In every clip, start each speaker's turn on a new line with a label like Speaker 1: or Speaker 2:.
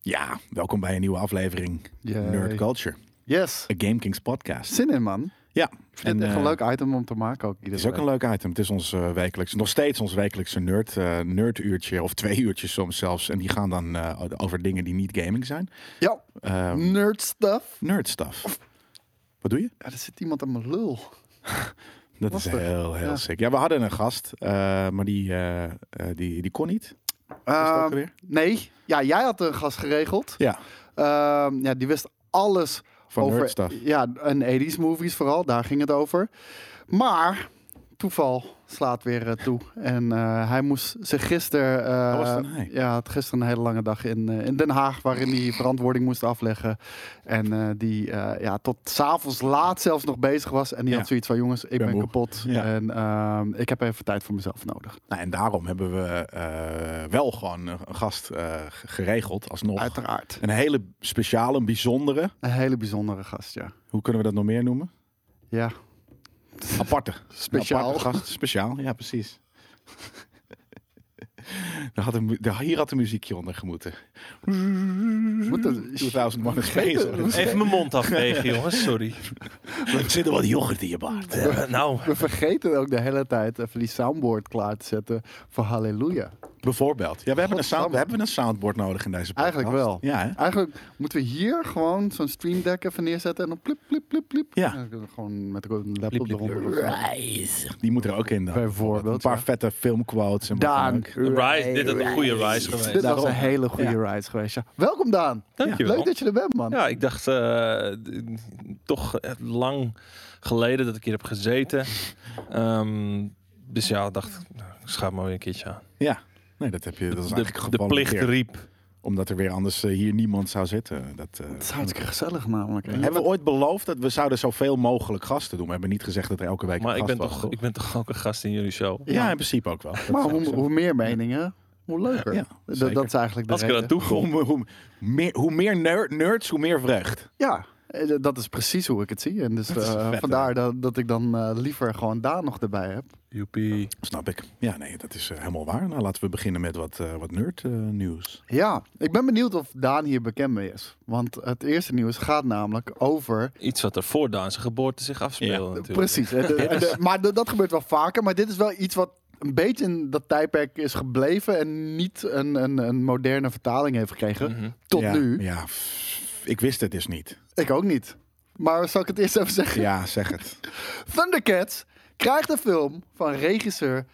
Speaker 1: Ja, welkom bij een nieuwe aflevering
Speaker 2: Yay.
Speaker 1: Nerd Culture,
Speaker 2: Yes.
Speaker 1: een Game Kings podcast.
Speaker 2: Zin in, man. Ik
Speaker 1: Ja,
Speaker 2: vind het echt
Speaker 1: eh,
Speaker 2: een leuk item om te maken ook. iedere
Speaker 1: Het is ook een
Speaker 2: week.
Speaker 1: leuk item. Het is ons eh, wekelijks, nog steeds ons wekelijkse nerd, eh, nerduurtje of twee uurtjes soms zelfs. En die gaan dan eh, over dingen die niet gaming zijn.
Speaker 2: Ja,
Speaker 1: Eh,
Speaker 2: nerd stuff.
Speaker 1: nerd stuff. Wat doe je?
Speaker 2: Ja, er zit iemand aan mijn lul.
Speaker 1: Dat
Speaker 2: Lastig.
Speaker 1: is heel, heel
Speaker 2: Ja.
Speaker 1: sick. Ja, we hadden een gast, eh, maar die, eh, eh, die, die kon niet. het ook
Speaker 2: Ehm,
Speaker 1: alweer?
Speaker 2: nee. Ja, jij had een gast geregeld.
Speaker 1: Ja,
Speaker 2: Ehm, ja, die wist alles
Speaker 1: van
Speaker 2: over...
Speaker 1: nerd stuff.
Speaker 2: Ja, en 80s movies vooral. Daar ging het over. Maar toeval slaat weer eh, toe. En eh, hij moest zich gisteren... eh,
Speaker 1: Oh, was het dan hij?
Speaker 2: Ja, had gisteren een hele lange dag in, eh, in Den Haag... waarin hij verantwoording moest afleggen. En eh, die eh, ja, tot s'avonds laat zelfs nog bezig was. En die
Speaker 1: Ja.
Speaker 2: had zoiets van... jongens, ik
Speaker 1: ben
Speaker 2: ben,
Speaker 1: moe.
Speaker 2: kapot.
Speaker 1: Ja.
Speaker 2: En ehm, ik heb even tijd voor mezelf nodig.
Speaker 1: Nou, en daarom hebben we eh, wel gewoon een een gast eh, g- geregeld alsnog.
Speaker 2: Uiteraard.
Speaker 1: Een hele speciale, een bijzondere.
Speaker 2: Een hele bijzondere gast, ja.
Speaker 1: Hoe kunnen we dat nog meer noemen?
Speaker 2: Ja,
Speaker 1: Aparte.
Speaker 2: Speciaal.
Speaker 1: Aparte gast. Speciaal, ja precies. Daar had een, mu- daar- hier had een muziekje onder gemoeten.
Speaker 2: Moet dat-
Speaker 1: 2000 man in space.
Speaker 3: Even mijn mond afwegen, jongens. Sorry.
Speaker 1: Er zit er wat yoghurt in je baard.
Speaker 3: Eh, nou,
Speaker 2: We vergeten ook de hele tijd even die soundboard klaar te zetten voor Halleluja.
Speaker 1: Bijvoorbeeld. Ja, we hebben, een sound,
Speaker 2: Godsamme.
Speaker 1: we hebben een soundboard nodig in deze podcast.
Speaker 2: Eigenlijk wel.
Speaker 1: Ja, hè?
Speaker 2: Eigenlijk moeten we hier gewoon zo'n stream deck even neerzetten en dan plip, plip, plip, plip.
Speaker 1: Ja.
Speaker 2: En dan gewoon met een laptop
Speaker 3: Plip, plip, plip.
Speaker 2: eronder. of zo.
Speaker 1: Die moet er ook in dan.
Speaker 2: Bijvoorbeeld,
Speaker 1: Een paar
Speaker 2: ja.
Speaker 1: vette filmquotes. En wat
Speaker 2: Daan.
Speaker 1: dan ook.
Speaker 3: Rise, dit is een goede Rise
Speaker 2: Dit
Speaker 3: geweest.
Speaker 2: was
Speaker 1: Daarom.
Speaker 2: een hele goede ride geweest. Ja. Welkom Daan.
Speaker 3: Dankjewel.
Speaker 2: Leuk dat je er bent man.
Speaker 3: Ja, ik dacht eh, d- toch eh, lang geleden dat ik hier heb gezeten. Ehm, dus ja, ik dacht, nou, ik schaap maar weer een keertje aan.
Speaker 1: Ja. Nee, dat heb je. Dat is
Speaker 3: De,
Speaker 1: eigenlijk
Speaker 3: de plicht
Speaker 1: gevolunteerd.
Speaker 3: riep.
Speaker 1: Omdat er weer anders eh, hier niemand zou zitten. Dat, eh,
Speaker 2: Het is hartstikke gezellig namelijk.
Speaker 3: Mhm.
Speaker 2: hè.
Speaker 1: Hebben we ooit beloofd dat we zouden zoveel mogelijk gasten doen? We hebben niet gezegd dat er elke week
Speaker 3: Maar
Speaker 1: een
Speaker 3: ik
Speaker 1: gast
Speaker 3: ben,
Speaker 1: was,
Speaker 3: toch, ik ben toch ook een gast in jullie show.
Speaker 1: Ja, in principe ook wel. Dat
Speaker 2: Maar
Speaker 1: zou ik
Speaker 2: hoe,
Speaker 1: zeggen.
Speaker 2: hoe meer meningen, hoe leuker.
Speaker 1: Ja,
Speaker 2: dat,
Speaker 1: zeker.
Speaker 2: dat is eigenlijk de
Speaker 3: Als ik er
Speaker 2: reden.
Speaker 3: naartoe kom.
Speaker 1: Hoe, hoe, meer, hoe meer ner- nerds, hoe meer vreugd.
Speaker 2: Ja, eh, dat is precies hoe ik het zie. En dus
Speaker 1: Dat is
Speaker 2: eh,
Speaker 1: vet, hè?
Speaker 2: vandaar dat, dat ik dan eh, liever gewoon Daan nog erbij heb.
Speaker 3: Joepie.
Speaker 1: Snap ik. Ja, nee, dat is eh, helemaal waar. Nou, laten we beginnen met wat, eh, wat nerd eh, nieuws.
Speaker 2: Ja, ik ben benieuwd of Daan hier bekend mee is. Want het eerste nieuws gaat namelijk over.
Speaker 3: Iets wat er voor Daan zijn geboorte zich afspeelde
Speaker 1: Ja,
Speaker 3: natuurlijk.
Speaker 2: Precies. eh, de- de- maar de- dat gebeurt wel vaker. Maar dit is wel iets wat een beetje in dat tijdperk is gebleven. En niet een, een, een moderne vertaling heeft gekregen.
Speaker 3: Mhm.
Speaker 2: Tot
Speaker 1: Ja,
Speaker 2: nu.
Speaker 1: Ja, pff, ik wist het dus niet.
Speaker 2: Ik ook niet. Maar zal ik het eerst even zeggen?
Speaker 1: Ja, zeg het.
Speaker 2: Thundercats krijgt een film van regisseur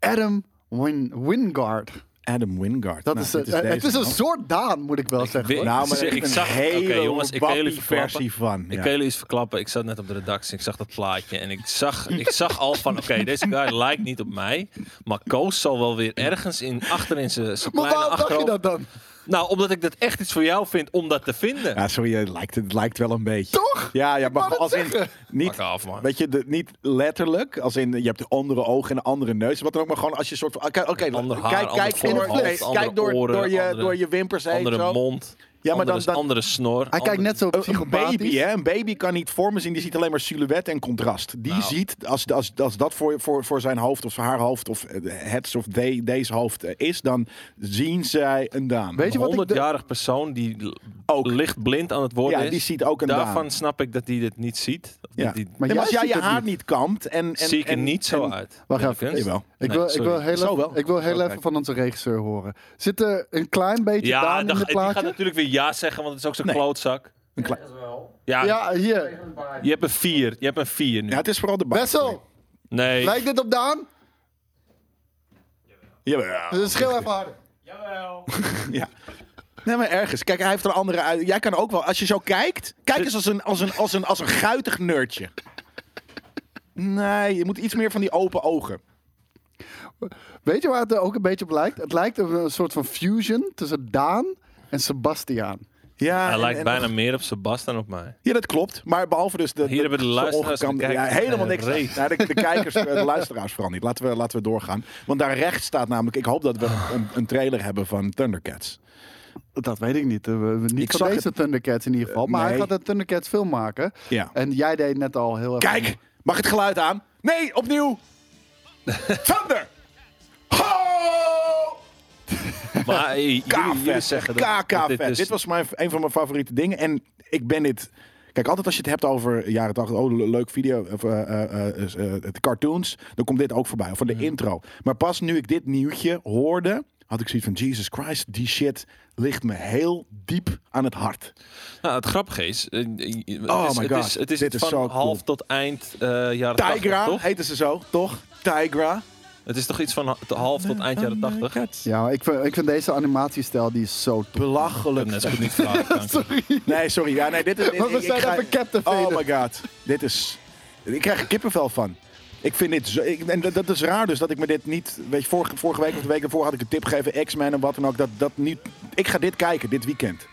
Speaker 2: Adam Win- Wingard.
Speaker 1: Adam Wingard.
Speaker 2: Dat
Speaker 1: Nou,
Speaker 2: is,
Speaker 1: dit
Speaker 2: eh, het
Speaker 1: deze
Speaker 2: is een
Speaker 1: man.
Speaker 2: soort Daan, moet ik wel zeggen. hoor.
Speaker 3: weet-
Speaker 1: Nou, maar
Speaker 3: Ik
Speaker 1: ik, ik
Speaker 3: zag-
Speaker 1: zag
Speaker 3: oké,
Speaker 1: een hele
Speaker 3: jongens, ik kan jullie
Speaker 1: wappie versie van.
Speaker 3: Ik
Speaker 1: ja.
Speaker 3: kan jullie iets verklappen. Ik zat net op de redactie. Ik zag dat plaatje. En ik zag, ik zag al van... Oké, deze guy lijkt niet op mij. Maar Koos zal wel weer ergens in, achterin zijn zijn
Speaker 2: Maar
Speaker 3: kleine
Speaker 2: waarom dacht je dat
Speaker 3: achterhoofd...
Speaker 2: dan?
Speaker 3: Nou, omdat ik dat echt iets voor jou vind om dat te vinden.
Speaker 1: Ja, sorry, het lijkt, het lijkt wel een beetje.
Speaker 2: Toch?
Speaker 1: Ja, ja maar
Speaker 2: wou net
Speaker 1: als in,
Speaker 2: zeggen.
Speaker 1: niet,
Speaker 3: Pak af, man.
Speaker 1: weet je, de, niet letterlijk, als in je hebt een andere ogen en een andere neus, wat dan ook, maar gewoon als je soort van, oké, oké,
Speaker 3: Ander haar,
Speaker 1: kijk,
Speaker 3: ander
Speaker 1: kijk, door,
Speaker 3: voorhoofd,
Speaker 1: nee,
Speaker 3: andere
Speaker 1: kijk door,
Speaker 3: oren,
Speaker 1: door, je,
Speaker 3: andere-
Speaker 1: door je wimpers heen,
Speaker 3: andere
Speaker 1: zo.
Speaker 3: mond.
Speaker 1: Ja, maar dan-
Speaker 3: andere,
Speaker 1: dan-
Speaker 3: andere snor.
Speaker 2: Hij kijkt net zo
Speaker 1: Een- Een
Speaker 2: psychopathisch.
Speaker 1: baby, hè? Een baby kan niet vormen zien. Die ziet alleen maar silhouet en contrast. Die
Speaker 3: Nou.
Speaker 1: ziet, als, als, als dat voor, voor, voor zijn hoofd of haar hoofd of eh, het of they, deze hoofd eh, is, dan zien zij een dame.
Speaker 2: Weet je
Speaker 3: Een
Speaker 2: wat ik... de-
Speaker 3: 100-jarig persoon die l-
Speaker 1: Ook.
Speaker 3: licht blind aan het worden
Speaker 1: ja,
Speaker 3: is.
Speaker 1: die ziet ook een
Speaker 3: Daarvan
Speaker 1: dame.
Speaker 3: snap ik dat hij dit niet ziet. Of
Speaker 1: Ja.
Speaker 3: dat die,
Speaker 1: Maar
Speaker 2: jij
Speaker 1: als jij
Speaker 2: ziet
Speaker 1: je
Speaker 2: het
Speaker 1: haar niet, kampt en... en
Speaker 3: zie ik er
Speaker 1: en-
Speaker 3: niet zo
Speaker 1: en-
Speaker 3: uit.
Speaker 2: Wacht even.
Speaker 3: Kunst.
Speaker 1: Jawel.
Speaker 2: Ik
Speaker 3: Nee,
Speaker 2: wil, ik
Speaker 3: sorry.
Speaker 2: wil heel,
Speaker 1: Zo wel.
Speaker 2: even, ik wil heel
Speaker 1: Zo
Speaker 2: even van onze regisseur horen. Zit er een klein beetje
Speaker 3: Ja,
Speaker 2: Daan in
Speaker 3: dan-
Speaker 2: het
Speaker 3: die gaat
Speaker 2: plaatje?
Speaker 3: natuurlijk weer ja zeggen, want het is ook zo'n
Speaker 1: Nee.
Speaker 3: klootzak.
Speaker 1: een klein-
Speaker 3: Ja,
Speaker 2: Ja, hier.
Speaker 3: je hebt een vier. Je hebt een vier nu.
Speaker 1: Ja, het is vooral de baard.
Speaker 2: Wessel,
Speaker 3: Nee.
Speaker 2: lijkt dit op Daan?
Speaker 1: Jawel.
Speaker 2: Dus schil even harder.
Speaker 1: Ja. Nee, maar ergens. Kijk, hij heeft er een andere uit. Jij kan ook wel. Als je zo kijkt, kijk eens als een, als een, als een, als een guitig nerdje. Nee, je moet iets meer van die open ogen.
Speaker 2: Weet je waar het er ook een beetje op lijkt? Het lijkt op een soort van fusion tussen Daan en Sebastiaan.
Speaker 1: Ja,
Speaker 3: Hij
Speaker 1: en-
Speaker 3: lijkt
Speaker 1: en-
Speaker 3: bijna meer op Sebastian op mij.
Speaker 1: Ja, dat klopt. Maar behalve dus de.
Speaker 3: Hier hebben de
Speaker 1: zo
Speaker 3: luisteraars, de
Speaker 1: ongekamde-
Speaker 3: kijkers,
Speaker 1: ja, helemaal niks.
Speaker 3: geen reet.
Speaker 1: Ja, de, de kijkers, eh, de luisteraars vooral niet. Laten we, laten we doorgaan. Want daar rechts staat namelijk. Ik hoop dat we een, een trailer hebben van Thundercats.
Speaker 2: Dat weet ik niet. Eh, we- Niet
Speaker 1: Ik
Speaker 2: van
Speaker 1: zag
Speaker 2: deze Thundercats in ieder geval. Maar
Speaker 1: nee.
Speaker 2: hij gaat een Thundercats film maken.
Speaker 1: Ja.
Speaker 2: En jij deed net al heel even...
Speaker 1: Kijk, mag het geluid aan? Nee, opnieuw. Thunder. Ho!
Speaker 3: Maar hey, jullie, jullie
Speaker 1: K-vet.
Speaker 3: zeggen dat,
Speaker 1: KK
Speaker 3: dat
Speaker 1: vet. Dit,
Speaker 3: is-
Speaker 1: was mijn, een van mijn favoriete dingen. En ik ben dit... Kijk, altijd als je het hebt over jaren 80, oh, le- leuk video, of eh, eh, eh, eh, eh, cartoons, dan komt dit ook voorbij, van de
Speaker 3: Mhm.
Speaker 1: intro. Maar pas nu ik dit nieuwtje hoorde, had ik zoiets van, Jesus Christ, die shit ligt me heel diep aan het hart.
Speaker 3: Nou, het grappige is, eh, eh, het
Speaker 1: Oh
Speaker 3: is,
Speaker 1: my
Speaker 3: het
Speaker 1: God,
Speaker 3: is, het is
Speaker 1: dit is
Speaker 3: van
Speaker 1: zo cool.
Speaker 3: half tot eind eh jaren 80,
Speaker 1: Tigra,
Speaker 3: toch?
Speaker 1: heten ze zo, toch? Tigra.
Speaker 3: Het is toch iets van ha- half tot eind jaren 80? Ik
Speaker 2: Ja, maar ik vind, ik vind deze animatiestijl die is zo tof.
Speaker 3: heb
Speaker 1: Belachelijk.
Speaker 3: net zo goed niet vragen. dank je.
Speaker 1: Nee, sorry. Ja, nee, dit is. dit-
Speaker 2: Maar we
Speaker 1: ik- ik
Speaker 2: zijn
Speaker 1: ga-
Speaker 2: even captivated.
Speaker 1: Oh my god. Dit is. Ik krijg er kippenvel van. Ik vind dit zo. Ik, en dat, dat is raar dus dat ik me dit niet. Weet je, vorige, vorige week of de week ervoor had ik een tip gegeven. X-Men en wat dan ook. Dat, dat niet. Ik ga dit kijken dit weekend.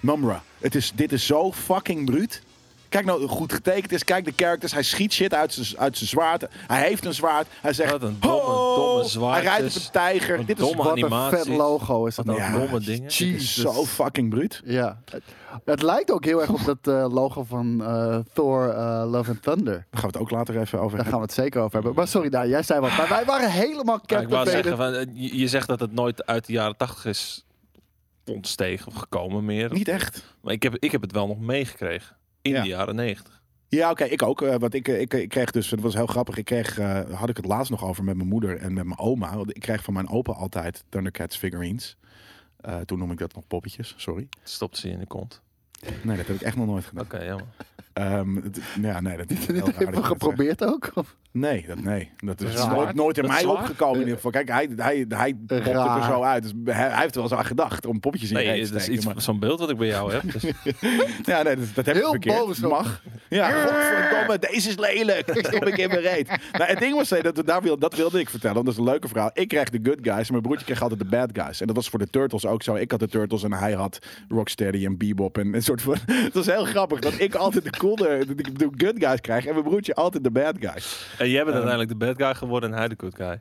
Speaker 1: Namra. Het is, dit is zo fucking bruut. Kijk nou hoe goed getekend is. Kijk de characters. Hij schiet shit uit zijn uit zijn zwaard. Hij heeft een zwaard. Hij zegt.
Speaker 3: Wat een domme,
Speaker 1: "Ho!"
Speaker 3: domme zwaard
Speaker 1: Hij
Speaker 3: is.
Speaker 1: rijdt op een tijger.
Speaker 3: Wat
Speaker 1: dit is
Speaker 3: domme
Speaker 2: Wat een
Speaker 3: animaties.
Speaker 2: vet logo is dat
Speaker 3: Wat
Speaker 2: ook.
Speaker 3: een
Speaker 1: Ja.
Speaker 3: domme dingen.
Speaker 1: dit is zo fucking bruut.
Speaker 2: Ja. Het, het lijkt ook heel erg op dat eh, logo van eh, Thor eh, Love and Thunder.
Speaker 1: Daar gaan we het ook later even over
Speaker 2: Daar
Speaker 1: hebben.
Speaker 2: gaan we het zeker over hebben. Maar sorry, daar, jij zei wat. Maar wij waren helemaal
Speaker 3: Ja, ik wou
Speaker 2: captivated.
Speaker 3: zeggen, van, eh, je je zegt dat het nooit uit de jaren 80 is ontstegen of gekomen meer.
Speaker 1: Niet echt.
Speaker 3: Maar ik heb, ik heb het wel nog meegekregen. In
Speaker 1: Ja.
Speaker 3: de jaren 90.
Speaker 1: Ja, oké, ik ook. eh, want ik, eh, ik, ik kreeg dus, dat was heel grappig. Ik kreeg, eh, had ik het laatst nog over met mijn moeder en met mijn oma. Want ik kreeg van mijn opa altijd Thundercats figurines. Eh, toen noem ik dat nog poppetjes, sorry.
Speaker 3: Stopt ze je in de kont.
Speaker 1: Nee, dat heb ik echt nog nooit gedaan.
Speaker 3: Oké, jammer.
Speaker 1: Ehm, het- ja, nee, dat is heel raar dat je
Speaker 2: Dit hebben we
Speaker 1: dat
Speaker 2: geprobeerd ook. of?
Speaker 1: zegt. Nee, dat, nee, dat is
Speaker 2: Raar.
Speaker 1: nooit, nooit in
Speaker 3: Dat is
Speaker 1: mij
Speaker 3: waar.
Speaker 1: opgekomen in ieder geval. Kijk, hij, hij, hij popte het er
Speaker 2: Raar.
Speaker 1: zo uit. Dus hij, hij heeft er wel eens aan gedacht om poppetjes in je
Speaker 3: Nee,
Speaker 1: reet te
Speaker 3: dat is
Speaker 1: steken.
Speaker 3: iets van
Speaker 1: maar-
Speaker 3: zo'n beeld wat ik bij jou heb. Dus
Speaker 1: Ja, nee, dat, dat heb ik
Speaker 2: Heel
Speaker 1: verkeerd.
Speaker 2: boos ook.
Speaker 1: Mag. Ja, godverdomme, deze is lelijk. Stop ik in mijn reet. Nou, het ding was, hè, dat, daar wil, dat wilde ik vertellen, want dat is een leuke verhaal. Ik kreeg de good guys en mijn broertje kreeg altijd de bad guys. En dat was voor de Turtles ook zo. Ik had de Turtles en hij had Rocksteady en Bebop. En een soort van, het was heel grappig dat ik altijd de coole, de, de good guys krijg en mijn broertje altijd de bad guys.
Speaker 3: En jij
Speaker 1: Ehm.
Speaker 3: bent uiteindelijk de bad guy geworden en hij de good guy.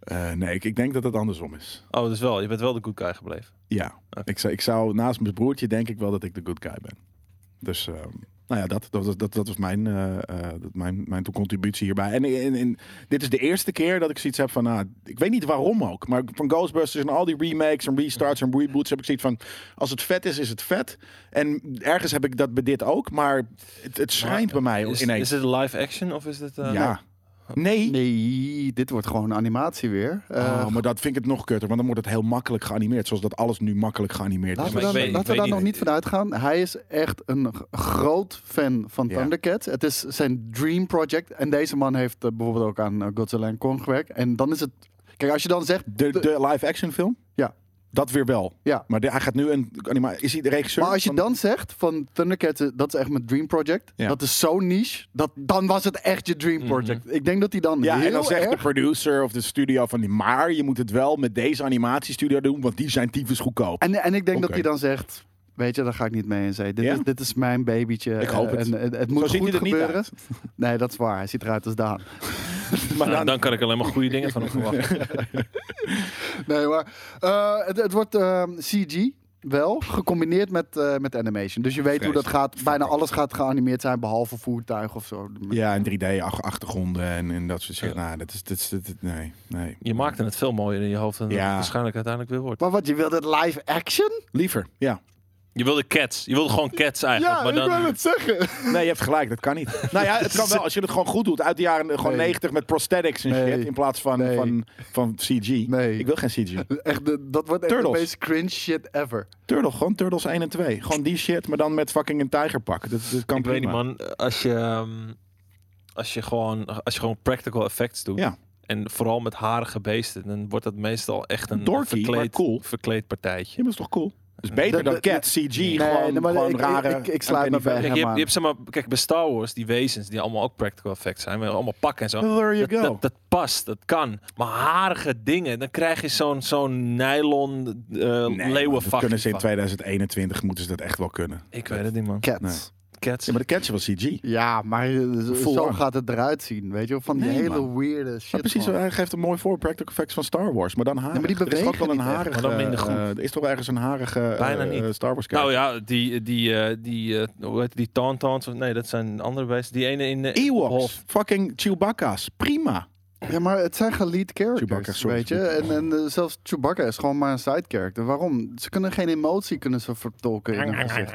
Speaker 1: Eh, nee, ik, ik denk dat het andersom is.
Speaker 3: Oh, dus wel. Je bent wel de good guy gebleven.
Speaker 1: Ja, ik, zou- ik zou naast mijn broertje denk ik wel dat ik de good guy ben. Dus ehm, nou ja, dat, dat, was- dat, dat was mijn, eh, eh, dat- mijn, mijn contributie hierbij. En, en, en dit is de eerste keer dat ik zoiets heb van, nou, ik weet niet waarom ook, maar van Ghostbusters en al die remakes en restarts en reboots heb ik zoiets van, als het vet is, is het vet. En ergens heb ik dat bij dit ook, maar het, het schijnt bij mij
Speaker 3: Is,
Speaker 1: ineens.
Speaker 3: is het live action of is het... eh,
Speaker 1: ja. Nee.
Speaker 2: Nee, dit wordt gewoon animatie weer. Eh,
Speaker 3: Ah.
Speaker 1: Oh, maar dat vind ik het nog kutter, want dan wordt het heel makkelijk geanimeerd. Zoals dat alles nu makkelijk geanimeerd is.
Speaker 2: Laten
Speaker 3: maar
Speaker 2: we,
Speaker 3: ik
Speaker 2: dan,
Speaker 3: weet- ik
Speaker 2: laten we
Speaker 3: weet
Speaker 2: daar
Speaker 3: niet.
Speaker 2: nog niet van uitgaan. Hij is echt een g- groot fan van
Speaker 1: Ja.
Speaker 2: Thundercats. Het is zijn dream project. En deze man heeft eh, bijvoorbeeld ook aan eh, Godzilla en Kong gewerkt. En dan is het... Kijk, als je dan zegt...
Speaker 1: De, de live-action film?
Speaker 2: Ja.
Speaker 1: Dat weer wel.
Speaker 2: Ja.
Speaker 1: Maar de- hij gaat nu een anima. Is hij de regisseur?
Speaker 2: Maar als je
Speaker 1: van-
Speaker 2: dan zegt van Thundercats, eh, dat is echt mijn dream project.
Speaker 1: Ja. Mhm.
Speaker 2: Dat is zo niche. Dat, dan was het echt je dream project. Ik denk dat hij dan
Speaker 1: Ja,
Speaker 2: heel
Speaker 1: en dan zegt de
Speaker 2: erg...
Speaker 1: producer of de studio van... die, maar je moet het wel met deze animatiestudio doen... want die zijn tyfus goedkoop.
Speaker 2: En, en ik denk dat
Speaker 1: Oké.
Speaker 2: hij dan zegt... Weet je, daar ga ik niet mee in zee. Dit,
Speaker 1: Ja?
Speaker 2: is, dit is mijn babytje.
Speaker 1: Ik hoop
Speaker 2: eh,
Speaker 1: het.
Speaker 2: En, en het moet
Speaker 1: ziet hij
Speaker 2: goed
Speaker 1: er niet
Speaker 2: gebeuren.
Speaker 1: uit.
Speaker 2: Nee, dat is waar. Hij ziet eruit als Daan.
Speaker 1: maar
Speaker 3: Nou,
Speaker 1: dan,
Speaker 3: dan kan ik alleen maar goede dingen van hem verwachten.
Speaker 2: Nee, maar eh, het, het wordt eh, CG wel, gecombineerd met, eh, met animation. Dus je weet hoe dat gaat. Bijna alles gaat geanimeerd zijn, behalve voertuigen of zo.
Speaker 1: Ja, en 3D-achtergronden en, en dat soort shit. Nou, dat is... Dat is dat, dat- nee, nee.
Speaker 3: Je maakte het veel mooier in je hoofd dan
Speaker 1: Ja.
Speaker 3: het waarschijnlijk uiteindelijk weer wordt.
Speaker 2: Maar wat, je wilde het live action?
Speaker 1: Liever, ja.
Speaker 3: Je wilde cats. Je wilde gewoon cats eigenlijk.
Speaker 2: Ja,
Speaker 3: maar
Speaker 2: ik
Speaker 3: dan,
Speaker 2: wil het zeggen.
Speaker 1: Nee, je hebt gelijk, dat kan niet. nou ja, het kan wel als je het gewoon goed doet. Uit de jaren eh, gewoon
Speaker 2: Nee.
Speaker 1: 90 met prosthetics en
Speaker 2: Nee.
Speaker 1: shit... in plaats van,
Speaker 2: Nee.
Speaker 1: van, van CG.
Speaker 2: Nee.
Speaker 1: Ik wil geen CG.
Speaker 2: Echt, de- dat wordt echt
Speaker 1: Turtles.
Speaker 2: de meest cringe shit ever.
Speaker 1: Turtle, gewoon Turtles 1 en 2. Gewoon die shit, maar dan met fucking een tijgerpak. Dat, dat kan
Speaker 3: ik weet niet,
Speaker 1: prima.
Speaker 3: man. Als je, ehm, als, je gewoon, als je gewoon practical effects doet.
Speaker 1: Ja.
Speaker 3: En vooral met harige beesten. Dan wordt dat meestal echt een
Speaker 1: Dorky, maar
Speaker 3: verkleed,
Speaker 1: cool.
Speaker 3: verkleed partijtje.
Speaker 1: Ja, maar is toch cool? Dus beter
Speaker 2: Dat-
Speaker 1: dan
Speaker 2: dat-
Speaker 1: Cat, CG,
Speaker 2: Nee,
Speaker 1: gewoon,
Speaker 2: nee, maar
Speaker 1: gewoon
Speaker 2: ik- ik-
Speaker 1: rare...
Speaker 2: ik- ik sluit
Speaker 1: Uncanny
Speaker 2: me bij.
Speaker 1: Valley.
Speaker 3: Kijk, je, hebt,
Speaker 2: Helemaal.
Speaker 3: je hebt, zeg maar, kijk, bij Star Wars, die wezens die allemaal ook practical effects zijn, maar allemaal pakken en zo.
Speaker 1: There you
Speaker 3: dat,
Speaker 1: go.
Speaker 3: dat, dat past, dat kan. Maar harige dingen, dan krijg je zo'n zo'n nylon eh
Speaker 1: Nee, man, dat
Speaker 3: leeuwenvacht
Speaker 1: kunnen ze in
Speaker 3: van.
Speaker 1: 2021 moeten ze dat echt wel kunnen.
Speaker 3: Ik weet het niet, man.
Speaker 2: Cats.
Speaker 1: Nee.
Speaker 3: Cats.
Speaker 1: Ja, maar de catch was CG.
Speaker 2: Ja, maar eh, zo-
Speaker 1: Full
Speaker 2: zo
Speaker 1: on.
Speaker 2: gaat het eruit zien, weet je wel. Van die
Speaker 1: Nee,
Speaker 2: hele
Speaker 1: man.
Speaker 2: weirde shit.
Speaker 1: Maar precies,
Speaker 2: man.
Speaker 1: hij geeft een mooi voor practical effects van Star Wars, maar dan harig.
Speaker 2: maar die
Speaker 1: er is toch wel
Speaker 2: bewegen
Speaker 1: een
Speaker 2: niet echt,
Speaker 1: harige,
Speaker 3: maar dan minder goed.
Speaker 1: eh, er is toch wel ergens een harige eh,
Speaker 3: Bijna niet.
Speaker 1: eh, Star Wars
Speaker 3: nou
Speaker 1: character.
Speaker 3: ja, die, die, eh, die, eh, hoe heet het, die tauntauns, eh, of nee, dat zijn andere beesten. Die ene in de Oh,
Speaker 1: Ewoks, fucking Chewbacca's, prima.
Speaker 2: Ja, maar het zijn geen lead characters,
Speaker 1: Chewbacca, sorry,
Speaker 2: weet je. En, en eh, zelfs Chewbacca is gewoon maar een side character. Waarom? Ze kunnen geen emotie kunnen ze vertolken in hun gezicht.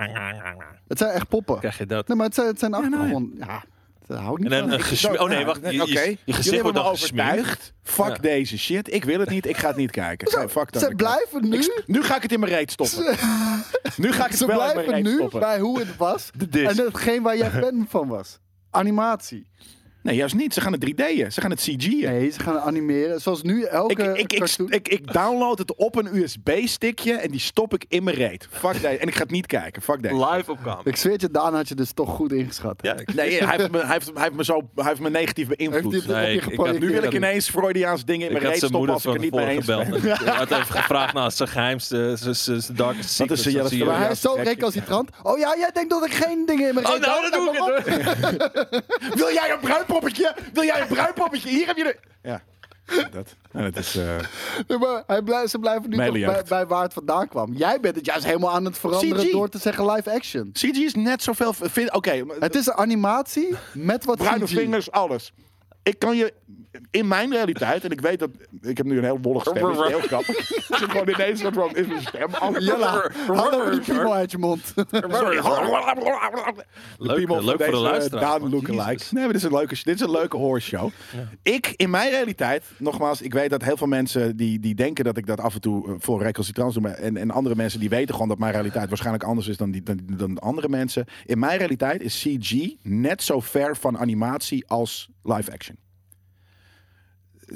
Speaker 2: Het zijn echt poppen.
Speaker 3: Krijg je dat?
Speaker 2: Nee, maar het zijn, het zijn
Speaker 1: nou ja.
Speaker 2: achtergrond... Ja, dat houdt niet
Speaker 3: En dan
Speaker 2: van.
Speaker 3: een gesmeerd. Oh nee, wacht. Je, je,
Speaker 1: Oké,
Speaker 3: je
Speaker 1: jullie
Speaker 3: gezicht
Speaker 1: hebben
Speaker 3: wordt
Speaker 1: me
Speaker 3: dan gesmeerd.
Speaker 1: overtuigd. Fuck
Speaker 3: Ja.
Speaker 1: deze shit. Ik wil het niet. Ik ga het niet kijken. Nee, eh, fuck dat.
Speaker 2: Ze blijven nu...
Speaker 1: Ik- nu ga ik het in mijn reet stoppen. nu ga ik het
Speaker 2: Ze
Speaker 1: wel in mijn
Speaker 2: blijven
Speaker 1: reet
Speaker 2: nu
Speaker 1: stoppen.
Speaker 2: bij hoe het was.
Speaker 3: De disc.
Speaker 2: En hetgeen waar jij fan van was. Animatie.
Speaker 1: Nee, juist niet. Ze gaan het 3D'en. Ze gaan het CG'en.
Speaker 2: Nee, ze gaan animeren. Zoals nu
Speaker 1: Ik,
Speaker 2: elke
Speaker 1: ik, ik,
Speaker 2: cartoon.
Speaker 1: ik, ik download het op een USB-stickje en die stop ik in mijn reet. Fuck deze. En ik ga het niet kijken. Fuck deze.
Speaker 3: Live op kamer.
Speaker 2: Ik zweer het je, Daan had je dus toch goed ingeschat.
Speaker 3: Ja, ik-
Speaker 1: Nee, hij heeft, me, hij, heeft, hij, heeft me zo, hij heeft me negatief
Speaker 2: Heeft hij
Speaker 1: beïnvloed.
Speaker 2: het op
Speaker 3: Nee,
Speaker 2: je
Speaker 3: ik- ik had-
Speaker 2: geprojecteerd?
Speaker 1: Nu wil ik
Speaker 3: dat-
Speaker 1: ineens Freudiaans dingen in
Speaker 3: Ik
Speaker 1: mijn
Speaker 3: had
Speaker 1: reet
Speaker 3: zijn
Speaker 1: stoppen
Speaker 3: moeder
Speaker 1: als ik
Speaker 3: van
Speaker 1: er niet mee
Speaker 3: tevoren
Speaker 1: eens ben.
Speaker 3: gebeld. Hij had even gevraagd naar zijn geheimste, zijn- zijn zijn darkest
Speaker 1: Wat is de
Speaker 3: secrets. Dat
Speaker 1: Jelle
Speaker 3: zie
Speaker 1: Verhaal?
Speaker 2: Maar
Speaker 3: je.
Speaker 2: hij is zo
Speaker 1: Ja,
Speaker 2: recalcitrant. Oh ja, jij denkt dat ik geen dingen in mijn
Speaker 3: Oh,
Speaker 2: reet
Speaker 3: nou,
Speaker 2: heb?
Speaker 3: dat doe ik
Speaker 2: Kom op.
Speaker 3: het. hoor.
Speaker 1: Wil jij een bruinpoppetje? Wil jij een bruinpoppetje? Hier heb je de... Ja, dat, nou, dat is... eh,
Speaker 2: Ja, maar hij blij- ze blijven nu
Speaker 1: Mijn
Speaker 2: toch bij,
Speaker 1: jeugd.
Speaker 2: bij waar het vandaan kwam. Jij bent het juist helemaal aan het veranderen
Speaker 1: CG.
Speaker 2: door te zeggen live action.
Speaker 1: CG is net zoveel... vind- Oké, maar-
Speaker 2: Het is een animatie met wat
Speaker 1: bruine
Speaker 2: CG.
Speaker 1: vingers, alles. Ik kan je in mijn realiteit, en ik weet dat ik heb nu een heel wollig stem, is heel grappig. Ik zit gewoon ineens wat van is mijn stem. alles-
Speaker 2: Jella, hou nou die piemel uit je mond.
Speaker 1: Sorry.
Speaker 3: Leuk, eh,
Speaker 1: piemel van
Speaker 3: leuk voor de
Speaker 1: deze eh,
Speaker 3: luisteraar.
Speaker 1: Daan
Speaker 3: Man,
Speaker 1: lookalike.
Speaker 3: Jezus.
Speaker 1: Nee, maar dit is een leuke, dit is een leuke hoorshow. Ik, in mijn realiteit, nogmaals, ik weet dat heel veel mensen die, die denken dat ik dat af en toe eh, voor recalcitrans doe. maar- En, en andere mensen die weten gewoon dat mijn realiteit waarschijnlijk anders is dan, die, dan, dan andere mensen. In mijn realiteit is CG net zo ver van animatie als live action.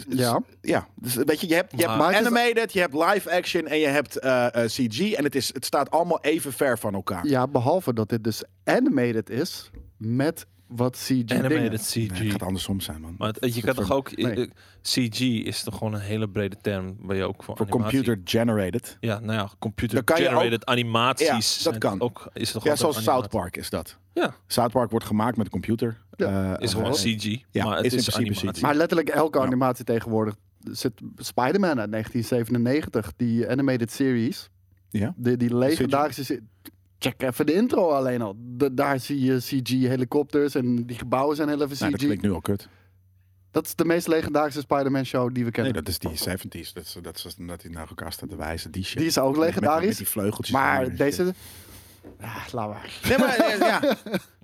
Speaker 2: Ja.
Speaker 1: Ja, dus weet je, je hebt, je hebt
Speaker 2: Maar het is-
Speaker 1: animated, je hebt live action en je hebt eh, eh, CG. En het, is, het staat allemaal even ver van elkaar.
Speaker 2: ja, behalve dat dit dus animated is met wat CG dingen.
Speaker 3: Animated
Speaker 1: Nee, het
Speaker 3: CG.
Speaker 1: gaat andersom zijn, man.
Speaker 3: Maar het- je kan toch ook...
Speaker 2: Nee.
Speaker 3: eh, CG is toch gewoon een hele brede term waar je ook voor
Speaker 1: Voor
Speaker 3: animatie-
Speaker 1: computer generated.
Speaker 3: Ja, nou
Speaker 1: Dan
Speaker 3: ja,
Speaker 1: kan je
Speaker 3: computer-generated animaties.
Speaker 1: Ja, dat
Speaker 3: zijn
Speaker 1: kan.
Speaker 3: Ook, is toch
Speaker 1: Ja,
Speaker 3: altijd
Speaker 1: zoals
Speaker 3: animatie?
Speaker 1: South Park is dat.
Speaker 3: Ja,
Speaker 1: South Park wordt gemaakt met een computer.
Speaker 2: Ja,
Speaker 1: Eh,
Speaker 3: is
Speaker 1: eh,
Speaker 3: gewoon CG.
Speaker 1: ja,
Speaker 3: maar het
Speaker 1: is
Speaker 3: is,
Speaker 1: in principe
Speaker 3: animatie.
Speaker 1: CG.
Speaker 2: Maar letterlijk elke animatie tegenwoordig zit Spider-Man uit 1997, die animated series.
Speaker 1: Ja.
Speaker 2: Die, die legendarische... se- Check even de intro alleen al. Da- daar zie je CG-helikopters en die gebouwen zijn heel even CG.
Speaker 1: Nou, dat
Speaker 2: dat,
Speaker 1: klinkt nu al kut.
Speaker 2: is de meest legendarische Spider-Man-show die
Speaker 1: Nee,
Speaker 2: we kennen.
Speaker 1: dat is die 70s. Dat is, dat is dat hij naar elkaar staat te wijzen. Die shit.
Speaker 2: die is ook
Speaker 1: Met- met- Met,
Speaker 2: legendarisch.
Speaker 1: die vleugeltjes. van
Speaker 2: maar
Speaker 1: hem en shit.
Speaker 2: deze... Ja, laat maar.
Speaker 1: Nee, maar, eh, ja.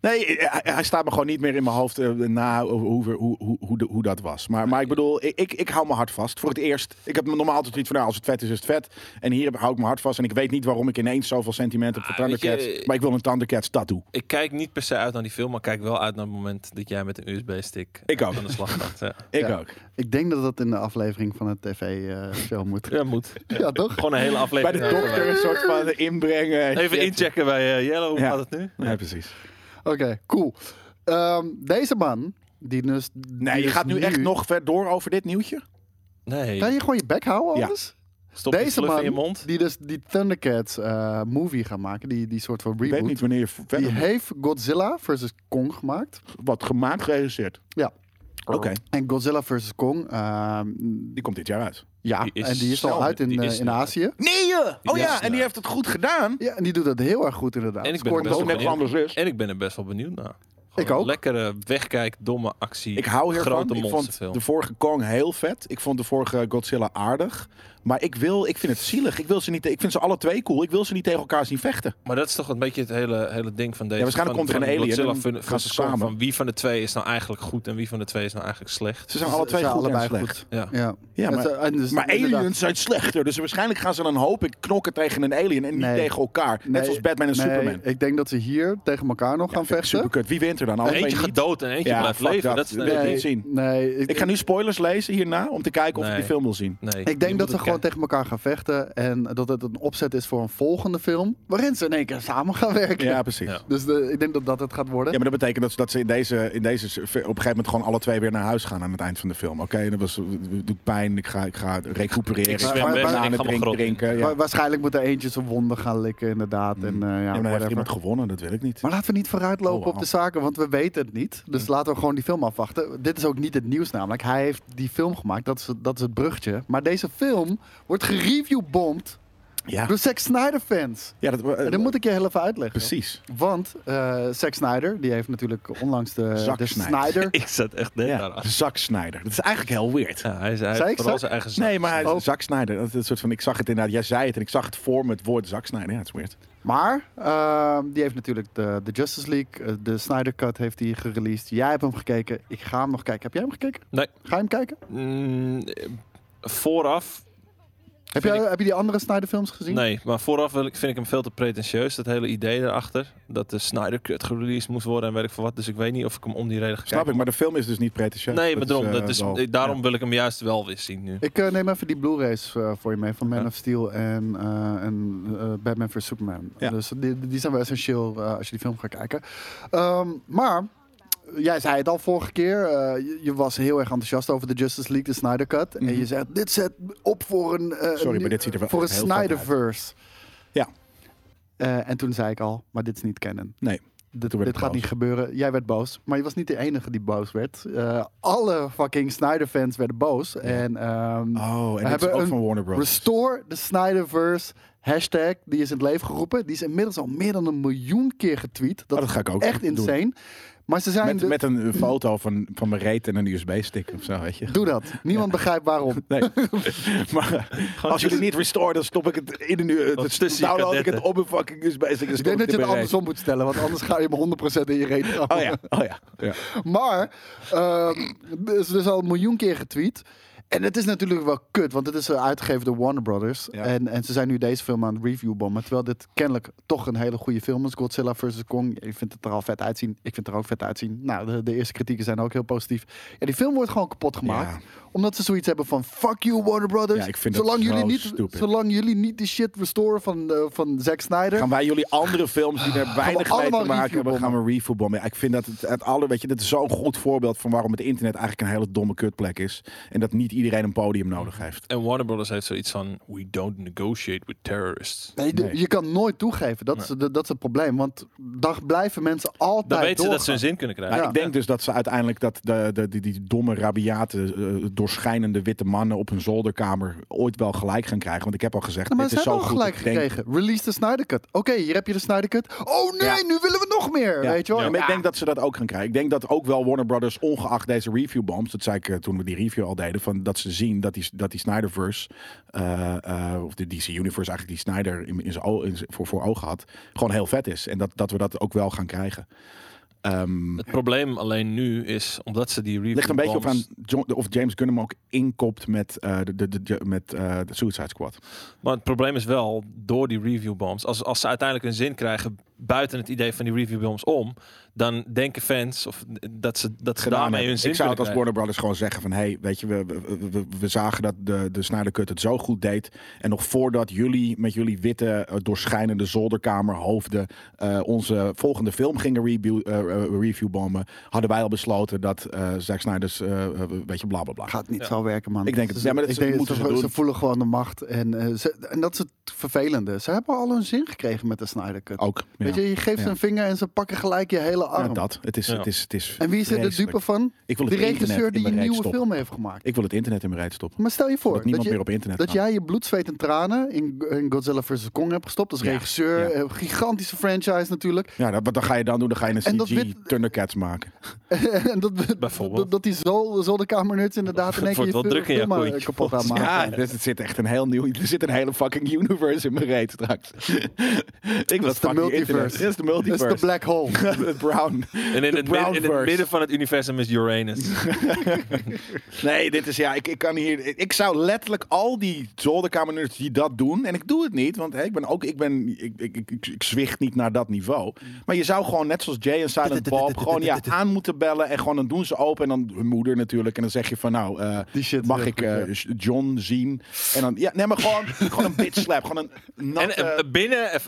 Speaker 1: nee hij, hij staat me gewoon niet meer in mijn hoofd eh, na hoe, hoe, hoe, hoe, de- hoe dat was. Maar, maar ik bedoel, ik, ik, ik hou mijn hart vast. Voor het eerst. Ik heb normaal altijd iets van, nou, als het vet is, is het vet. En hier heb- hou ik mijn hart vast. En ik weet niet waarom ik ineens zoveel sentiment heb voor
Speaker 3: Ah, weet je,
Speaker 1: Thundercats. maar ik wil een Thundercats tattoo.
Speaker 3: Ik kijk niet per se uit naar die film, maar kijk wel uit naar het moment dat jij met een USB-stick
Speaker 1: Ik ook.
Speaker 3: aan de slag gaat. Ja,
Speaker 1: Ik
Speaker 2: Ja.
Speaker 1: ook.
Speaker 2: Ik denk dat dat in de aflevering van het tv-show moet.
Speaker 3: ja moet.
Speaker 2: ja, toch?
Speaker 3: Gewoon een hele
Speaker 1: Bij
Speaker 3: aflevering.
Speaker 1: de dokter een soort van inbrengen. en
Speaker 3: Even
Speaker 1: shit.
Speaker 3: inchecken bij eh, Jelle, hoe
Speaker 1: Ja.
Speaker 3: gaat het nu?
Speaker 1: Nee, precies.
Speaker 2: Oké, cool. Ehm, deze man, die dus...
Speaker 1: Nee, je gaat nu echt nog ver door over dit nieuwtje?
Speaker 3: Nee,
Speaker 2: Kan je gewoon je bek houden
Speaker 1: Ja.
Speaker 2: anders?
Speaker 3: stop die
Speaker 2: Deze
Speaker 3: fluff
Speaker 2: man,
Speaker 3: in je mond.
Speaker 2: die dus die Thundercats eh, movie gaat maken, die, die soort van
Speaker 1: Ik weet niet
Speaker 2: reboot.
Speaker 1: wanneer je verder
Speaker 2: Die heeft Godzilla vs. Kong gemaakt.
Speaker 1: wat gemaakt geregisseerd.
Speaker 2: Ja.
Speaker 1: Oké,
Speaker 2: En Godzilla vs. Kong, ehm,
Speaker 1: die komt dit jaar uit.
Speaker 2: ja,
Speaker 3: Die is
Speaker 2: en die is
Speaker 3: snel,
Speaker 2: al uit in,
Speaker 3: die
Speaker 2: eh,
Speaker 3: is
Speaker 2: in
Speaker 3: snel.
Speaker 2: Azië.
Speaker 1: Nee!
Speaker 3: Oh
Speaker 1: Oh
Speaker 3: ja,
Speaker 1: ja, en die heeft het goed gedaan.
Speaker 2: Ja, en die doet dat heel erg goed inderdaad.
Speaker 3: En ik ben
Speaker 2: Scoort
Speaker 3: best
Speaker 1: Ook
Speaker 2: ook-
Speaker 3: wel
Speaker 1: net wat anders is.
Speaker 3: En ik ben er best wel benieuwd naar. Gewoon
Speaker 2: Ik
Speaker 3: een
Speaker 2: ook.
Speaker 3: Lekkere wegkijk, domme actie.
Speaker 1: Ik hou hiervan.
Speaker 3: Grote
Speaker 1: Ik vond
Speaker 3: monsterfilm.
Speaker 1: de vorige Kong heel vet. Ik vond de vorige Godzilla aardig. Maar ik, wil, ik vind het zielig. Ik, wil ze niet, ik vind ze alle twee cool. Ik wil ze niet tegen elkaar zien vechten.
Speaker 3: Maar dat is toch een beetje het hele, hele ding van deze.
Speaker 1: Ja, waarschijnlijk
Speaker 3: van,
Speaker 1: komt er een
Speaker 3: van
Speaker 1: alien en
Speaker 3: Godzilla
Speaker 1: dan
Speaker 3: fun-
Speaker 1: gaan ze
Speaker 3: versus Kong,
Speaker 1: samen.
Speaker 3: Van wie van de twee is nou eigenlijk goed en wie van de twee is nou eigenlijk slecht?
Speaker 1: Ze zijn alle
Speaker 2: Ze
Speaker 1: twee
Speaker 2: zijn
Speaker 1: goed en
Speaker 2: allebei
Speaker 1: slecht.
Speaker 2: goed.
Speaker 3: Ja.
Speaker 2: Ja.
Speaker 1: Ja, maar-
Speaker 2: Het, eh, en dus
Speaker 1: Maar aliens
Speaker 2: inderdaad-
Speaker 1: zijn slechter. Dus waarschijnlijk gaan ze dan hoop ik knokken tegen een alien en niet
Speaker 2: Nee.
Speaker 1: tegen elkaar. Net
Speaker 2: Nee,
Speaker 1: zoals Batman en
Speaker 2: nee,
Speaker 1: Superman.
Speaker 2: Ik denk dat ze hier tegen elkaar nog gaan vechten.
Speaker 1: Superkut. Wie wint er dan? Alle
Speaker 3: Eentje
Speaker 1: twee niet?
Speaker 3: gaat dood en eentje
Speaker 1: Ja,
Speaker 3: blijft
Speaker 1: fuck
Speaker 3: leven.
Speaker 1: dat.
Speaker 3: Dat is,
Speaker 1: Nee.
Speaker 3: nee.
Speaker 1: niet zien.
Speaker 2: Nee, ik,
Speaker 1: Ik ga nu spoilers lezen hierna om te kijken of ik
Speaker 3: Nee.
Speaker 1: die film wil zien.
Speaker 3: nee, je
Speaker 2: Ik denk dat
Speaker 3: moet
Speaker 2: ze
Speaker 3: het
Speaker 2: gewoon
Speaker 3: kijken.
Speaker 2: tegen elkaar gaan vechten. En dat het een opzet is voor een volgende film. Waarin ze in één keer samen gaan werken.
Speaker 1: Ja, precies.
Speaker 3: Ja.
Speaker 1: Ja.
Speaker 2: Dus de, ik denk dat dat het gaat worden.
Speaker 1: maar dat betekent dat, ze- dat ze in deze, in deze s- op een gegeven moment gewoon alle twee weer naar huis gaan aan het eind van de film. Oké, dat was doet pijn. Ik ga, ik ga recupereren.
Speaker 3: Ik
Speaker 1: ga
Speaker 2: zwem weg en
Speaker 1: bananen
Speaker 3: ik ga mijn
Speaker 1: drink-
Speaker 3: grot in.
Speaker 1: drinken. Ja. Mm.
Speaker 2: Wa- Waarschijnlijk moet er eentje zijn wonden gaan likken, inderdaad. En, eh, ja,
Speaker 1: Ja, maar dan heeft
Speaker 2: whatever.
Speaker 1: iemand gewonnen. Dat wil ik niet.
Speaker 2: Maar laten we niet vooruitlopen
Speaker 1: Oh, Mm. wow.
Speaker 2: op de zaken, want we weten het niet. Dus laten we gewoon die film afwachten. Dit is ook niet het nieuws namelijk. Hij heeft die film gemaakt, dat is, dat is het bruggetje. Maar deze film wordt gereviewbomd
Speaker 1: Ja,
Speaker 2: Door Zack Snyder fans.
Speaker 1: ja dat, eh,
Speaker 2: En dat moet ik je heel even uitleggen.
Speaker 1: precies.
Speaker 2: Want eh Zack Snyder, die heeft natuurlijk onlangs de,
Speaker 1: Zack
Speaker 2: de
Speaker 1: Snyder.
Speaker 2: Snyder.
Speaker 3: Ik zat echt net daar
Speaker 1: Ja,
Speaker 3: aan.
Speaker 1: Zack Snyder. Dat is eigenlijk heel weird.
Speaker 3: Ja, hij is hij
Speaker 2: Zei
Speaker 3: heeft
Speaker 2: ik Zack?
Speaker 3: vooral zijn eigen
Speaker 1: Nee, maar hij,
Speaker 2: Oh.
Speaker 1: Zack Snyder. Dat, dat soort van, ik zag het inderdaad. Jij zei het en ik zag het voor me het woord Zack Snyder. Ja, het is weird.
Speaker 2: Maar eh, die heeft natuurlijk de, de Justice League, eh, de Snyder Cut heeft hij gereleased. Jij hebt hem gekeken. Ik ga hem nog kijken. Heb jij hem gekeken?
Speaker 3: Nee.
Speaker 2: Ga je hem kijken?
Speaker 3: Mm, vooraf
Speaker 2: Heb, jij, heb je die andere Snyder films gezien?
Speaker 3: Nee, maar vooraf wil ik, vind ik hem veel te pretentieus. Dat hele idee erachter. Dat de Snyder Cut gereleased moest worden en weet ik voor wat. Dus ik weet niet of ik hem om die reden ga
Speaker 1: Snap
Speaker 3: kijken.
Speaker 1: ik, maar de film is dus niet pretentieus.
Speaker 3: Nee, maar daarom,
Speaker 1: eh,
Speaker 3: dat is,
Speaker 1: wel-
Speaker 3: ik- daarom wil ik hem juist wel weer zien nu.
Speaker 2: Ik eh, neem even die Blu-rays eh, voor je mee van Man
Speaker 3: Ja.
Speaker 2: of Steel en, eh, en eh, Batman vs Superman.
Speaker 1: Ja.
Speaker 2: Dus die, die zijn wel essentieel eh, als je die film gaat kijken. Ehm, maar jij zei het al vorige keer. eh, je, je was heel erg enthousiast over de Justice League, de Snyder Cut. En je zei: dit zet op voor een eh,
Speaker 1: Mhm. Sorry,
Speaker 2: een-
Speaker 1: maar dit ziet er wel
Speaker 2: voor een
Speaker 1: echt heel vet uit.
Speaker 2: Snyderverse.
Speaker 1: Ja.
Speaker 2: Eh, en toen zei ik al: maar dit is niet canon.
Speaker 1: Nee. Toen
Speaker 2: Dit,
Speaker 1: werd
Speaker 2: dit
Speaker 1: ik
Speaker 2: gaat
Speaker 1: boos.
Speaker 2: niet gebeuren. Jij werd boos. Maar je was niet de enige die boos werd. Eh, alle fucking Snyder-fans werden boos. En, ehm,
Speaker 1: Oh,
Speaker 2: we
Speaker 1: en dat is
Speaker 2: hebben
Speaker 1: ook
Speaker 2: een
Speaker 1: van Warner Bros.
Speaker 2: Restore the Snyderverse hashtag. Die is in het leven geroepen. Die is inmiddels al meer dan een miljoen keer getweet. Dat,
Speaker 1: Oh, dat ga ik ook
Speaker 2: is echt
Speaker 1: doen.
Speaker 2: insane. Maar ze zijn...
Speaker 1: Met,
Speaker 2: de-
Speaker 1: met een foto van, van mijn reet en een USB-stick of zo, weet je.
Speaker 2: Doe dat. Niemand begrijpt waarom.
Speaker 1: Nee. maar als jullie niet restore, dan stop ik het in de nu. Dan
Speaker 3: Wat tussen je
Speaker 1: download ik het
Speaker 3: kadetten.
Speaker 1: op mijn fucking USB-stick.
Speaker 2: Ik denk dat je het andersom moet stellen, want anders ga je hem 100% in je reet rammen.
Speaker 1: Oh ja, oh ja. ja.
Speaker 2: Maar, ehm, er is dus al een miljoen keer getweet. En het is natuurlijk wel kut, want het is eh, uitgegeven door Warner Brothers.
Speaker 1: Ja.
Speaker 2: En, en ze zijn nu deze film aan het reviewbommen. Terwijl dit kennelijk toch een hele goede film is. Godzilla vs. Kong. Je vindt het er al vet uitzien. Ik vind het er ook vet uitzien. Nou, de, de eerste kritieken zijn ook heel positief. Ja, die film wordt gewoon kapot gemaakt.
Speaker 1: Ja.
Speaker 2: Omdat ze zoiets hebben van... Fuck you, Warner Brothers.
Speaker 1: Ja, ik vind dat
Speaker 2: zolang,
Speaker 1: zo
Speaker 2: jullie niet,
Speaker 1: stupid.
Speaker 2: zolang jullie niet de shit restoren van, eh, van Zack Snyder...
Speaker 1: Gaan wij jullie andere films die er weinig mee
Speaker 2: allemaal
Speaker 1: te maken hebben,
Speaker 2: reviewbommen.
Speaker 1: gaan we reviewbommen. Ja, ik vind dat het, het alle, weet je, dat is zo'n goed voorbeeld van waarom het internet eigenlijk een hele domme kutplek is. En dat niet iedereen een podium nodig heeft.
Speaker 3: En Warner Brothers heeft zoiets van... We don't negotiate with terrorists.
Speaker 2: Nee, de-
Speaker 1: Nee.
Speaker 2: je kan nooit toegeven. Dat, is, dat is het probleem. Want dan blijven mensen altijd
Speaker 3: Dan weten ze dat ze
Speaker 2: doorgaan.
Speaker 3: hun zin kunnen krijgen.
Speaker 1: Nou, ik denk dus dat ze uiteindelijk dat de, de, die, die domme, rabiate, eh, doorschijnende witte mannen op hun zolderkamer ooit wel gelijk gaan krijgen. Want ik heb al gezegd,
Speaker 2: Ja, Nou, maar
Speaker 1: dit
Speaker 2: ze
Speaker 1: is zo
Speaker 2: hebben al
Speaker 1: goed.
Speaker 2: gelijk
Speaker 1: ik denk-
Speaker 2: gekregen. Release de Snyder Cut. Oké, hier heb je de Snyder Cut. Oh nee,
Speaker 1: Ja.
Speaker 2: nu willen we nog meer.
Speaker 1: Ja.
Speaker 2: Weet je wel?
Speaker 1: Ja, maar ik denk dat ze dat ook gaan krijgen. Ik denk dat ook wel Warner Brothers, ongeacht deze reviewbombs, dat zei ik eh, toen we die review al deden, van dat ze zien dat die, dat die Snyderverse, eh, eh, of de DC Universe eigenlijk die Snyder in, in zijn o- in zijn- voor, voor ogen had, gewoon heel vet is. En dat, dat we dat ook wel gaan krijgen. Ehm,
Speaker 3: Het probleem alleen nu is, omdat ze die review
Speaker 1: ligt een beetje op aan
Speaker 3: bombs-
Speaker 1: Jo- of James Gunn hem ook inkopt met, eh, de, de, de, de- met eh, de Suicide Squad.
Speaker 3: Maar het probleem is wel, door die review bombs... Als, als ze uiteindelijk hun zin krijgen buiten het idee van die review bombs om... Dan denken fans of, dat ze, dat ze
Speaker 1: gedaan
Speaker 3: daarmee
Speaker 1: hebben.
Speaker 3: hun zin
Speaker 1: Ik zou het
Speaker 3: kunnen
Speaker 1: als
Speaker 3: krijgen.
Speaker 1: Warner Brothers gewoon zeggen van... hey, weet je, we, we, we, we zagen dat de, de Snyder Cut het zo goed deed... en nog voordat jullie met jullie witte, eh, doorschijnende zolderkamerhoofden... eh, onze volgende film gingen review, eh, eh, reviewbommen... hadden wij al besloten dat eh Zack Snyder's... eh, eh, weet je, bla bla bla.
Speaker 2: Gaat niet
Speaker 3: Ja.
Speaker 2: zo werken, man.
Speaker 1: Ik denk het.
Speaker 2: Ze-
Speaker 1: Ja, maar dat
Speaker 2: ik denk
Speaker 1: moeten
Speaker 2: ze,
Speaker 1: ze
Speaker 2: ze
Speaker 1: doen.
Speaker 2: voelen gewoon de macht. En, eh, ze- en dat is het vervelende. Ze hebben al hun zin gekregen met de Snyder Cut.
Speaker 1: Ook. Oh, Ja.
Speaker 2: Weet je, je geeft
Speaker 1: Ja.
Speaker 2: ze een vinger en ze pakken gelijk je hele
Speaker 1: Ja,
Speaker 2: arm.
Speaker 1: dat. Het is,
Speaker 3: Ja.
Speaker 1: het is, het is
Speaker 2: en wie is er de
Speaker 1: vreselijk.
Speaker 2: dupe van?
Speaker 1: Ik wil
Speaker 2: De
Speaker 1: het internet
Speaker 2: regisseur
Speaker 1: in
Speaker 2: die
Speaker 1: mijn
Speaker 2: een
Speaker 1: reet
Speaker 2: nieuwe
Speaker 1: stoppen.
Speaker 2: film heeft gemaakt.
Speaker 1: Ik wil het internet in mijn reet stoppen.
Speaker 2: Maar stel je voor
Speaker 1: Dat niemand
Speaker 2: je,
Speaker 1: meer op internet
Speaker 2: dat
Speaker 1: gaat.
Speaker 2: jij je bloed, zweet en tranen in, in Godzilla vs. Kong hebt gestopt. Als
Speaker 1: Ja,
Speaker 2: regisseur,
Speaker 1: ja.
Speaker 2: eh, gigantische franchise natuurlijk.
Speaker 1: Ja, dat, wat dan ga je dan doen? Dan ga je
Speaker 2: En
Speaker 1: een
Speaker 2: dat
Speaker 1: CG
Speaker 2: wit-
Speaker 1: Thundercats maken.
Speaker 2: en dat, dat-
Speaker 3: Bijvoorbeeld.
Speaker 2: dat die zol, zolderkamernuts inderdaad in één
Speaker 3: Het
Speaker 2: keer
Speaker 3: wordt wel
Speaker 2: je
Speaker 3: druk in je
Speaker 2: film, eh,
Speaker 3: koentje,
Speaker 2: kapot gaan maken.
Speaker 1: Ja, dus het zit echt een heel nieuw. Er zit een hele fucking universe in mijn reet straks. Ik wil
Speaker 2: is de
Speaker 1: fucking
Speaker 2: multiverse.
Speaker 1: internet. Dit is de
Speaker 2: Dat
Speaker 1: multiverse.
Speaker 2: is de black hole.
Speaker 1: Het brown.
Speaker 3: En in
Speaker 1: De
Speaker 3: het, midden, in het
Speaker 1: Brownverse.
Speaker 3: midden van het universum is Uranus.
Speaker 1: Nee, dit is ja. Ik, ik kan hier. Ik zou letterlijk al die zolderkamerners die dat doen. En ik doe het niet, want hè, ik ben ook. Ik ben. Ik, ik, ik, ik, ik zwicht niet naar dat niveau. Maar je zou gewoon net zoals Jay en Silent Bob gewoon ja, aan moeten bellen. En gewoon dan doen ze open. En dan hun moeder natuurlijk. En dan zeg je van nou. eh,
Speaker 2: Die shit is
Speaker 1: mag
Speaker 2: heel
Speaker 1: ik
Speaker 2: goed,
Speaker 1: eh,
Speaker 2: ja.
Speaker 1: John zien? En dan. Ja, nee, maar gewoon. gewoon een bitch slap. Gewoon een.
Speaker 3: en
Speaker 1: natte-
Speaker 3: eh, binnen, eh,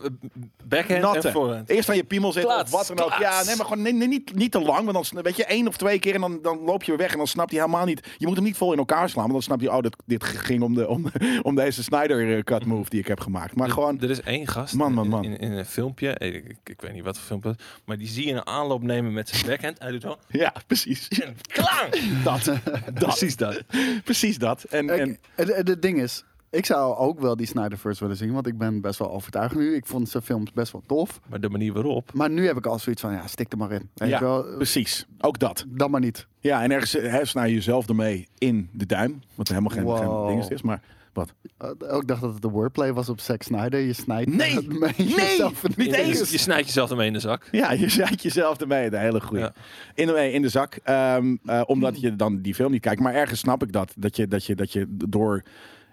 Speaker 3: backhand en
Speaker 1: Natte.
Speaker 3: voorhand.
Speaker 1: Eerst aan je piemel zitten
Speaker 3: Klats,
Speaker 1: of wat dan ook.
Speaker 3: klats.
Speaker 1: Ja, nee, maar gewoon nee, nee, niet, niet te lang. Want dan sn- weet je één of twee keer en dan, dan loop je weer weg. En dan snapt hij helemaal niet. Je moet hem niet vol in elkaar slaan. Want dan snapt hij, oh, dit, dit ging om, de, om, om deze Snyder-cut move die ik heb gemaakt. Maar gewoon,
Speaker 3: Er is één gast
Speaker 1: Man, man,
Speaker 3: in-
Speaker 1: man.
Speaker 3: In, in een filmpje, eh, ik, ik, ik weet niet wat voor filmpje, het is, maar die zie je een aanloop nemen met zijn backhand. Hij doet wel
Speaker 1: ja, precies.
Speaker 3: en klang!
Speaker 1: Dat. dat.
Speaker 3: Precies dat.
Speaker 1: Precies dat. En,
Speaker 2: Kijk,
Speaker 1: en
Speaker 2: en, en het ding is, Ik zou ook wel die Snyderverse willen zien, want ik ben best wel overtuigd nu. Ik vond zijn films best wel tof.
Speaker 3: Maar de manier waarop.
Speaker 2: Maar nu heb ik al zoiets van, ja, stik er maar in. Weet
Speaker 1: Ja,
Speaker 2: je wel?
Speaker 1: precies. Ook dat.
Speaker 2: Dan maar niet.
Speaker 1: Ja, en ergens eh, hè, snij je jezelf ermee in de duim. Wat helemaal geen,
Speaker 2: Wow.
Speaker 1: geen ding is. Maar wat?
Speaker 2: Eh, ook dacht dat het de wordplay was op Zack Snyder. Je snijdt
Speaker 1: Nee!
Speaker 2: het mee
Speaker 1: Nee!
Speaker 2: jezelf in de
Speaker 1: Niet
Speaker 2: neus.
Speaker 1: eens!
Speaker 3: Je snijdt jezelf ermee in de zak.
Speaker 1: Ja, je zet jezelf ermee. De hele goeie.
Speaker 3: Ja.
Speaker 1: In, de, in de zak. ehm, eh, omdat je dan die film niet kijkt. Maar ergens snap ik dat. Dat je, dat je, dat je door...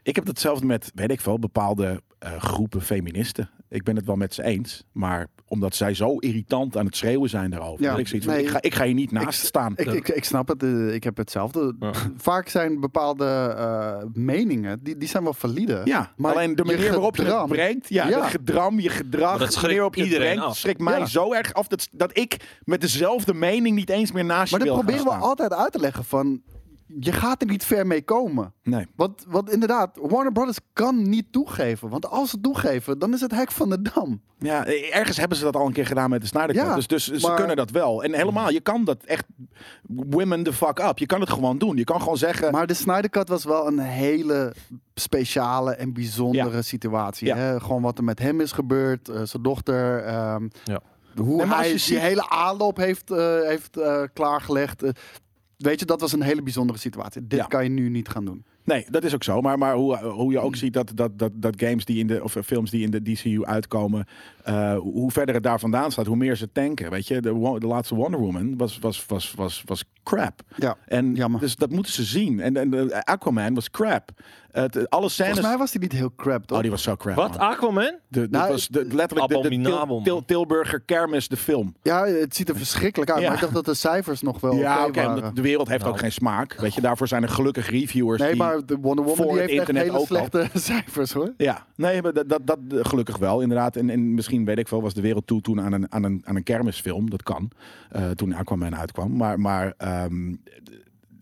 Speaker 1: Ik heb datzelfde met, weet ik veel, bepaalde eh, groepen feministen. Ik ben het wel met ze eens. Maar omdat zij zo irritant aan het schreeuwen zijn daarover.
Speaker 2: Ja,
Speaker 1: dat ik, zoiets van,
Speaker 2: nee.
Speaker 1: ik, ga, ik ga hier niet naast staan.
Speaker 2: Ik, ik, ik snap het, eh, ik heb hetzelfde.
Speaker 3: Ja.
Speaker 2: Vaak zijn bepaalde eh, meningen, die, die zijn wel valide.
Speaker 1: Ja,
Speaker 2: maar
Speaker 1: alleen de
Speaker 2: je
Speaker 1: manier waarop je
Speaker 2: gedram-
Speaker 1: het brengt, ja,
Speaker 2: Ja.
Speaker 1: dat gedram, je gedrag,
Speaker 3: Maar dat
Speaker 1: de manier
Speaker 3: schrikt
Speaker 1: waarop je het
Speaker 3: iedereen
Speaker 1: brengt,
Speaker 3: af.
Speaker 1: schrikt mij
Speaker 2: Ja.
Speaker 1: zo erg af dat, dat ik met dezelfde mening niet eens meer naast
Speaker 2: Maar
Speaker 1: je wil
Speaker 2: dat
Speaker 1: gaan
Speaker 2: proberen we
Speaker 1: staan.
Speaker 2: altijd uit te leggen van, je gaat er niet ver mee komen.
Speaker 1: Nee.
Speaker 2: Want, want inderdaad, Warner Brothers kan niet toegeven. Want als ze toegeven, dan is het hek van de dam.
Speaker 1: Ja, e, ergens hebben ze dat al een keer gedaan met de Snyder Cut.
Speaker 2: Ja,
Speaker 1: dus dus ze
Speaker 2: maar- Mm.
Speaker 1: kunnen dat wel. En helemaal, je kan dat echt women the fuck up. Je kan het gewoon doen. Je kan gewoon zeggen,
Speaker 2: Maar de Snyder Cut was wel een hele speciale en bijzondere situatie.
Speaker 1: Ja.
Speaker 2: Hè? Gewoon wat er met hem is gebeurd, eh, zijn dochter. ehm,
Speaker 3: Ja.
Speaker 2: Hoe
Speaker 1: Nee, maar als
Speaker 2: hij
Speaker 1: je
Speaker 2: die
Speaker 1: ziet-
Speaker 2: hele aanloop heeft, eh, heeft eh, klaargelegd. Eh, weet je, dat was een hele bijzondere situatie. Dit
Speaker 1: Ja.
Speaker 2: kan je nu niet gaan doen.
Speaker 1: Nee, dat is ook zo. Maar, maar hoe, hoe
Speaker 2: Mm.
Speaker 1: je ook ziet dat, dat, dat, dat games die in de, of eh, films die in de DCU uitkomen, eh, hoe verder het daar vandaan staat, hoe meer ze tanken. Weet je, de, wo- de laatste Wonder Woman was, was, was, was, was crap.
Speaker 2: Ja,
Speaker 1: en
Speaker 2: jammer.
Speaker 1: Dus dat moeten ze zien. En, en eh, Aquaman was crap. Het, alle scènes.
Speaker 2: Volgens mij was hij niet heel crap, toch?
Speaker 1: Oh, die was zo crap.
Speaker 3: Wat?
Speaker 1: man.
Speaker 3: Aquaman?
Speaker 1: De, dat
Speaker 2: Nou,
Speaker 1: was de, letterlijk de, de Til-
Speaker 3: abominabel,
Speaker 1: Til- Tilburger kermis, de film.
Speaker 2: Ja, het ziet er verschrikkelijk uit.
Speaker 1: Ja.
Speaker 2: Maar ik dacht dat de cijfers nog wel
Speaker 1: ja, oké,
Speaker 2: waren.
Speaker 1: omdat de wereld heeft
Speaker 3: Nou.
Speaker 1: ook geen smaak. Weet je, daarvoor zijn er gelukkig reviewers
Speaker 2: Nee,
Speaker 1: die...
Speaker 2: maar de Wonder Woman
Speaker 1: voor
Speaker 2: die
Speaker 1: het
Speaker 2: heeft echt
Speaker 1: internet
Speaker 2: hele
Speaker 1: ook al.
Speaker 2: slechte cijfers, hoor.
Speaker 1: Ja, nee, maar dat, dat, dat eh, gelukkig wel, inderdaad. En, en misschien, weet ik wel, was de wereld toe toen aan een, aan een, aan een kermisfilm. Dat kan, eh, toen Aquaman uitkwam. Maar, maar ehm,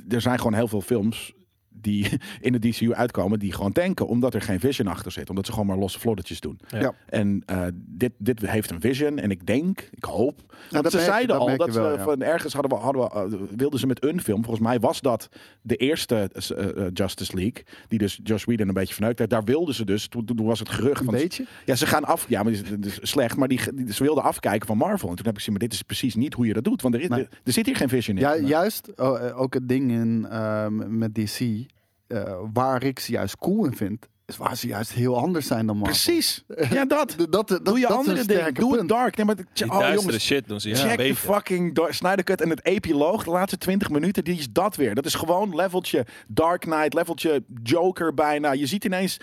Speaker 1: d- er zijn gewoon heel veel films die in de DCU uitkomen... die gewoon tanken, omdat er geen vision achter zit. Omdat ze gewoon maar losse floddertjes doen.
Speaker 3: Ja.
Speaker 2: Ja.
Speaker 1: En eh, dit, dit heeft een vision. En ik denk, ik hoop... want
Speaker 2: dat
Speaker 1: ze
Speaker 2: merk-
Speaker 1: zeiden
Speaker 2: dat
Speaker 1: al
Speaker 2: merk
Speaker 1: dat
Speaker 2: je
Speaker 1: ze
Speaker 2: wel, ja.
Speaker 1: van ergens hadden we, hadden we, eh, wilden ze met een film... Volgens mij was dat de eerste eh, eh, Justice League... die dus Josh Whedon een beetje verneukt heeft. Daar wilden ze dus... Toen, toen was het gerucht
Speaker 2: Een
Speaker 1: van...
Speaker 2: beetje.
Speaker 1: Ja, ze gaan af... Ja, maar die is- dat is slecht. Maar die, die- ze wilden afkijken van Marvel. En toen heb ik gezien... Maar dit is precies niet hoe je dat doet. Want er, is-
Speaker 2: Nee.
Speaker 1: er, er zit hier geen vision in.
Speaker 2: Ja, juist oh, eh, ook het ding in, ehm, met DC, eh, waar ik ze juist cool in vind, is waar ze juist heel anders zijn dan Marvel.
Speaker 1: Precies. Ja, dat.
Speaker 2: D- Dat, dat,
Speaker 1: Doe je
Speaker 2: dat is
Speaker 1: andere
Speaker 2: een
Speaker 1: dingen.
Speaker 2: sterke
Speaker 1: Doe het
Speaker 2: punt.
Speaker 1: dark. Nee, maar, het-
Speaker 3: Die
Speaker 1: oh,
Speaker 3: duistere
Speaker 1: jongens,
Speaker 3: shit doen ze. Ja, een
Speaker 1: Check de
Speaker 3: beetje.
Speaker 1: fucking door- Snyder Cut en het epiloog. De laatste 20 minuten, die is dat weer. Dat is gewoon leveltje Dark Knight, leveltje Joker bijna. Je ziet ineens,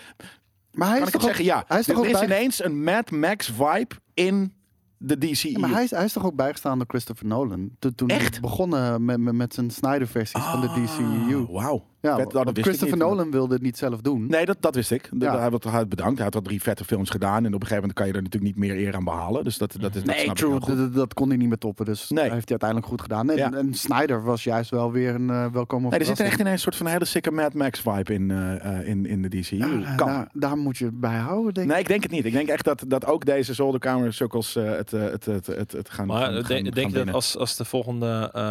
Speaker 2: Maar
Speaker 1: kan
Speaker 2: hij is
Speaker 1: ik het
Speaker 2: toch ook,
Speaker 1: zeggen, ja.
Speaker 2: Hij is toch
Speaker 1: er
Speaker 2: ook
Speaker 1: is
Speaker 2: bij-
Speaker 1: ineens een Mad Max vibe in de E DCE.
Speaker 2: Ja, maar hij is, hij is toch ook bijgestaan door Christopher Nolan. Toen, toen
Speaker 1: Echt?
Speaker 2: begonnen met, met, met zijn Snyder-versies van de DCEU.
Speaker 1: Ah, Wauw.
Speaker 2: Ja,
Speaker 1: Vet, oh, dat
Speaker 2: want
Speaker 1: wist ik
Speaker 2: Christopher
Speaker 1: niet.
Speaker 2: Nolan wilde het niet zelf doen.
Speaker 1: Nee, dat, dat wist ik. Dat-
Speaker 2: Ja.
Speaker 1: Hij had hij had bedankt. Hij had al drie vette films gedaan. En op een gegeven moment kan je er natuurlijk niet meer eer aan behalen. Dus dat, dat is dat snap ik heel goed.
Speaker 2: Dat, dat- dat kon hij niet meer toppen, dus
Speaker 1: Nee.
Speaker 2: dat heeft hij uiteindelijk goed gedaan. En,
Speaker 1: Ja.
Speaker 2: en Snyder was juist wel weer een eh welkome
Speaker 1: Nee, er zit
Speaker 2: verrassing.
Speaker 1: er echt ineens een soort van hele sikke Mad Max vibe in, eh, eh, in, in de DCE.
Speaker 2: Ja,
Speaker 1: kan.
Speaker 2: daar, daar moet je het bij houden, denk ik.
Speaker 1: Nee, ik denk het niet. Ik denk echt dat, dat ook deze zolderkamer-cirkels eh, het, eh, het, het, het, het gaan
Speaker 3: Maar eh,
Speaker 1: gaan-
Speaker 3: denk,
Speaker 1: gaan-
Speaker 3: denk
Speaker 1: gaan
Speaker 3: je dat
Speaker 1: winnen.
Speaker 3: als, als de volgende eh,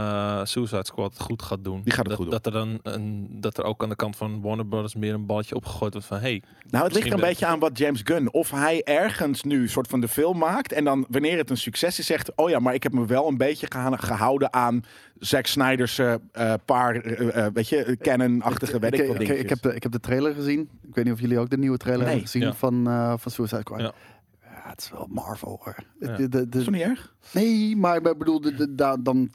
Speaker 3: Suicide Squad het goed gaat doen,
Speaker 1: Die gaat het
Speaker 3: dat,
Speaker 1: goed doen.
Speaker 3: dat er dan een, dat er ook aan de kant van Warner Brothers meer een balletje opgegooid wordt van hey,
Speaker 1: Nou, het ligt er
Speaker 3: misschien
Speaker 1: een beetje aan wat James Gunn... of hij ergens nu een soort van de film maakt... en dan wanneer het een succes is zegt... oh ja, maar ik heb me wel een beetje geha- gehouden aan... Zack Snyder's eh, eh, paar, eh, eh, weet je, canon-achtige, weet ik
Speaker 2: Ik,
Speaker 1: wel
Speaker 2: ik, ik,
Speaker 1: dingetjes.
Speaker 2: heb de, ik heb de trailer gezien. Ik weet niet of jullie ook de nieuwe trailer
Speaker 1: Nee.
Speaker 2: hebben gezien
Speaker 3: Ja.
Speaker 2: van, eh, van Suicide Squad.
Speaker 3: Ja.
Speaker 2: Ja. het is wel Marvel hoor.
Speaker 3: Ja.
Speaker 2: De- de- de-
Speaker 1: Is dat niet erg?
Speaker 2: nee, maar ik bedoel, de- de- da- dan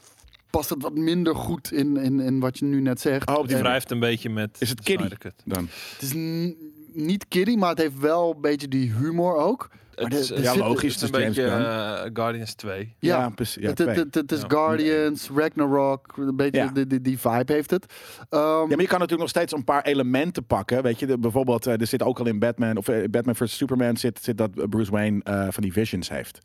Speaker 2: past het wat minder goed in, in, in wat je nu net zegt.
Speaker 1: Oh, op die
Speaker 2: En
Speaker 1: vraag.
Speaker 3: wrijft een beetje met
Speaker 1: Is het
Speaker 3: de
Speaker 1: kiddie?
Speaker 3: Snyder Cut.
Speaker 1: Dan.
Speaker 2: Het is n- niet kiddie, maar het heeft wel een beetje die humor ook. Maar
Speaker 3: Het
Speaker 2: de-
Speaker 3: is,
Speaker 2: de
Speaker 3: eh,
Speaker 1: ja,
Speaker 2: zit-
Speaker 1: logisch.
Speaker 3: het
Speaker 1: het
Speaker 3: is
Speaker 1: is
Speaker 3: een
Speaker 1: James
Speaker 3: beetje
Speaker 1: Gunn.
Speaker 3: eh, Guardians 2.
Speaker 2: Ja,
Speaker 1: precies. Ja,
Speaker 2: Het, het,
Speaker 1: twee.
Speaker 2: het- het is
Speaker 3: Ja.
Speaker 2: Guardians, Ragnarok, een beetje
Speaker 1: Ja.
Speaker 2: die, die, die vibe heeft het. Ehm,
Speaker 1: Ja, maar je kan natuurlijk nog steeds een paar elementen pakken. Weet je, de- bijvoorbeeld, eh, er zit ook al in Batman, of eh, Batman vs. Superman zit, zit dat eh, Bruce Wayne eh, van die visions heeft.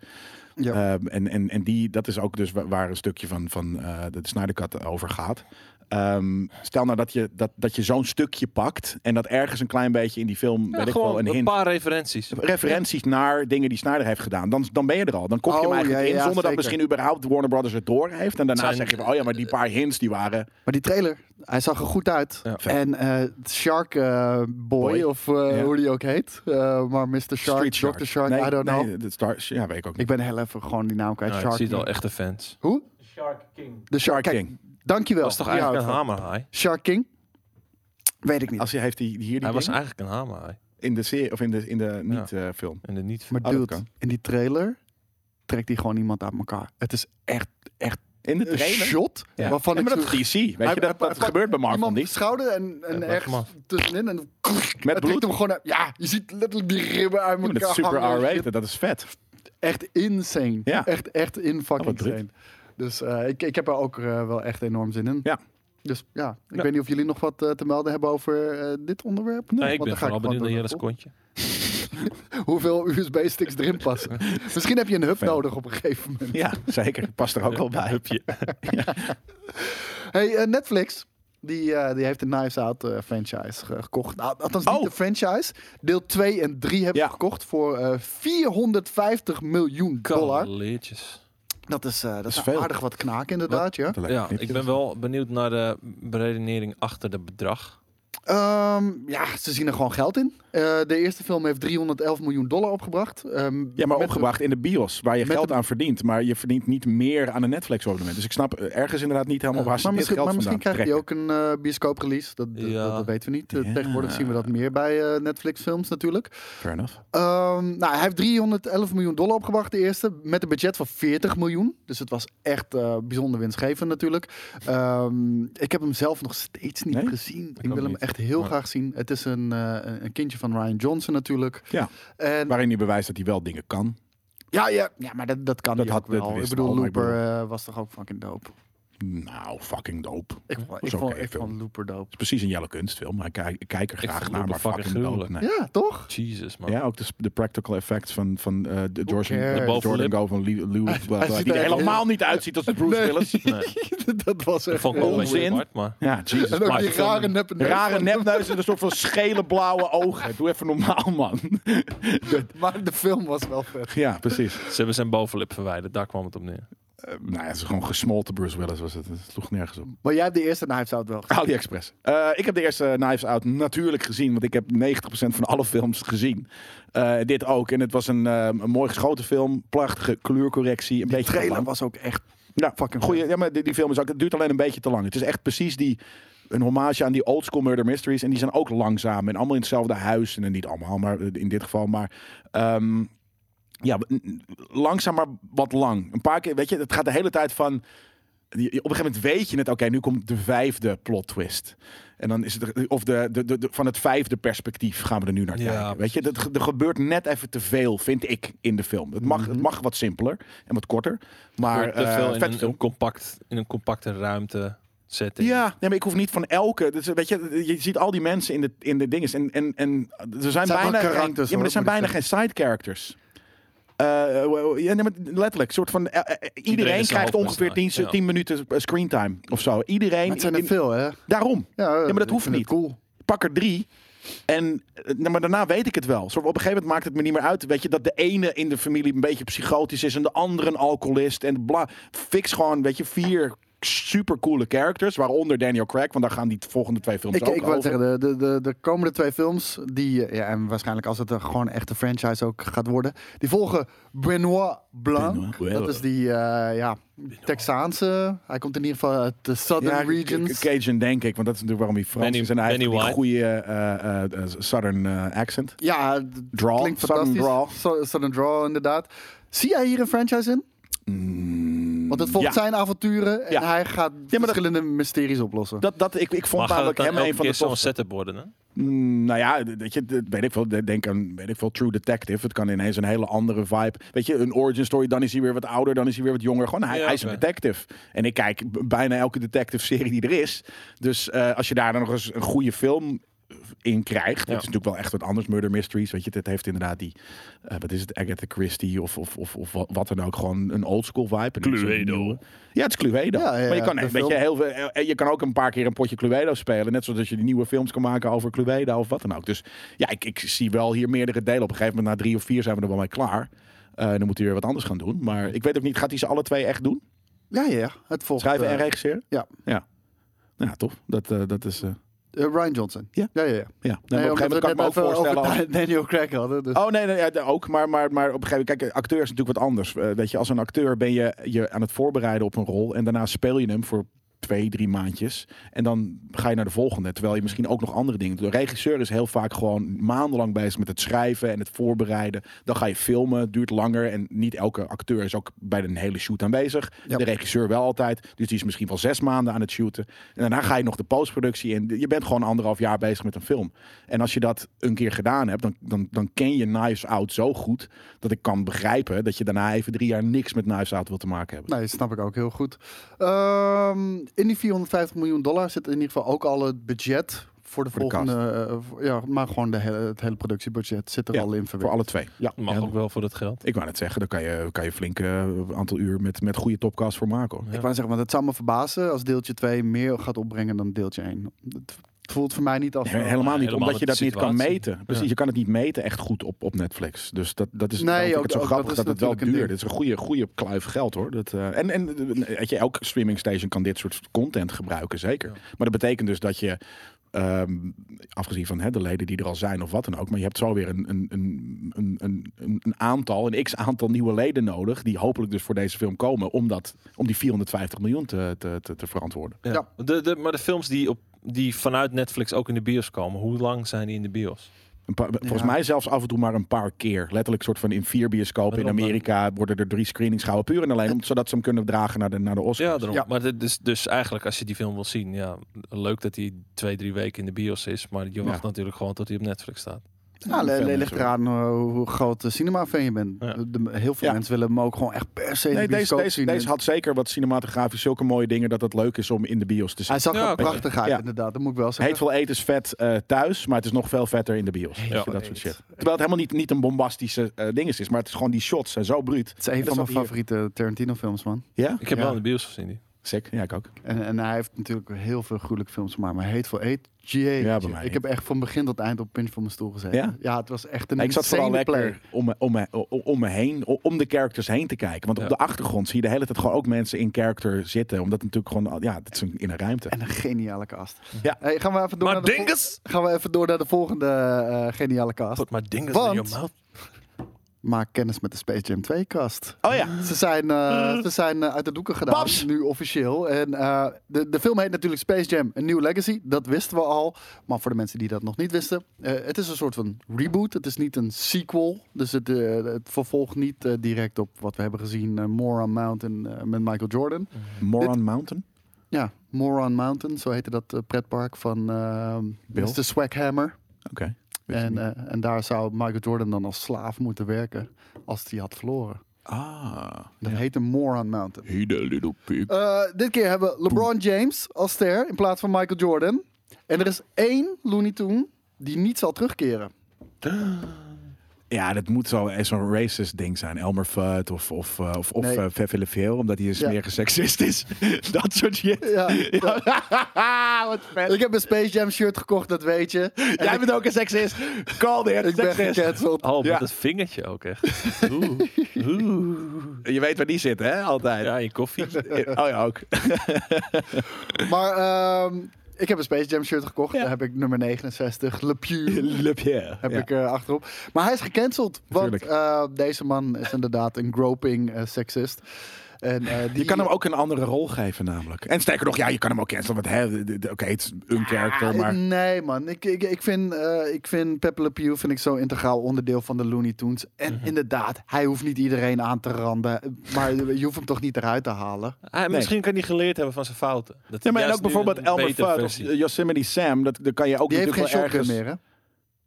Speaker 2: Ja.
Speaker 1: Ehm, en en, en die, dat is ook dus wa- waar een stukje van, van eh, de Snyder Cut over gaat. Ehm, stel nou dat je, dat, dat je zo'n stukje pakt en dat ergens een klein beetje in die film,
Speaker 3: Ja,
Speaker 1: weet ik wel,
Speaker 3: gewoon
Speaker 1: een
Speaker 3: een,
Speaker 1: hint.
Speaker 3: paar referenties.
Speaker 1: Referenties naar dingen die Snyder heeft gedaan. Dan, dan ben je er al. Dan kop je hem
Speaker 2: Oh,
Speaker 1: eigenlijk
Speaker 2: ja,
Speaker 1: in.
Speaker 2: ja,
Speaker 1: Zonder dat
Speaker 2: zeker.
Speaker 1: misschien überhaupt Warner Brothers het door heeft. En daarna
Speaker 3: Zijn-
Speaker 1: zeg je van, oh ja, maar die paar hints die waren...
Speaker 2: Maar die trailer, Hij zag er goed uit.
Speaker 3: Ja.
Speaker 2: En eh, Shark eh, Boy,
Speaker 1: Boy.
Speaker 2: of eh,
Speaker 1: Ja.
Speaker 2: hoe die ook heet. Eh, maar Mr. Shark,
Speaker 1: Street
Speaker 2: Dr. Shark,
Speaker 1: nee,
Speaker 2: I don't
Speaker 1: nee,
Speaker 2: know.
Speaker 1: de Star, ja, weet ik ook niet.
Speaker 2: Ik ben heel even gewoon die naam kwijt.
Speaker 3: Nou, ik
Speaker 2: Shark
Speaker 3: zie het al, echte fans.
Speaker 2: Hoe?
Speaker 4: Shark King.
Speaker 2: De Shark,
Speaker 1: Shark
Speaker 2: Kijk,
Speaker 1: King.
Speaker 2: Dankjewel.
Speaker 3: Was toch
Speaker 2: Ja,
Speaker 3: eigenlijk een
Speaker 2: van-
Speaker 3: hamerhaai?
Speaker 2: Shark King? Weet ik niet.
Speaker 1: Als hij heeft die, die hier die
Speaker 3: Hij was
Speaker 1: ding?
Speaker 3: eigenlijk een hamerhaai.
Speaker 1: in de serie of in de, in de eh, niet-film.
Speaker 3: En de niet...
Speaker 2: Maar
Speaker 1: Oh, dat
Speaker 2: dude,
Speaker 1: kan.
Speaker 2: in die trailer trekt hij gewoon iemand uit elkaar. Het is echt, echt
Speaker 1: in de
Speaker 2: een
Speaker 1: trailer.
Speaker 2: shot
Speaker 1: Ja.
Speaker 2: waarvan
Speaker 1: Ja,
Speaker 2: ik
Speaker 1: maar dat
Speaker 2: zo-
Speaker 1: is DC. Weet
Speaker 2: Hij-
Speaker 1: je, dat,
Speaker 2: hij
Speaker 1: dat
Speaker 2: pakt
Speaker 1: gebeurt bij Marvel
Speaker 2: iemand op de
Speaker 1: niet.
Speaker 2: schouder en, en
Speaker 3: Ja,
Speaker 2: ergens
Speaker 3: wacht
Speaker 2: tussenin. En
Speaker 1: Met
Speaker 2: het trekt
Speaker 1: bloed.
Speaker 2: hem gewoon uit. Ja, je ziet letterlijk die ribben uit
Speaker 1: Ja, maar
Speaker 2: elkaar
Speaker 1: dat is super
Speaker 2: hangen en shit.
Speaker 1: R-rated, dat is vet.
Speaker 2: Echt insane.
Speaker 1: Ja. Oh,
Speaker 2: Echt, echt in fucking
Speaker 1: wat druk.
Speaker 2: insane. Dus eh, ik, ik heb er ook eh, wel echt enorm zin in.
Speaker 1: Ja.
Speaker 2: Dus ja, ik
Speaker 1: Ja.
Speaker 2: weet niet of jullie nog wat eh, te melden hebben over eh, dit onderwerp.
Speaker 3: Nee,
Speaker 2: Want
Speaker 3: ik
Speaker 2: dan
Speaker 3: ben
Speaker 2: ga
Speaker 3: vooral
Speaker 2: gewoon
Speaker 3: benieuwd naar
Speaker 2: door
Speaker 3: Jelles
Speaker 2: op
Speaker 3: kontje.
Speaker 2: Hoeveel USB-sticks erin passen. Misschien heb je een hub
Speaker 1: Fair.
Speaker 2: nodig op een gegeven moment.
Speaker 1: Ja, zeker. Past er ook wel bij.
Speaker 2: Hey, eh, Netflix. Die, eh, die heeft de Knives Out eh, franchise ge- gekocht. Nou, althans
Speaker 1: Oh.
Speaker 2: niet de franchise. Deel 2 en 3 hebben
Speaker 1: Ja.
Speaker 2: ze gekocht voor eh, 450 miljoen dollar.
Speaker 3: Kalleertjes.
Speaker 2: Dat is, eh, dat is
Speaker 1: veel.
Speaker 2: aardig wat knaak inderdaad, ja.
Speaker 1: Dat lijkt
Speaker 3: Ja,
Speaker 1: me
Speaker 3: ik ben wel benieuwd naar de beredenering achter de bedrag.
Speaker 2: Ehm, ja, ze zien er gewoon geld in. Eh, de eerste film heeft 311 miljoen dollar opgebracht. Ehm,
Speaker 1: Ja, maar
Speaker 2: met-
Speaker 1: opgebracht in de bios, waar je
Speaker 2: met
Speaker 1: geld
Speaker 2: de-
Speaker 1: aan verdient. Maar je verdient niet meer aan een Netflix-abonnement. Dus ik snap eh, ergens inderdaad niet helemaal
Speaker 3: Ja,
Speaker 1: waar ze
Speaker 2: Maar
Speaker 1: dit
Speaker 2: misschien,
Speaker 1: geld
Speaker 2: maar misschien
Speaker 1: vandaan
Speaker 2: krijgt hij ook een eh bioscoop-release. Dat, dat,
Speaker 3: Ja.
Speaker 2: dat, dat weten we niet. Eh,
Speaker 1: Ja.
Speaker 2: Tegenwoordig zien we dat meer bij eh, Netflix-films natuurlijk.
Speaker 1: trekken. Fair enough.
Speaker 2: Ehm, nou, hij heeft 311 miljoen dollar opgebracht, de eerste. Met een budget van 40 miljoen. Dus het was echt eh, bijzonder winstgevend natuurlijk. Ehm, ik heb hem zelf nog steeds niet
Speaker 1: Nee?
Speaker 2: gezien. Ik,
Speaker 3: ook
Speaker 2: wil hem
Speaker 3: niet.
Speaker 2: echt heel
Speaker 3: Maar-
Speaker 2: graag zien. Het is een, eh, een een kindje van Ryan Johnson natuurlijk.
Speaker 1: Ja.
Speaker 2: En,
Speaker 1: Waarin hij bewijst dat hij wel dingen kan.
Speaker 2: ja, ja, ja, maar dat, dat kan
Speaker 1: Dat
Speaker 2: hij
Speaker 1: had-
Speaker 2: ook
Speaker 1: dat
Speaker 2: wel. Ik
Speaker 1: wist
Speaker 2: bedoel,
Speaker 1: al, maar ik
Speaker 2: Looper eh, was toch ook fucking dope.
Speaker 1: Nou, fucking dope.
Speaker 2: Ik, vond- ik,
Speaker 1: is oké,
Speaker 2: vond, ik
Speaker 1: film.
Speaker 2: vond Looper dope.
Speaker 1: Precies een jelle kunstfilm, maar ik kijk, ik kijk er
Speaker 3: Ik
Speaker 1: graag
Speaker 3: vond
Speaker 1: naar.
Speaker 3: het
Speaker 1: Maar
Speaker 3: fucking
Speaker 1: fucking dope.
Speaker 3: gruwelijk.
Speaker 1: Nee.
Speaker 2: Ja, toch?
Speaker 3: Jesus, man.
Speaker 1: Ja, ook de, de practical effects van, van eh, de George,
Speaker 2: cares?
Speaker 1: de Jordan
Speaker 3: bovenlip.
Speaker 1: Go van Lee- Lewis. bla, bla,
Speaker 2: ziet
Speaker 1: die
Speaker 2: er
Speaker 1: er
Speaker 2: echt-
Speaker 1: helemaal niet uitziet als de Bruce
Speaker 2: Nee.
Speaker 1: Willis.
Speaker 3: Nee,
Speaker 2: dat was
Speaker 3: dat
Speaker 2: echt
Speaker 3: vond ik wel een beetje
Speaker 1: Onzin.
Speaker 3: apart, maar...
Speaker 1: Ja, Jesus
Speaker 2: En ook die
Speaker 1: Christ.
Speaker 2: rare neppe neus
Speaker 1: Rare
Speaker 2: van-
Speaker 1: nepneus en een soort van schele blauwe ogen. Doe even normaal, man.
Speaker 2: Maar de film was wel vet.
Speaker 1: Ja, precies.
Speaker 3: Ze hebben zijn bovenlip verwijderd, daar kwam het op neer.
Speaker 1: Eh, nou ja, het is gewoon gesmolten Bruce Willis was het. Het sloeg nergens op.
Speaker 2: Maar jij hebt de eerste Knives Out wel gezien.
Speaker 1: AliExpress. Eh, ik heb de eerste Knives Out natuurlijk gezien, want ik heb 90% van alle films gezien. Eh, dit ook. En het was een, eh, een mooi geschoten film. Prachtige kleurcorrectie. Een beetje
Speaker 2: De trailer
Speaker 1: lang.
Speaker 2: was ook echt
Speaker 1: Ja,
Speaker 2: fucking
Speaker 1: goeie, ja, maar die, die film is ook, het duurt alleen een beetje te lang. Het is echt precies die, een hommage aan die old school murder mysteries. En die zijn ook langzaam en allemaal in hetzelfde huis. En eh, niet allemaal, maar in dit geval. Maar ehm, ja, n- langzaam maar wat lang. Een paar keer, weet je, het gaat de hele tijd van... je- je- Op een gegeven moment weet je het, oké, nu komt de vijfde plot twist. En dan is het, er- of de, de, de, de- van het vijfde perspectief gaan we er nu naar
Speaker 3: Ja,
Speaker 1: kijken. Weet je, dat, ge- er gebeurt net even te veel, vind ik, in de film. Het mag, het mag wat simpeler en wat korter. Maar
Speaker 3: Maar, te
Speaker 1: eh,
Speaker 3: veel
Speaker 1: vet
Speaker 3: in, een,
Speaker 1: film.
Speaker 3: een compact, in een compacte ruimte setting.
Speaker 1: Ja, nee, maar ik hoef niet van elke. Dus, weet je, je ziet al die mensen in de, in de dinges. En, en, en er zijn,
Speaker 2: wel
Speaker 1: bijna,
Speaker 2: karakters,
Speaker 1: geen, ja,
Speaker 2: hoor,
Speaker 1: maar er zijn
Speaker 2: moet ik
Speaker 1: bijna geen side characters. Eh, eh, ja, nee, maar letterlijk. Soort van, eh, eh, iedereen,
Speaker 3: Iedereen is een
Speaker 1: krijgt ongeveer
Speaker 3: hoofdpersonaal,
Speaker 1: 10,
Speaker 3: ja.
Speaker 1: 10 minuten screentime of zo. Iedereen.
Speaker 2: Maar het zijn
Speaker 1: in-
Speaker 2: er veel, hè? Ja,
Speaker 1: daarom. maar dat
Speaker 2: ik
Speaker 1: hoeft
Speaker 2: vind het
Speaker 1: niet.
Speaker 2: Cool.
Speaker 1: Pak er drie. En, eh, nou, maar daarna weet ik het wel. Zo, op een gegeven moment maakt het me niet meer uit. Weet je, dat de ene in de familie een beetje psychotisch is en de andere een alcoholist. En bla. Fix gewoon, weet je, vier supercoole characters. Waaronder Daniel Craig, want daar gaan die volgende twee films
Speaker 2: Ik,
Speaker 1: ook
Speaker 2: ik
Speaker 1: over.
Speaker 2: wou zeggen, de, de, de, de komende twee films, die, eh, ja, en waarschijnlijk als het er gewoon echt een franchise ook gaat worden, die volgen Benoit Blanc.
Speaker 1: Benoit Blanc.
Speaker 2: dat is die, eh, ja, Texaanse. Hij komt in ieder geval uit de Southern
Speaker 1: Ja,
Speaker 2: Regions.
Speaker 1: K- K- Cajun denk ik, want dat is natuurlijk waarom hij Frans
Speaker 3: Benny-
Speaker 1: is. En hij heeft
Speaker 3: Benny
Speaker 1: die
Speaker 3: White.
Speaker 1: goede eh, eh, eh, Southern eh, accent.
Speaker 2: Ja, d-
Speaker 1: Draw,
Speaker 2: klinkt
Speaker 1: Southern
Speaker 2: fantastisch.
Speaker 1: draw.
Speaker 2: Sou- Southern Draw, inderdaad. Zie jij hier een franchise in? Want het volgt
Speaker 1: ja.
Speaker 2: zijn avonturen en
Speaker 1: Ja.
Speaker 2: hij gaat
Speaker 1: dat-
Speaker 2: verschillende mysteries oplossen.
Speaker 1: Dat, dat, ik, ik vond
Speaker 3: Maar gaat
Speaker 1: namelijk
Speaker 3: het dan
Speaker 1: hem
Speaker 3: elke
Speaker 1: een van
Speaker 3: keer
Speaker 1: de
Speaker 3: zo'n
Speaker 1: tofste.
Speaker 3: setup worden, hè?
Speaker 1: Mm, nou ja, d- weet je, d- weet ik veel. d- Denk aan, weet ik veel, True Detective. Het kan ineens een hele andere vibe. Weet je, een origin story. Dan is hij weer wat ouder, dan is hij weer wat jonger. Gewoon, hij,
Speaker 3: Ja,
Speaker 1: hij is een
Speaker 3: oké.
Speaker 1: detective. En ik kijk b- bijna elke detective-serie die er is. Dus eh, als je daar dan nog eens een goede film in krijgt. Het is natuurlijk wel echt wat anders. Murder Mysteries, weet je. Dit heeft inderdaad die, eh, wat is het, Agatha Christie of, of, of, of wa- wat dan ook. Gewoon een oldschool vibe. En niet zo'n
Speaker 3: Cluedo.
Speaker 1: nieuwe. Ja, het is Cluedo.
Speaker 2: Ja, ja,
Speaker 1: maar je
Speaker 2: ja,
Speaker 1: kan,
Speaker 2: de
Speaker 1: weet je,
Speaker 2: film.
Speaker 1: heel veel, eh, je kan ook een paar keer een potje Cluedo spelen. Net zoals dat je die nieuwe films kan maken over Cluedo of wat dan ook. Dus ja, ik, ik zie wel hier meerdere delen. Op een gegeven moment, na drie of vier, zijn we er wel mee klaar. Eh, dan moet hij weer wat anders gaan doen. Maar ik weet ook niet, gaat hij ze alle twee echt doen?
Speaker 2: Ja, ja, ja. Het volgt.
Speaker 1: Schrijven
Speaker 2: eh,
Speaker 1: en regisseren?
Speaker 2: ja.
Speaker 1: ja. Ja, tof. Dat, eh, dat is... eh,
Speaker 2: Eh, Ryan Johnson.
Speaker 1: Ja.
Speaker 2: ja, ja. ja.
Speaker 1: ja. Nee, maar op een gegeven moment kan ik me ook voorstellen... als-
Speaker 2: Daniel Craig hadden. Dus.
Speaker 1: Oh nee, nee ja, d- ook. Maar, maar, maar op een gegeven moment, kijk, acteur is natuurlijk wat anders. Eh, weet je, als een acteur ben je je aan het voorbereiden op een rol. En daarna speel je hem voor twee, drie maandjes. En dan ga je naar de volgende. Terwijl je misschien ook nog andere dingen doet. De regisseur is heel vaak gewoon maandenlang bezig met het schrijven en het voorbereiden. Dan ga je filmen, het duurt langer. En niet elke acteur is ook bij een hele shoot aanwezig.
Speaker 2: Ja.
Speaker 1: De regisseur wel altijd. Dus die is misschien wel zes maanden aan het shooten. En daarna ga je nog de postproductie in. Je bent gewoon anderhalf jaar bezig met een film. En als je dat een keer gedaan hebt, dan, dan, dan ken je Knives Out zo goed... dat ik kan begrijpen dat je daarna even drie jaar niks met Knives Out wil te maken hebben.
Speaker 2: Nee, snap ik ook heel goed. Ehm, in die 450 miljoen dollar zit in ieder geval ook al het budget voor de
Speaker 1: Voor de
Speaker 2: volgende. eh, voor- ja, maar gewoon de hele, het hele productiebudget zit er
Speaker 1: Ja,
Speaker 2: al in verwerkt.
Speaker 1: Voor alle twee. Ja,
Speaker 3: Mag
Speaker 1: Ja.
Speaker 3: ook wel voor dat geld.
Speaker 1: Ik wou net zeggen, daar kan je, kan je flink eh, een aantal uur met, met goede topcast voor maken. hoor.
Speaker 3: Ja.
Speaker 2: Ik wou zeggen, want het zou me verbazen als deeltje 2 meer gaat opbrengen dan deeltje 1. Het voelt voor mij niet als...
Speaker 1: Nee, helemaal niet,
Speaker 3: helemaal
Speaker 1: omdat je
Speaker 3: de
Speaker 1: dat niet kan
Speaker 3: situatie.
Speaker 1: meten. Precies,
Speaker 3: Ja.
Speaker 1: je kan het niet meten echt goed op, op Netflix. Dus dat, dat is
Speaker 2: Nee,
Speaker 1: daarom vind
Speaker 2: ook-
Speaker 1: ik het
Speaker 2: ook
Speaker 1: zo
Speaker 2: dat
Speaker 1: grappig
Speaker 2: is
Speaker 1: dat, het wel
Speaker 2: natuurlijk een
Speaker 1: duur.
Speaker 2: ding.
Speaker 1: Dit is een goede, goede kluif geld hoor. Dat, eh, en en eh, weet je, elk streaming station kan dit soort content gebruiken, zeker.
Speaker 3: Ja.
Speaker 1: Maar dat betekent dus dat je, ehm, afgezien van hè, de leden die er al zijn of wat dan ook, maar je hebt zo weer een, een, een, een, een, een aantal, een x aantal nieuwe leden nodig, die hopelijk dus voor deze film komen, om, dat, om die 450 miljoen te, te, te, te verantwoorden.
Speaker 3: Ja.
Speaker 2: Ja.
Speaker 3: De, de, maar de films die, op, die vanuit Netflix ook in de bios komen, hoe lang zijn die in de bios?
Speaker 1: Een paar- Volgens
Speaker 2: Ja.
Speaker 1: mij zelfs af en toe maar een paar keer. Letterlijk soort van in vier bioscopen in
Speaker 3: Waarom dan?
Speaker 1: Amerika worden er drie screenings gehouden. Puur en alleen om, zodat ze hem kunnen dragen naar de, naar de Oscars.
Speaker 3: Ja, daarom.
Speaker 2: Ja.
Speaker 3: Maar dit is dus eigenlijk als je die film wil zien, ja, leuk dat die twee, drie weken in de bios is, maar je wacht
Speaker 1: Ja.
Speaker 3: natuurlijk gewoon tot hij op Netflix staat.
Speaker 2: Ja, Nou, le-
Speaker 1: Veel
Speaker 2: le- ligt
Speaker 1: mensen
Speaker 2: eraan eh, hoe groot de cinema-fan je bent.
Speaker 3: Ja.
Speaker 2: De- heel veel
Speaker 1: Ja.
Speaker 2: mensen willen hem ook gewoon echt per se in de
Speaker 1: Nee, deze,
Speaker 2: bioscoop
Speaker 1: deze,
Speaker 2: zien.
Speaker 1: deze had zeker wat cinematografisch zulke mooie dingen dat het leuk is om in de bios te zien.
Speaker 2: Hij zag
Speaker 3: Ja,
Speaker 2: er
Speaker 3: oké.
Speaker 2: prachtig uit,
Speaker 1: Ja.
Speaker 2: inderdaad. Dat moet ik wel zeggen.
Speaker 1: Hateful Eight is vet eh, thuis, maar het is nog veel vetter in de bios. Weet je,
Speaker 3: Hateful
Speaker 1: dat soort
Speaker 2: Eight.
Speaker 1: shit. Terwijl het helemaal niet, niet een bombastische eh ding is, maar het is gewoon die shots zijn zo bruut.
Speaker 2: Het is een
Speaker 1: Dat
Speaker 2: van mijn
Speaker 1: is ook
Speaker 2: favoriete Tarantino-films, man.
Speaker 1: Ja?
Speaker 3: Ik heb
Speaker 2: Ja.
Speaker 3: wel in de bios gezien die.
Speaker 1: Sick. Ja, ik ook.
Speaker 2: En, en hij heeft natuurlijk heel veel gruwelijke films gemaakt. Maar Hateful Eight, jee.
Speaker 1: Ja, bij mij
Speaker 2: ik heb echt van begin tot eind op een puntje van mijn stoel gezeten.
Speaker 1: Ja?
Speaker 2: het was echt een
Speaker 1: ik zat vooral
Speaker 2: insane
Speaker 1: lekker
Speaker 2: play.
Speaker 1: Om, me, om, me, o- om me heen, o- om de characters heen te kijken. Want
Speaker 3: Ja.
Speaker 1: op de achtergrond zie je de hele tijd gewoon ook mensen in character zitten. Omdat het natuurlijk gewoon, ja, het is een, in een ruimte.
Speaker 2: En een geniale cast.
Speaker 1: Ja.
Speaker 2: Hey, gaan, we even door naar de vol- gaan we even door naar de volgende eh, geniale cast.
Speaker 3: Put my dingus
Speaker 2: Want-
Speaker 3: in your mouth.
Speaker 2: Maak kennis met de Space Jam 2 cast.
Speaker 1: Oh ja.
Speaker 2: Ze zijn, eh,
Speaker 1: Mm.
Speaker 2: ze zijn eh, uit de doeken gedaan,
Speaker 1: Babs!
Speaker 2: nu officieel. En eh, de, de film heet natuurlijk Space Jam, A New Legacy. Dat wisten we al. Maar voor de mensen die dat nog niet wisten, eh, het is een soort van reboot. Het is niet een sequel. Dus het, eh, het vervolgt niet eh, direct op wat we hebben gezien. eh, Moron Mountain eh, met Michael Jordan.
Speaker 1: Mm. Moron Mountain.
Speaker 2: Ja, Moron Mountain, zo heette dat eh, pretpark van eh,
Speaker 1: Bill.
Speaker 2: Mr. Swaghammer.
Speaker 1: Oké. Weet je
Speaker 2: En,
Speaker 1: niet.
Speaker 2: eh, en daar zou Michael Jordan dan als slaaf moeten werken als hij had verloren.
Speaker 1: ah.
Speaker 2: Dat heette Moron Mountain.
Speaker 1: Hide little pig.
Speaker 2: Eh, dit keer hebben we LeBron James als ster in plaats van Michael Jordan. En er is één Looney Tune die niet zal terugkeren.
Speaker 1: Ja, dat moet zo- eh, zo'n racist ding zijn. Elmer Fudd of, of, eh, of, of
Speaker 2: Nee.
Speaker 1: eh, Veve Lefevre, omdat hij een smerige seksist is. dat soort shit.
Speaker 2: Ja,
Speaker 1: Ja. Wat vet.
Speaker 2: Ik heb een Space Jam shirt gekocht, dat weet je. En
Speaker 1: Jij
Speaker 2: ik,
Speaker 1: bent ook een seksist. Call dit.
Speaker 2: ik ben
Speaker 1: seksist.
Speaker 2: gecanceld.
Speaker 3: Oh, met
Speaker 1: Ja.
Speaker 3: dat vingertje ook echt. Oeh. Oeh.
Speaker 1: Je weet waar die zit, hè? Altijd.
Speaker 3: Ja, in koffie.
Speaker 1: Oh ja, ook.
Speaker 2: Maar ehm, ik heb een Space Jam shirt gekocht.
Speaker 1: Ja.
Speaker 2: Daar heb ik nummer 69, Le Pew.
Speaker 1: Le Pierre.
Speaker 2: Heb
Speaker 1: Ja.
Speaker 2: ik eh, achterop. Maar hij is gecanceld. Want
Speaker 1: Tuurlijk.
Speaker 2: eh, deze man is inderdaad een groping eh, seksist. En, eh, die,
Speaker 1: Je kan hem ook een andere rol geven, namelijk. En sterker nog, ja, je kan hem ook cancelen. Want hè, d- d- oké, het is een character,
Speaker 2: Ah,
Speaker 1: maar...
Speaker 2: Nee, man. Ik, ik, ik vind, eh ik vind Pepe Le Pew vind ik zo'n integraal onderdeel van de Looney Tunes. En
Speaker 1: Mhm.
Speaker 2: inderdaad, hij hoeft niet iedereen aan te randen. Maar je je hoeft hem toch niet eruit te halen.
Speaker 3: Ah, Misschien kan hij geleerd hebben van zijn fouten. Dat
Speaker 1: Ja, maar en
Speaker 3: juist
Speaker 1: ook
Speaker 3: nu
Speaker 1: bijvoorbeeld
Speaker 3: een
Speaker 1: Elmer
Speaker 3: betere
Speaker 1: Fudd of
Speaker 3: versie.
Speaker 1: Yosemite Sam. Dat, dat kan je ook
Speaker 2: Die heeft geen
Speaker 1: natuurlijk
Speaker 2: shotgun
Speaker 1: wel ergens...
Speaker 2: meer,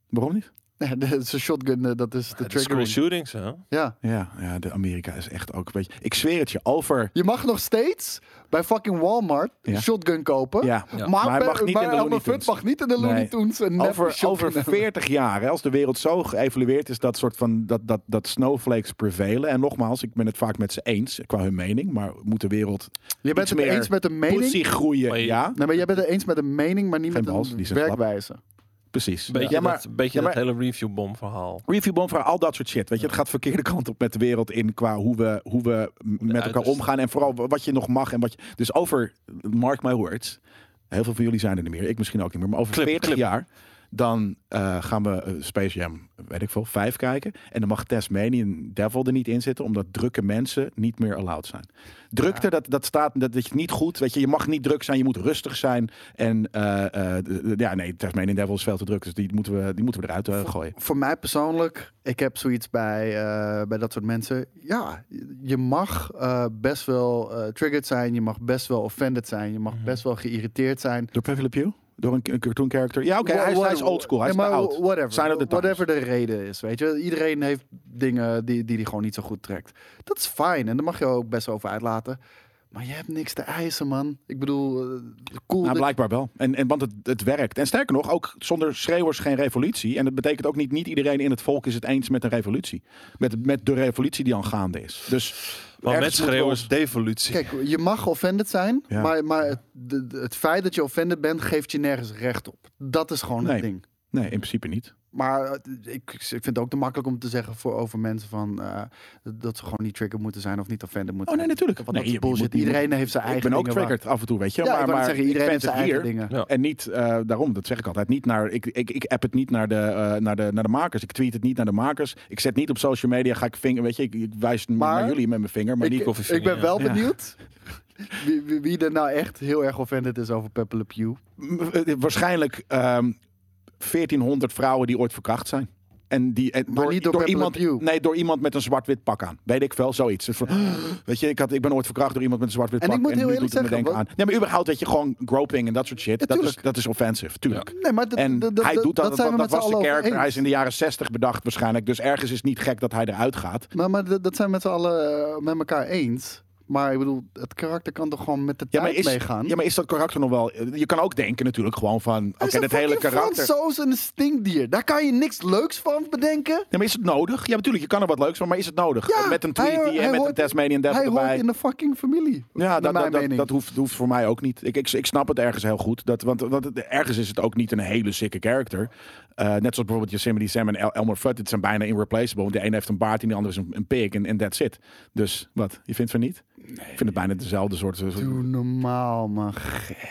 Speaker 2: hè?
Speaker 1: Waarom niet?
Speaker 2: Nee, dat is Zijn shotgun, eh, dat is de
Speaker 3: Ja, de school
Speaker 2: trigger.
Speaker 3: shootings, hè?
Speaker 2: Ja.
Speaker 1: Ja, ja, de Amerika is echt ook een beetje... Ik zweer het je, over...
Speaker 2: Je mag nog steeds bij fucking Walmart
Speaker 1: Ja.
Speaker 2: een shotgun kopen.
Speaker 1: Ja,
Speaker 3: Ja.
Speaker 2: Maar,
Speaker 1: maar hij mag
Speaker 2: bij-
Speaker 1: niet
Speaker 2: bij
Speaker 1: in de
Speaker 2: Elmer
Speaker 1: Looney
Speaker 2: Fudd
Speaker 1: Tunes.
Speaker 2: mag niet in de Looney
Speaker 1: Nee.
Speaker 2: Tunes een neppe
Speaker 1: Over,
Speaker 2: shotgun
Speaker 1: over
Speaker 2: hebben.
Speaker 1: 40 jaar, hè, als de wereld zo geëvolueerd is, dat soort van dat, dat, dat snowflakes prevelen. En nogmaals, ik ben het vaak met ze eens qua hun mening, maar moet de wereld
Speaker 2: Je bent
Speaker 1: iets
Speaker 2: het
Speaker 1: meer
Speaker 2: eens met een mening?
Speaker 1: pussy groeien?
Speaker 3: Maar je-
Speaker 1: ja,
Speaker 2: Nee, maar jij bent het eens met een mening, maar niet
Speaker 1: Geen
Speaker 2: met
Speaker 1: balls, die
Speaker 2: een
Speaker 1: zijn slap.
Speaker 2: werkwijze.
Speaker 1: precies.
Speaker 3: Beetje
Speaker 1: ja, maar,
Speaker 3: dat, beetje
Speaker 1: ja, maar-
Speaker 3: dat hele reviewbom verhaal.
Speaker 1: Reviewbom voor al dat soort shit. Weet je, het gaat verkeerde kant op met de wereld in qua hoe we, hoe we m- met elkaar
Speaker 3: uiterste.
Speaker 1: omgaan. En vooral wat je nog mag en wat je. Dus over, mark my words. heel veel van jullie zijn er niet meer, ik misschien ook niet meer, maar over
Speaker 3: Clip,
Speaker 1: 40
Speaker 3: clip.
Speaker 1: jaar, dan eh, gaan we eh, Space Jam, weet ik veel, 5 kijken. En dan mag Tasmanian Devil er niet in zitten, omdat drukke mensen niet meer allowed zijn. Drukte, dat, dat staat, dat, dat je niet goed, weet je, je mag niet druk zijn, je moet rustig zijn. En eh, eh, d- d- ja, nee, Tasmanian Devil is veel te druk, dus die moeten we, die moeten we eruit eh, gooien.
Speaker 2: Voor mij persoonlijk, ik heb zoiets bij, eh, bij dat soort mensen. Ja, je mag eh, best wel eh, triggered zijn. Je mag best wel offended zijn. Je
Speaker 1: Mhm.
Speaker 2: mag best wel geïrriteerd zijn.
Speaker 1: Door Pepe Le Pew? Door een, een cartoon character? Ja, oké, hij, is- hij is old school, hij is
Speaker 2: Ja,
Speaker 1: te
Speaker 2: maar
Speaker 1: oud.
Speaker 2: Whatever.
Speaker 1: Sign of the times.
Speaker 2: whatever de reden is, weet je. Iedereen heeft dingen die, die die gewoon niet zo goed trekt. Dat is fijn en daar mag je ook best over uitlaten. Maar je hebt niks te eisen, man. Ik bedoel, eh, cool.
Speaker 1: Nou,
Speaker 2: dat-
Speaker 1: blijkbaar wel. En, en, want het, het werkt. En sterker nog, ook zonder schreeuwers geen revolutie. En dat betekent ook niet, niet iedereen in het volk is het eens met een revolutie. Met, met de revolutie die al gaande is. Dus
Speaker 3: Maar met
Speaker 1: ergens moeten we
Speaker 3: schreeuwen
Speaker 1: ons-
Speaker 3: is devolutie.
Speaker 2: Kijk, je mag offended zijn,
Speaker 1: Ja.
Speaker 2: maar, maar het, de- de- het feit dat je offended bent, geeft je nergens recht op. Dat is gewoon
Speaker 1: Nee.
Speaker 2: het ding.
Speaker 1: Nee, in principe niet.
Speaker 2: Maar eh, ik, ik vind het ook te makkelijk om te zeggen voor, over mensen van, eh, dat ze gewoon niet triggered moeten zijn of niet offended moeten
Speaker 1: Oh nee,
Speaker 2: zijn.
Speaker 1: natuurlijk.
Speaker 2: Want
Speaker 1: nee,
Speaker 2: dat is
Speaker 1: je- je
Speaker 2: bullshit.
Speaker 1: moet- je moet-
Speaker 2: Iedereen heeft zijn eigen
Speaker 1: ik ben ook
Speaker 2: dingen waar-
Speaker 1: triggered af en toe, weet je.
Speaker 2: Ja,
Speaker 1: maar,
Speaker 2: ik wou net
Speaker 1: maar
Speaker 2: zeggen,
Speaker 1: ik
Speaker 2: iedereen
Speaker 1: vent
Speaker 2: heeft zijn
Speaker 1: het
Speaker 2: eigen
Speaker 1: hier.
Speaker 2: dingen.
Speaker 3: Ja.
Speaker 1: En niet, eh, daarom, dat zeg ik altijd, niet naar, ik, ik, ik app het niet naar de, eh, naar, de, naar de makers. Ik tweet het niet naar de makers. Ik zet niet op social media, ga ik vinger, weet je, ik, ik wijs
Speaker 2: Maar-
Speaker 1: naar jullie met mijn vinger. Maar
Speaker 2: Ik-
Speaker 1: niet
Speaker 3: Koffie
Speaker 2: Ik
Speaker 3: Vinger,
Speaker 2: ben wel
Speaker 1: ja.
Speaker 2: benieuwd wie, wie, wie er nou echt heel erg offended is over Pepe Le Pew.
Speaker 1: M- eh, waarschijnlijk ehm 1400 vrouwen die ooit verkracht zijn. En die, en
Speaker 2: Maar niet door Pepe Le
Speaker 1: iemand,
Speaker 2: Pew.
Speaker 1: Nee, door iemand met een zwart-wit pak aan. Weet ik wel, zoiets. Dus van, weet je, ik, had, ik ben ooit verkracht door iemand met een zwart-wit
Speaker 2: En
Speaker 1: pak.
Speaker 2: ik moet heel
Speaker 1: nu
Speaker 2: eerlijk
Speaker 1: doet het me
Speaker 2: zeggen,
Speaker 1: denken aan. Nee, maar überhaupt dat je gewoon groping en dat soort shit.
Speaker 2: Ja,
Speaker 1: dat, is,
Speaker 2: tuurlijk.
Speaker 1: dat is offensive, tuurlijk.
Speaker 2: Nee, maar dat,
Speaker 1: En
Speaker 2: dat, dat,
Speaker 1: hij doet dat,
Speaker 2: dat
Speaker 1: dat,
Speaker 2: zijn we
Speaker 1: dat
Speaker 2: met z'n
Speaker 1: was de
Speaker 2: allen over
Speaker 1: character.
Speaker 2: eens.
Speaker 1: Hij is in de jaren 60 bedacht waarschijnlijk. Dus ergens is het niet gek dat hij eruit gaat.
Speaker 2: Maar, maar dat, dat zijn we met z'n allen eh, met elkaar eens. Maar ik bedoel, het karakter kan toch gewoon met de
Speaker 1: Ja
Speaker 2: tijd
Speaker 1: maar, is,
Speaker 2: meegaan?
Speaker 1: ja, maar is dat karakter nog wel... Je kan ook denken natuurlijk gewoon van... Oké,
Speaker 2: Hij is
Speaker 1: dat
Speaker 2: een
Speaker 1: hele
Speaker 2: fucking
Speaker 1: karakter...
Speaker 2: Fransoos en een stinkdier. Daar kan je niks leuks van bedenken.
Speaker 1: Ja, maar is het nodig? Ja, natuurlijk, je kan er wat leuks van, maar is het nodig?
Speaker 2: Ja,
Speaker 1: met een tweet
Speaker 2: hij-
Speaker 1: die- en
Speaker 2: hij
Speaker 1: met
Speaker 2: hoort-
Speaker 1: een Tasmanian Devil
Speaker 2: Hij
Speaker 1: erbij.
Speaker 2: hoort in de fucking familie.
Speaker 1: Ja, dat,
Speaker 2: naar mijn
Speaker 1: dat, dat,
Speaker 2: mening.
Speaker 1: dat hoeft, hoeft voor mij ook niet. Ik, ik, ik snap het ergens heel goed. Dat, want, want het- ergens is het ook niet een hele sikke character. Eh, net zoals bijvoorbeeld Yosemite Sam en El- Elmer Fudd. Het zijn bijna irreplaceable. Want de ene heeft een baard en de andere is een, een pig. En en that's it. Dus wat? Je vindt van niet? Ik vind het bijna dezelfde soort...
Speaker 2: Doe normaal, man.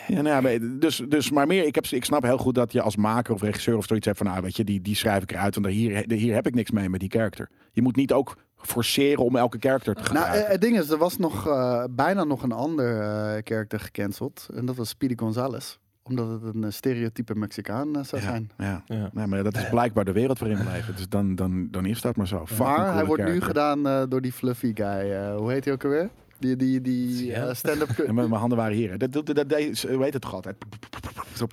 Speaker 1: Ja, nou ja, maar- dus, dus maar meer, ik, heb, ik snap heel goed dat je als maker of regisseur of zoiets hebt van, nou weet je, die, die schrijf ik eruit, want hier, hier heb ik niks mee met die karakter. Je moet niet ook forceren om elke karakter te
Speaker 2: Nou,
Speaker 1: gebruiken.
Speaker 2: eh, het ding is, er was nog eh, bijna nog een ander eh character gecanceld. En dat was Speedy Gonzales. Omdat het een eh, stereotype Mexicaan eh, zou zijn. Eh.
Speaker 1: ja.
Speaker 3: Ja.
Speaker 1: Nee, maar dat is blijkbaar de wereld waarin we leven. Dus dan, dan, dan is dat maar zo. Fucking
Speaker 2: maar hij
Speaker 1: coole
Speaker 2: wordt nu
Speaker 1: character.
Speaker 2: gedaan eh, door die fluffy guy. eh, hoe heet hij ook alweer? Die, die, die
Speaker 3: Ja.
Speaker 2: eh, stand-up...
Speaker 1: Ja, maar mijn handen waren hier. hè. Dat, dat, dat, dat- hoe heet het toch altijd? Zo.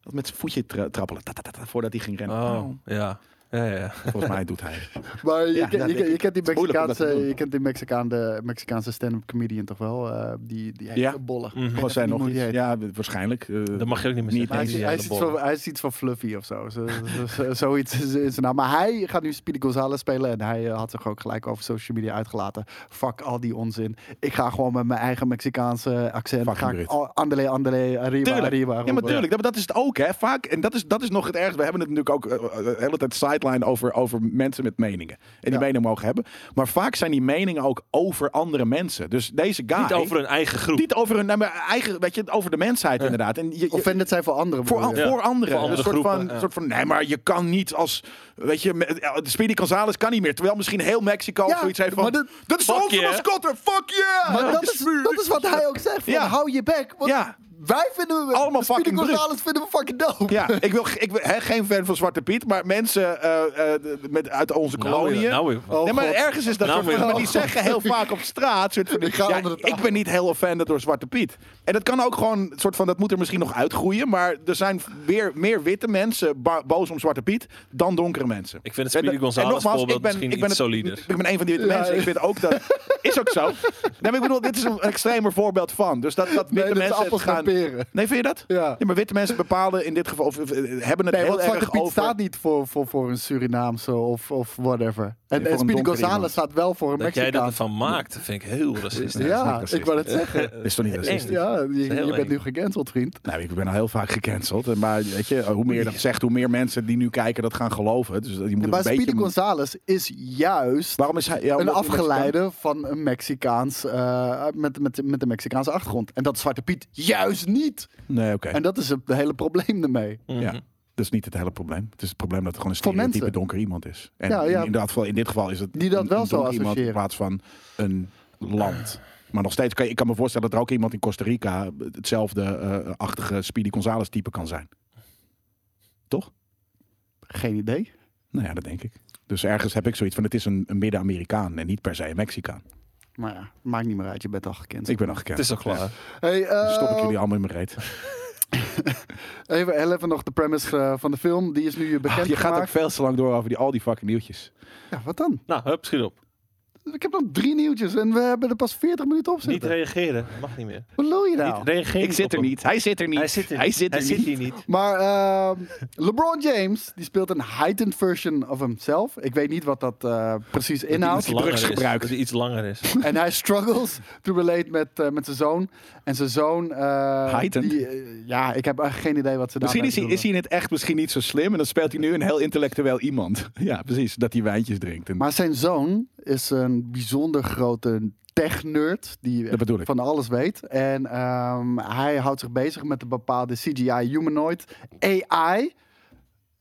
Speaker 1: Dat met zijn voetje tra- trappelen. Ta- ta- ta- ta, voordat hij ging rennen.
Speaker 3: Oh, ja. Ja, ja, ja.
Speaker 1: Volgens mij doet hij.
Speaker 2: Maar je,
Speaker 1: Ja,
Speaker 2: ken-
Speaker 1: dat
Speaker 2: je,
Speaker 1: denk
Speaker 2: ken- je
Speaker 1: ik.
Speaker 2: kent die
Speaker 1: Het is moeilijk om dat te
Speaker 2: Mexicaanse,
Speaker 1: doen.
Speaker 2: je kent die Mexicaan, de Mexicaanse stand-up comedian toch wel? Eh, die die heeft
Speaker 1: Ja.
Speaker 2: een bolle.
Speaker 3: Mhm.
Speaker 1: Was hij
Speaker 2: niet
Speaker 1: nog
Speaker 2: hoe die
Speaker 1: iets?
Speaker 2: heet.
Speaker 1: Ja, waarschijnlijk. Eh,
Speaker 3: Dat mag je ook niet meer
Speaker 1: Niet
Speaker 3: zeggen.
Speaker 2: Maar Hij
Speaker 1: eens.
Speaker 2: is,
Speaker 3: Die
Speaker 2: hij,
Speaker 3: hele
Speaker 2: is iets
Speaker 3: bol.
Speaker 2: van, hij is iets van fluffy of zo. Zo- zo- zo- Zoiets is in zijn naam. Maar hij gaat nu Speedy Gonzales spelen. En hij eh, had zich ook gelijk over social media uitgelaten. Fuck al die onzin. Ik ga gewoon met mijn eigen Mexicaanse accent.
Speaker 1: Fucking
Speaker 2: Ga ik,
Speaker 1: Brit.
Speaker 2: al- andele, andele, arriba,
Speaker 1: Tuurlijk.
Speaker 2: arriba.
Speaker 1: Ja, maar
Speaker 2: roepen.
Speaker 1: tuurlijk. Dat, dat is het ook, hè. Vaak, en dat is, dat is nog het ergste. We hebben het natuurlijk ook eh, eh, de hele tijd sideline over, over mensen met meningen. En die
Speaker 2: Ja.
Speaker 1: meningen mogen hebben. Maar vaak zijn die meningen ook over andere mensen. Dus deze guy...
Speaker 3: Niet over een eigen groep.
Speaker 1: Niet over hun nou, maar eigen, weet je, over de mensheid inderdaad. En je, je-
Speaker 2: Offended zijn voor anderen.
Speaker 1: voor,
Speaker 2: bedoel
Speaker 1: an-
Speaker 2: je?
Speaker 1: voor anderen.
Speaker 3: Voor andere
Speaker 1: een soort van,
Speaker 3: groepen, ja.
Speaker 1: soort van, nee, maar je kan niet als, weet je, me- eh, Speedy Gonzales kan niet meer. Terwijl misschien heel Mexico
Speaker 2: Ja,
Speaker 1: of zoiets heeft van,
Speaker 2: maar dat-
Speaker 1: dat is
Speaker 3: Fuck
Speaker 1: onze
Speaker 3: yeah.
Speaker 1: mascotte, fuck yeah!
Speaker 2: Maar dat is, dat is wat hij ook zegt. Van,
Speaker 1: Ja.
Speaker 2: Hou je bek. Want
Speaker 1: Ja.
Speaker 2: Wij vinden we,
Speaker 1: Allemaal
Speaker 2: Speedy
Speaker 1: fucking druk.
Speaker 2: Gonzales vinden we fucking dope.
Speaker 1: Ja, ik, wil, ik ben hè, geen fan van Zwarte Piet, maar mensen eh, eh, met, uit onze
Speaker 3: Nou,
Speaker 1: koloniën.
Speaker 3: weer- nou, weer-
Speaker 2: Oh,
Speaker 1: nee, maar
Speaker 2: God.
Speaker 1: ergens is dat
Speaker 3: Nou,
Speaker 1: soort van-
Speaker 3: weer-
Speaker 1: maar die
Speaker 2: oh,
Speaker 1: zeggen heel vaak op straat, soort van,
Speaker 2: Ik ga
Speaker 1: ja,
Speaker 2: onder de
Speaker 1: ik
Speaker 2: tafel.
Speaker 1: ben niet heel offended door Zwarte Piet. En dat kan ook gewoon, soort van, dat moet er misschien nog uitgroeien, maar er zijn weer meer witte mensen ba- boos om Zwarte Piet dan donkere mensen.
Speaker 3: Ik vind het
Speaker 1: En
Speaker 3: Speedy
Speaker 1: dat- en
Speaker 3: Gonzales
Speaker 1: nogmaals,
Speaker 3: voorbeeld
Speaker 1: ik ben-
Speaker 3: misschien
Speaker 1: ik ben
Speaker 3: iets
Speaker 1: het-
Speaker 3: solider.
Speaker 1: Ik ben een van die witte
Speaker 2: Ja,
Speaker 1: mensen. Ik
Speaker 2: ja.
Speaker 1: vind ook dat. Is ook zo. Nee, maar ik bedoel, dit is een extremer voorbeeld van. Dus dat, dat witte
Speaker 2: Nee, dat is
Speaker 1: mensen het
Speaker 2: appels en
Speaker 1: gaan.
Speaker 2: peren.
Speaker 1: Nee, vind je dat?
Speaker 2: Ja.
Speaker 1: maar witte mensen bepalen in dit geval, of, of, eh, hebben het
Speaker 2: Nee,
Speaker 1: heel
Speaker 2: want Zwarte
Speaker 1: erg
Speaker 2: Piet
Speaker 1: over...
Speaker 2: staat niet voor, voor, voor een Surinaamse of, of whatever. En,
Speaker 1: voor
Speaker 2: en
Speaker 1: een
Speaker 2: Speedy
Speaker 1: donkere
Speaker 2: Gonzales
Speaker 1: iemand.
Speaker 2: staat wel voor een
Speaker 3: Dat jij dat
Speaker 2: Mexicaan.
Speaker 3: ervan maakt, vind ik heel racistisch.
Speaker 2: Ja, ik wou het zeggen.
Speaker 1: Is toch niet racistisch?
Speaker 2: Ja, je,
Speaker 3: heel
Speaker 2: je bent
Speaker 3: eng.
Speaker 2: nu gecanceld, vriend.
Speaker 1: Nou, ik ben al heel vaak gecanceld. eh, Maar weet je, hoe meer je dat zegt, hoe meer mensen die nu kijken dat gaan geloven. Dus je moet
Speaker 2: maar
Speaker 1: een
Speaker 2: Speedy
Speaker 1: beetje...
Speaker 2: Gonzales is juist
Speaker 1: Waarom is hij... ja,
Speaker 2: een
Speaker 1: omdat hij
Speaker 2: afgeleide van een Mexicaans, eh, met, met, met een Mexicaanse achtergrond. En dat Zwarte Piet juist niet.
Speaker 1: Mexica- Nee, oké.
Speaker 2: En dat is het hele probleem ermee.
Speaker 1: Ja. Dat is niet het hele probleem. Het is het probleem dat er gewoon een
Speaker 2: Mhm. Voor
Speaker 1: stereotype
Speaker 2: mensen.
Speaker 1: donker iemand is. En
Speaker 2: Ja,
Speaker 1: in-
Speaker 2: ja.
Speaker 1: In, dat geval, in dit geval is het
Speaker 2: Die dat
Speaker 1: een,
Speaker 2: wel
Speaker 1: een
Speaker 2: zo
Speaker 1: donker iemand in
Speaker 2: associëren.
Speaker 1: plaats van een land. Maar nog steeds, kan je, ik kan me voorstellen dat er ook iemand in Costa Rica hetzelfde eh, achtige Speedy Gonzales type kan zijn. Toch?
Speaker 2: Geen idee.
Speaker 1: Nou ja, dat denk ik. Dus ergens heb ik zoiets van, het is een, een Midden-Amerikaan en niet per se een Mexicaan.
Speaker 2: Maar ja, maakt niet meer uit. Je bent al gekend.
Speaker 1: Ik ben al gekend.
Speaker 3: Het is al klaar.
Speaker 2: Hey, eh,
Speaker 1: Dus stop ik jullie allemaal in mijn reet.
Speaker 2: even, heel even nog de premise eh, van de film. Die is nu eh, bekend
Speaker 1: Ah, je gaat ook
Speaker 2: gemaakt.
Speaker 1: veel te lang door over die, al die fucking nieuwtjes.
Speaker 2: Ja, wat dan?
Speaker 3: Nou, hup, schiet op.
Speaker 2: Ik heb nog drie nieuwtjes en we hebben er pas 40 minuten op
Speaker 3: Niet
Speaker 2: zitten.
Speaker 3: reageren. Mag niet meer.
Speaker 2: Wat lul je nou?
Speaker 3: Niet reageren. op hem.
Speaker 1: Hij zit er
Speaker 3: Hij zit er niet. Hij zit hier niet.
Speaker 2: Maar ehm, LeBron James die speelt een heightened version of himself. Ik weet niet wat dat eh, precies
Speaker 3: Dat
Speaker 2: inhoudt.
Speaker 3: hij iets langer
Speaker 1: drugs
Speaker 3: is.
Speaker 1: gebruikt.
Speaker 3: Dat hij iets langer is.
Speaker 2: En hij struggles to relate met, eh, met zijn zoon. En zijn zoon. eh,
Speaker 1: Heightened?
Speaker 2: die, eh, ja, ik heb echt geen idee wat ze daar.
Speaker 1: Misschien is hij, is hij in het echt misschien niet zo slim en dan speelt hij nu een heel intellectueel iemand. Ja, precies. Dat hij wijntjes drinkt. En
Speaker 2: Maar zijn zoon is een bijzonder grote tech-nerd. Die echt
Speaker 1: bedoel ik.
Speaker 2: van alles weet. En ehm, hij houdt zich bezig met een bepaalde CGI-humanoid AI.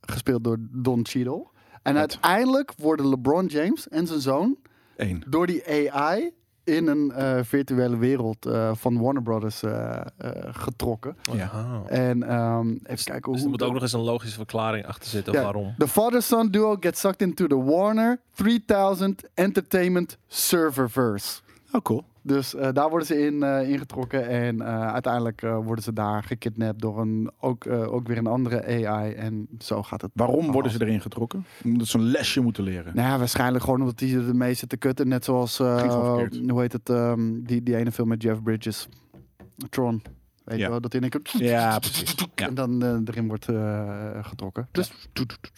Speaker 2: Gespeeld door Don Cheadle. En uiteindelijk worden LeBron James en zijn zoon
Speaker 1: één.
Speaker 2: door die AI in een eh, virtuele wereld eh, van Warner Brothers eh, eh, getrokken.
Speaker 1: Ja.
Speaker 3: Ah.
Speaker 2: En ehm, even kijken
Speaker 3: Dus
Speaker 2: hoe...
Speaker 3: er moet
Speaker 2: dat-
Speaker 3: ook nog eens een logische verklaring achter zitten
Speaker 2: Ja.
Speaker 3: waarom.
Speaker 2: The father-son duo gets sucked into the Warner 3000 Entertainment Serververse.
Speaker 1: Oh, cool.
Speaker 2: Dus eh, daar worden ze in eh, ingetrokken en eh, uiteindelijk eh, worden ze daar gekidnapt door een, ook, eh, ook weer een andere AI. En zo gaat het.
Speaker 1: Waarom worden ze erin getrokken? Omdat ze een lesje moeten leren.
Speaker 2: Nou ja, waarschijnlijk gewoon omdat die er mee zitten kutten. Net zoals, eh,
Speaker 1: Ging gewoon verkeerd.
Speaker 2: hoe heet het, ehm, die, die ene film met Jeff Bridges. Tron. Weet
Speaker 1: Ja.
Speaker 2: je wel, dat in een keer...
Speaker 1: Ja, precies. Ja.
Speaker 2: En dan eh, erin wordt eh, getrokken. Dus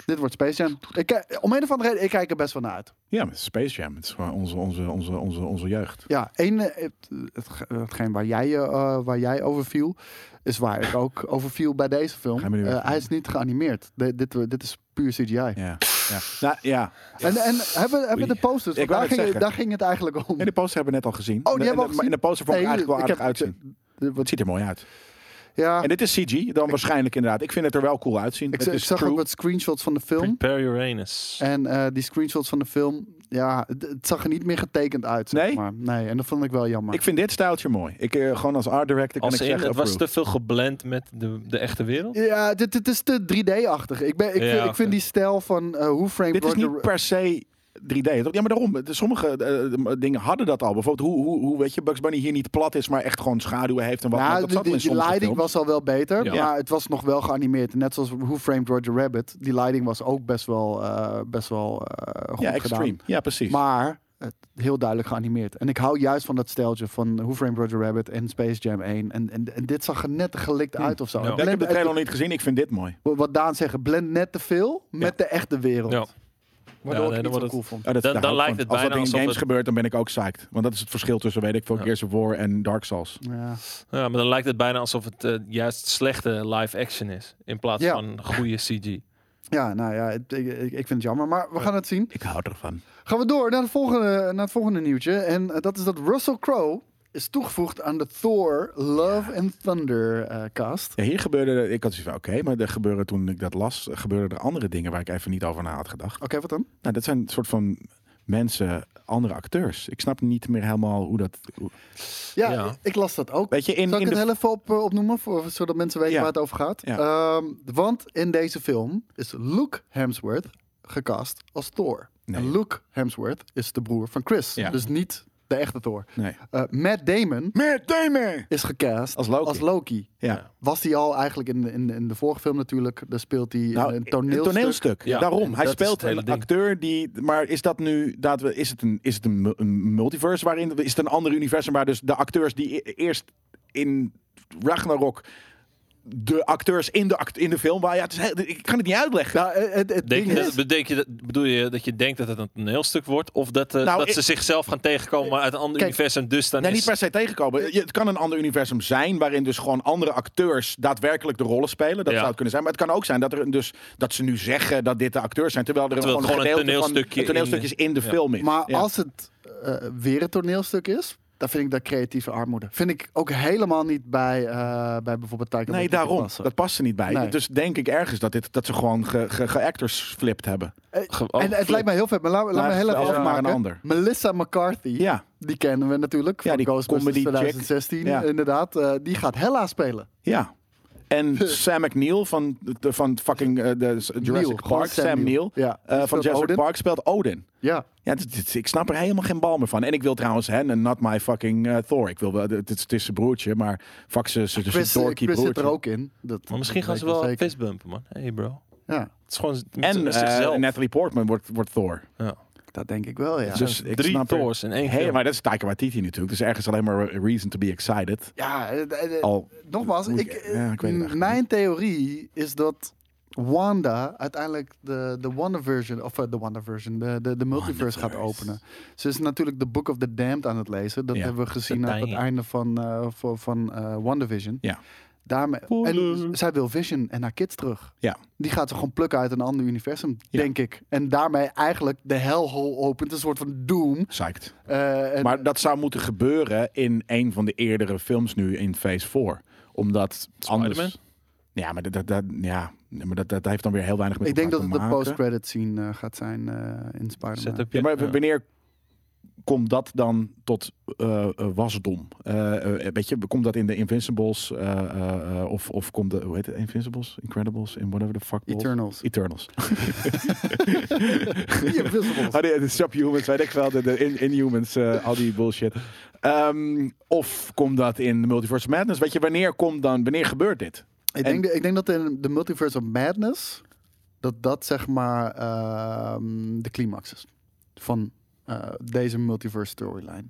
Speaker 2: dit wordt Space Jam. Ik, kijk- om een of andere reden, ik kijk er best wel naar uit.
Speaker 1: ja, maar Space Jam. Het is gewoon onze, onze, onze, onze, onze jeugd.
Speaker 2: Ja, één, eh, het, het- hetgeen waar jij, je, eh, waar jij over viel, is waar ik ook over viel bij deze film.
Speaker 1: Ga je me nu
Speaker 2: Eh,
Speaker 1: weg-
Speaker 2: hij is niet geanimeerd. De- dit, dit is puur CGI.
Speaker 1: Ja. ja. Nou, ja.
Speaker 2: En, en hebben, hebben we de posters?
Speaker 1: Ik wou
Speaker 2: Want daar,
Speaker 1: net
Speaker 2: ging,
Speaker 1: zeggen.
Speaker 2: daar ging het eigenlijk om.
Speaker 1: En de poster hebben we net al gezien.
Speaker 2: Oh, die
Speaker 1: En-
Speaker 2: hebben we al
Speaker 1: en- maar In de poster vond ik
Speaker 2: Nee,
Speaker 1: eigenlijk wel
Speaker 2: ik
Speaker 1: aardig
Speaker 2: heb-
Speaker 1: uitzien.
Speaker 2: De- wat-
Speaker 1: Het ziet er mooi uit.
Speaker 2: ja,
Speaker 1: En dit is CG, dan waarschijnlijk inderdaad. Ik vind het er wel cool uitzien.
Speaker 2: ik,
Speaker 1: Het
Speaker 2: z- ik
Speaker 1: is
Speaker 2: zag
Speaker 1: true.
Speaker 2: ook wat screenshots van de film.
Speaker 3: Prepare your anus.
Speaker 2: En eh, die screenshots van de film, ja, het, het zag er niet meer getekend uit. Zeg
Speaker 1: Nee?
Speaker 2: Maar. Nee, en dat vond ik wel jammer.
Speaker 1: Ik vind dit stijltje mooi. Ik, eh, gewoon als art director kan
Speaker 3: Als
Speaker 1: ik
Speaker 3: in,
Speaker 1: zeggen...
Speaker 3: het was
Speaker 1: approved.
Speaker 3: te veel geblend met de, de echte wereld.
Speaker 2: Ja, dit, dit is te 3D-achtig. Ik, ben, ik,
Speaker 3: Ja,
Speaker 2: vind,
Speaker 3: oké.
Speaker 2: ik vind die stijl van eh hoe framed
Speaker 1: Dit is
Speaker 2: Roger-
Speaker 1: niet per se 3D. toch? Ja, maar daarom. de- Sommige eh, dingen hadden dat al. Bijvoorbeeld hoe, hoe, hoe weet je Bugs Bunny hier niet plat is, maar echt gewoon schaduwen heeft en wat.
Speaker 2: nou,
Speaker 1: maar dat
Speaker 2: die,
Speaker 1: zat al
Speaker 2: die,
Speaker 1: in
Speaker 2: die
Speaker 1: sommige
Speaker 2: leiding
Speaker 1: films.
Speaker 2: was al wel beter,
Speaker 3: Ja.
Speaker 2: maar het was nog wel geanimeerd. Net zoals Who Framed Roger Rabbit. Die leiding was ook best wel, eh, best wel eh, goed
Speaker 1: ja,
Speaker 2: gedaan.
Speaker 1: extreme. Ja, precies.
Speaker 2: Maar het, heel duidelijk geanimeerd. En ik hou juist van dat steltje van Who Framed Roger Rabbit en Space Jam 1. En, en, en dit zag er net gelikt uit of zo.
Speaker 3: Ja.
Speaker 2: Het
Speaker 1: Hmm. Ja, ik heb
Speaker 2: blend-
Speaker 1: de trailer nog niet gezien. Ik vind dit mooi. Oh,
Speaker 2: het- wat Daan zegt, het blend net te veel met de echte wereld.
Speaker 3: Ja.
Speaker 2: Waardoor
Speaker 3: nee,
Speaker 2: ik
Speaker 3: dan
Speaker 2: het niet zo
Speaker 3: wordt
Speaker 2: cool
Speaker 3: het-
Speaker 2: vond.
Speaker 1: Oh, dat,
Speaker 3: Dan-
Speaker 1: daar
Speaker 3: dan
Speaker 1: hou ik
Speaker 3: lijkt
Speaker 1: van.
Speaker 3: het bijna
Speaker 1: Als dat in
Speaker 3: alsof
Speaker 1: games
Speaker 3: het-
Speaker 1: gebeurt, dan ben ik ook psyched. Want dat is het verschil tussen, weet ik veel,
Speaker 3: Ja.
Speaker 1: Gears of War en Dark Souls.
Speaker 2: Ja.
Speaker 3: Ja, maar dan lijkt het bijna alsof het eh, juist slechte live action is. In plaats
Speaker 2: Ja.
Speaker 3: van goede CG.
Speaker 2: ja, nou ja, het- ik, ik ik vind het jammer, maar we gaan het zien.
Speaker 1: Ik hou ervan.
Speaker 2: Gaan we door naar, de volgende, naar het volgende nieuwtje. En eh, dat is dat Russell Crowe is toegevoegd aan de Thor Love and Thunder eh, cast.
Speaker 1: Ja, hier gebeurde, ik had zoiets van oké, maar er gebeurde, toen ik dat las, gebeurden er andere dingen waar ik even niet over na had gedacht.
Speaker 2: Oké, wat dan?
Speaker 1: Nou, dat zijn soort van mensen, andere acteurs. Ik snap niet meer helemaal hoe dat... hoe-
Speaker 2: Ja,
Speaker 3: Ja.
Speaker 2: ik las dat ook.
Speaker 1: Weet je, in,
Speaker 2: Zal ik
Speaker 1: in de
Speaker 2: het heel even op, eh, opnoemen, voor, zodat mensen weten
Speaker 1: Ja.
Speaker 2: waar het over gaat?
Speaker 1: Ja.
Speaker 2: Ehm, want in deze film is Luke Hemsworth gecast als Thor.
Speaker 1: Nee.
Speaker 2: En Luke Hemsworth is de broer van Chris,
Speaker 1: Ja.
Speaker 2: dus niet de echte Thor.
Speaker 1: Nee.
Speaker 2: Eh, Matt Damon
Speaker 1: Matt Damon!
Speaker 2: is gecast
Speaker 1: Als Loki.
Speaker 2: Als Loki.
Speaker 1: Ja.
Speaker 2: Was hij al eigenlijk in, de- in, de- in de vorige film natuurlijk. Daar speelt hij
Speaker 1: Nou,
Speaker 2: in een
Speaker 1: Een
Speaker 2: toneelstuk.
Speaker 1: toneelstuk.
Speaker 3: Ja,
Speaker 1: Daarom.
Speaker 3: en
Speaker 1: Hij
Speaker 3: dat is
Speaker 1: speelt
Speaker 3: het hele
Speaker 1: een
Speaker 3: ding.
Speaker 1: acteur die. Maar is dat nu. Dat we, is het, een, is het een, mu- een multiverse waarin. Is het een ander universum waar dus de acteurs die e- eerst in Ragnarok de acteurs in de, act in de film. Maar ja, het is heel- ik kan het niet uitleggen.
Speaker 2: Nou, het, het- het ding
Speaker 3: Denk je
Speaker 2: is...
Speaker 3: dat, bedenk je dat, bedoel je dat je denkt dat het een toneelstuk wordt? Of dat, eh,
Speaker 1: Nou,
Speaker 3: dat
Speaker 1: ik-
Speaker 3: ze zichzelf gaan tegenkomen uit een ander
Speaker 2: Kijk,
Speaker 3: universum? Dus dan
Speaker 1: Nee,
Speaker 3: is...
Speaker 1: niet per se tegenkomen. Je- Het kan een ander universum zijn waarin dus gewoon andere acteurs daadwerkelijk de rollen spelen. Dat
Speaker 3: Ja.
Speaker 1: zou het kunnen zijn. Maar het kan ook zijn dat, er een- dus, dat ze nu zeggen dat dit de acteurs zijn. Terwijl er
Speaker 3: Terwijl
Speaker 1: gewoon,
Speaker 3: het
Speaker 1: een,
Speaker 3: gewoon een
Speaker 1: gedeelte van-
Speaker 3: toneelstukje
Speaker 1: een toneelstukje is in de
Speaker 3: ja.
Speaker 1: film is.
Speaker 2: Maar
Speaker 1: Ja.
Speaker 2: als het eh, weer een toneelstuk is, dan vind ik dat creatieve armoede. Vind ik ook helemaal niet bij, eh, bij bijvoorbeeld Tiger
Speaker 1: Nee, daarom. Dat past er niet bij.
Speaker 2: Nee.
Speaker 1: Dus denk ik ergens dat, dit, dat ze gewoon ge- ge- geactors flipped hebben.
Speaker 3: Ge- oh,
Speaker 2: Eh, En het lijkt me heel vet, maar laat, laat me
Speaker 1: Laat
Speaker 2: heel even
Speaker 1: het wel maar
Speaker 2: afmaken.
Speaker 1: een ander.
Speaker 2: Melissa McCarthy,
Speaker 1: Ja,
Speaker 2: die kennen we natuurlijk
Speaker 1: Ja,
Speaker 2: van
Speaker 1: die
Speaker 2: Ghostbusters
Speaker 1: comedy chick.
Speaker 2: 2016,
Speaker 1: Ja.
Speaker 2: inderdaad. Eh, die gaat Hella spelen.
Speaker 1: ja. En Sam McNeill van, de, van fucking eh, de Jurassic
Speaker 2: Neil, gewoon
Speaker 1: Park, Sam, Neill,
Speaker 2: Ja.
Speaker 1: eh,
Speaker 2: Die
Speaker 1: van
Speaker 2: speelt
Speaker 1: Jurassic
Speaker 2: Odin.
Speaker 1: Park speelt Odin.
Speaker 2: Ja.
Speaker 1: Ja, dit- dit- ik snap er helemaal geen bal meer van. En ik wil trouwens, hè, n- not my fucking eh, Thor. Ik wil wel, het is, het is zijn broertje, maar fuck ze, ze dus
Speaker 2: Chris, eh,
Speaker 1: een dorky
Speaker 2: Chris zit
Speaker 1: broertje.
Speaker 2: er ook in. Dat,
Speaker 3: maar misschien
Speaker 2: dat
Speaker 3: gaan ze
Speaker 2: weet ik
Speaker 3: wel
Speaker 2: zeker.
Speaker 3: fistbumpen, man. Hey bro.
Speaker 2: Ja,
Speaker 3: Het is gewoon met
Speaker 1: En
Speaker 3: z-
Speaker 1: eh,
Speaker 3: zichzelf.
Speaker 1: Natalie Portman wordt, wordt Thor.
Speaker 2: dat denk ik wel, ja.
Speaker 1: Dus ik
Speaker 3: Drie
Speaker 1: snap er-
Speaker 3: Thors in één
Speaker 1: Hey,
Speaker 3: film.
Speaker 1: maar dat is Taika Waititi natuurlijk. Dus ergens alleen maar a reason to be excited.
Speaker 2: Ja, eh, eh,
Speaker 1: Al
Speaker 2: Nogmaals,
Speaker 1: Moet ik-
Speaker 2: ik,
Speaker 1: ja, ik weet het eigenlijk
Speaker 2: mijn theorie is dat Wanda uiteindelijk de, de Wonder Version, of eh, de Wonder Version, de, de, de multiverse gaat
Speaker 3: Wonderverse.
Speaker 2: openen. Ze is natuurlijk de Book of the Damned aan het lezen. Dat
Speaker 1: Ja,
Speaker 2: hebben we gezien
Speaker 3: dat
Speaker 2: aan het
Speaker 3: ding.
Speaker 2: einde van, eh van, van eh, WandaVision.
Speaker 1: Ja.
Speaker 2: Daarmee, en
Speaker 3: Wonder.
Speaker 2: zij wil Vision en haar kids terug.
Speaker 1: Ja.
Speaker 2: Die gaat ze gewoon plukken uit een ander universum,
Speaker 1: Ja.
Speaker 2: denk ik. En daarmee eigenlijk de hellhole opent, een soort van doom.
Speaker 1: psyched.
Speaker 2: Eh, en-
Speaker 1: Maar dat zou moeten gebeuren in een van de eerdere films nu in Phase 4. Omdat anders...
Speaker 3: Spider-Man?
Speaker 1: Ja, maar, dat, dat, dat- ja, maar dat, dat heeft dan weer heel weinig met
Speaker 2: ik denk dat
Speaker 1: elkaar
Speaker 2: het
Speaker 1: te
Speaker 2: een
Speaker 1: maken.
Speaker 2: post-credit scene eh, gaat zijn eh, in Spider-Man.
Speaker 3: Zet op
Speaker 1: Ja,
Speaker 3: je-
Speaker 1: maar
Speaker 3: ja.
Speaker 1: w- wanneer komt dat dan tot eh, eh, wasdom? Eh, eh, weet je, komt dat in de Invincibles eh, eh, eh, of, of komt de, hoe heet het, Invincibles, Incredibles, in whatever the fuck. balls?
Speaker 2: Eternals.
Speaker 1: Eternals.
Speaker 2: Die Invisibles.
Speaker 1: Oh, nee, de subhumans, weet ik wel, de, de in, inhumans, eh, al die bullshit. Ehm, of komt dat in Multiverse Madness? Weet je, wanneer komt dan, wanneer gebeurt dit?
Speaker 2: Ik,
Speaker 1: En-
Speaker 2: denk, de- ik denk dat in de Multiverse of Madness, dat dat zeg maar ehm, de climax is van eh, deze multiverse storyline.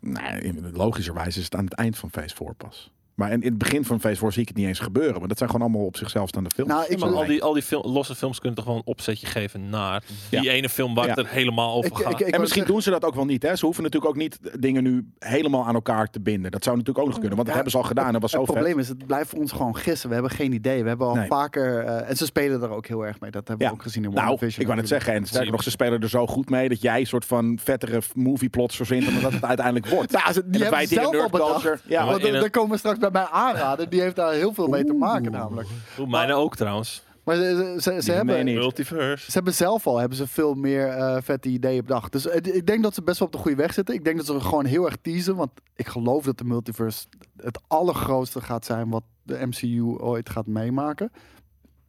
Speaker 1: Nou, in- logischerwijs is het aan het eind van Phase 4 pas. Maar in, in het begin van Phase 4 zie ik het niet eens gebeuren. Want dat zijn gewoon allemaal op zichzelf staande films.
Speaker 2: Nou, ik-
Speaker 3: Ja, maar
Speaker 1: Zo
Speaker 3: al
Speaker 1: lijkt
Speaker 3: die, al die fil- losse films kunnen toch wel een opzetje geven naar die
Speaker 1: Ja.
Speaker 3: ene film waar het
Speaker 1: Ja.
Speaker 3: er helemaal over
Speaker 2: Ik- ik-
Speaker 3: gaat.
Speaker 2: ik-
Speaker 1: en
Speaker 2: wou
Speaker 1: misschien
Speaker 2: zeggen-
Speaker 1: doen ze dat ook wel niet. Hè? Ze hoeven natuurlijk ook niet dingen nu helemaal aan elkaar te binden. Dat zou natuurlijk ook nog kunnen. Want dat
Speaker 2: Ja,
Speaker 1: hebben ze al gedaan. Dat was zo
Speaker 2: het
Speaker 1: vet.
Speaker 2: probleem is, het blijft ons gewoon gissen. We hebben geen idee. We hebben al
Speaker 1: Nee.
Speaker 2: vaker... eh, en ze spelen er ook heel erg mee. Dat hebben
Speaker 1: Ja.
Speaker 2: we ook gezien in
Speaker 1: Nou,
Speaker 2: WandaVision.
Speaker 1: ik wou net
Speaker 2: natuurlijk.
Speaker 1: zeggen. En sterker nog, ze spelen er zo goed mee dat jij een soort van vettere movieplots verzint. omdat het uiteindelijk wordt.
Speaker 2: Nou, ze- die
Speaker 1: En dat
Speaker 2: hebben
Speaker 1: wij
Speaker 2: het
Speaker 1: het in de
Speaker 2: zelf al
Speaker 1: nerdculture-
Speaker 2: bedacht.
Speaker 1: ja.
Speaker 2: want
Speaker 3: in
Speaker 2: dan
Speaker 3: een-
Speaker 2: dan Oh, komen we straks bij mij aanraden. Die heeft daar heel veel mee te maken namelijk.
Speaker 3: Doe mijne ook trouwens.
Speaker 2: Maar ze, ze, ze, ze
Speaker 1: van mij
Speaker 2: hebben...
Speaker 1: niet.
Speaker 3: Multiverse.
Speaker 2: Ze hebben zelf al hebben ze veel meer eh, vette ideeën bedacht. Dus eh, ik denk dat ze best wel op de goede weg zitten. Ik denk dat ze gewoon heel erg teasen. Want ik geloof dat de multiverse het allergrootste gaat zijn wat de MCU ooit gaat meemaken.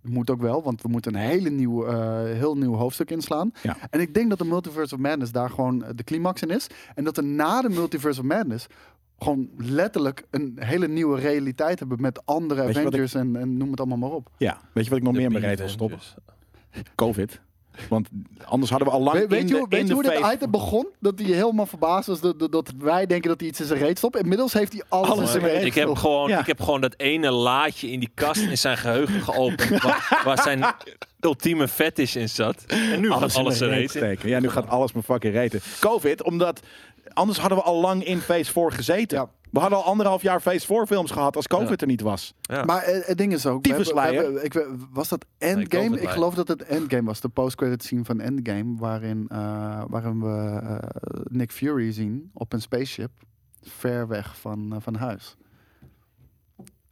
Speaker 2: Moet ook wel, want we moeten een hele nieuw, eh, heel nieuw hoofdstuk inslaan.
Speaker 1: Ja.
Speaker 2: En ik denk dat de Multiverse of Madness daar gewoon eh, de climax in is. En dat we na de Multiverse of Madness gewoon letterlijk een hele nieuwe realiteit hebben met andere
Speaker 1: Weet je wat
Speaker 2: Avengers en, en noem het allemaal maar op.
Speaker 1: Ja. Weet je wat ik nog meer in mijn reet wil stoppen?
Speaker 3: dus.
Speaker 1: Covid. Want anders hadden we al lang
Speaker 2: We- weet
Speaker 1: in
Speaker 2: je,
Speaker 1: de,
Speaker 2: hoe- weet
Speaker 1: in
Speaker 2: je
Speaker 1: de
Speaker 2: hoe dit
Speaker 1: phase-
Speaker 2: item begon? Dat hij helemaal verbaasd was dat, dat- dat wij denken dat hij iets in zijn reet stopt. Inmiddels heeft hij alles,
Speaker 1: Alles
Speaker 2: in zijn
Speaker 1: in
Speaker 2: reet
Speaker 1: mijn
Speaker 3: Ik heb,
Speaker 2: gestopt.
Speaker 3: gewoon,
Speaker 1: Ja.
Speaker 3: ik heb gewoon dat ene laadje in die kast in zijn geheugen geopend. waar, waar zijn ultieme fetish in zat. En nu
Speaker 1: alles,
Speaker 3: gaat alles
Speaker 1: in mijn
Speaker 3: eruit.
Speaker 1: reet steken. Ja, nu gaat alles mijn fucking reten. Covid, omdat anders hadden we al lang in Phase 4 gezeten.
Speaker 2: Ja.
Speaker 1: We hadden al anderhalf jaar Phase 4 films gehad als Covid er niet was.
Speaker 3: Ja.
Speaker 2: Maar eh, het ding is ook... we hebben- we
Speaker 1: Tyfusleier.
Speaker 2: hebben- ik, we- was dat
Speaker 3: Nee,
Speaker 2: Endgame?
Speaker 3: ik geloof het
Speaker 2: ik
Speaker 3: bij.
Speaker 2: geloof dat het Endgame was. De post-credit scene van Endgame. Waarin, eh, waarin we eh, Nick Fury zien op een spaceship. Ver weg van, eh, van huis.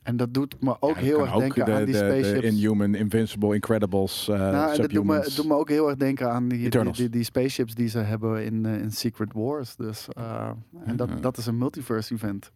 Speaker 2: En dat doet me ook
Speaker 1: Ja, dat
Speaker 2: heel
Speaker 1: kan
Speaker 2: erg
Speaker 1: ook
Speaker 2: denken
Speaker 1: de-
Speaker 2: aan die
Speaker 1: de- de
Speaker 2: spaceships.
Speaker 1: Inhuman, Invincible, Incredibles, eh
Speaker 2: Nou, en dat doet me,
Speaker 1: Subhumans.
Speaker 2: doet me ook heel erg denken aan die, die,
Speaker 1: Eternals.
Speaker 2: die, die spaceships die ze hebben in, eh, in Secret Wars. Dus, eh, en dat,
Speaker 1: Ja.
Speaker 2: dat is een multiverse event.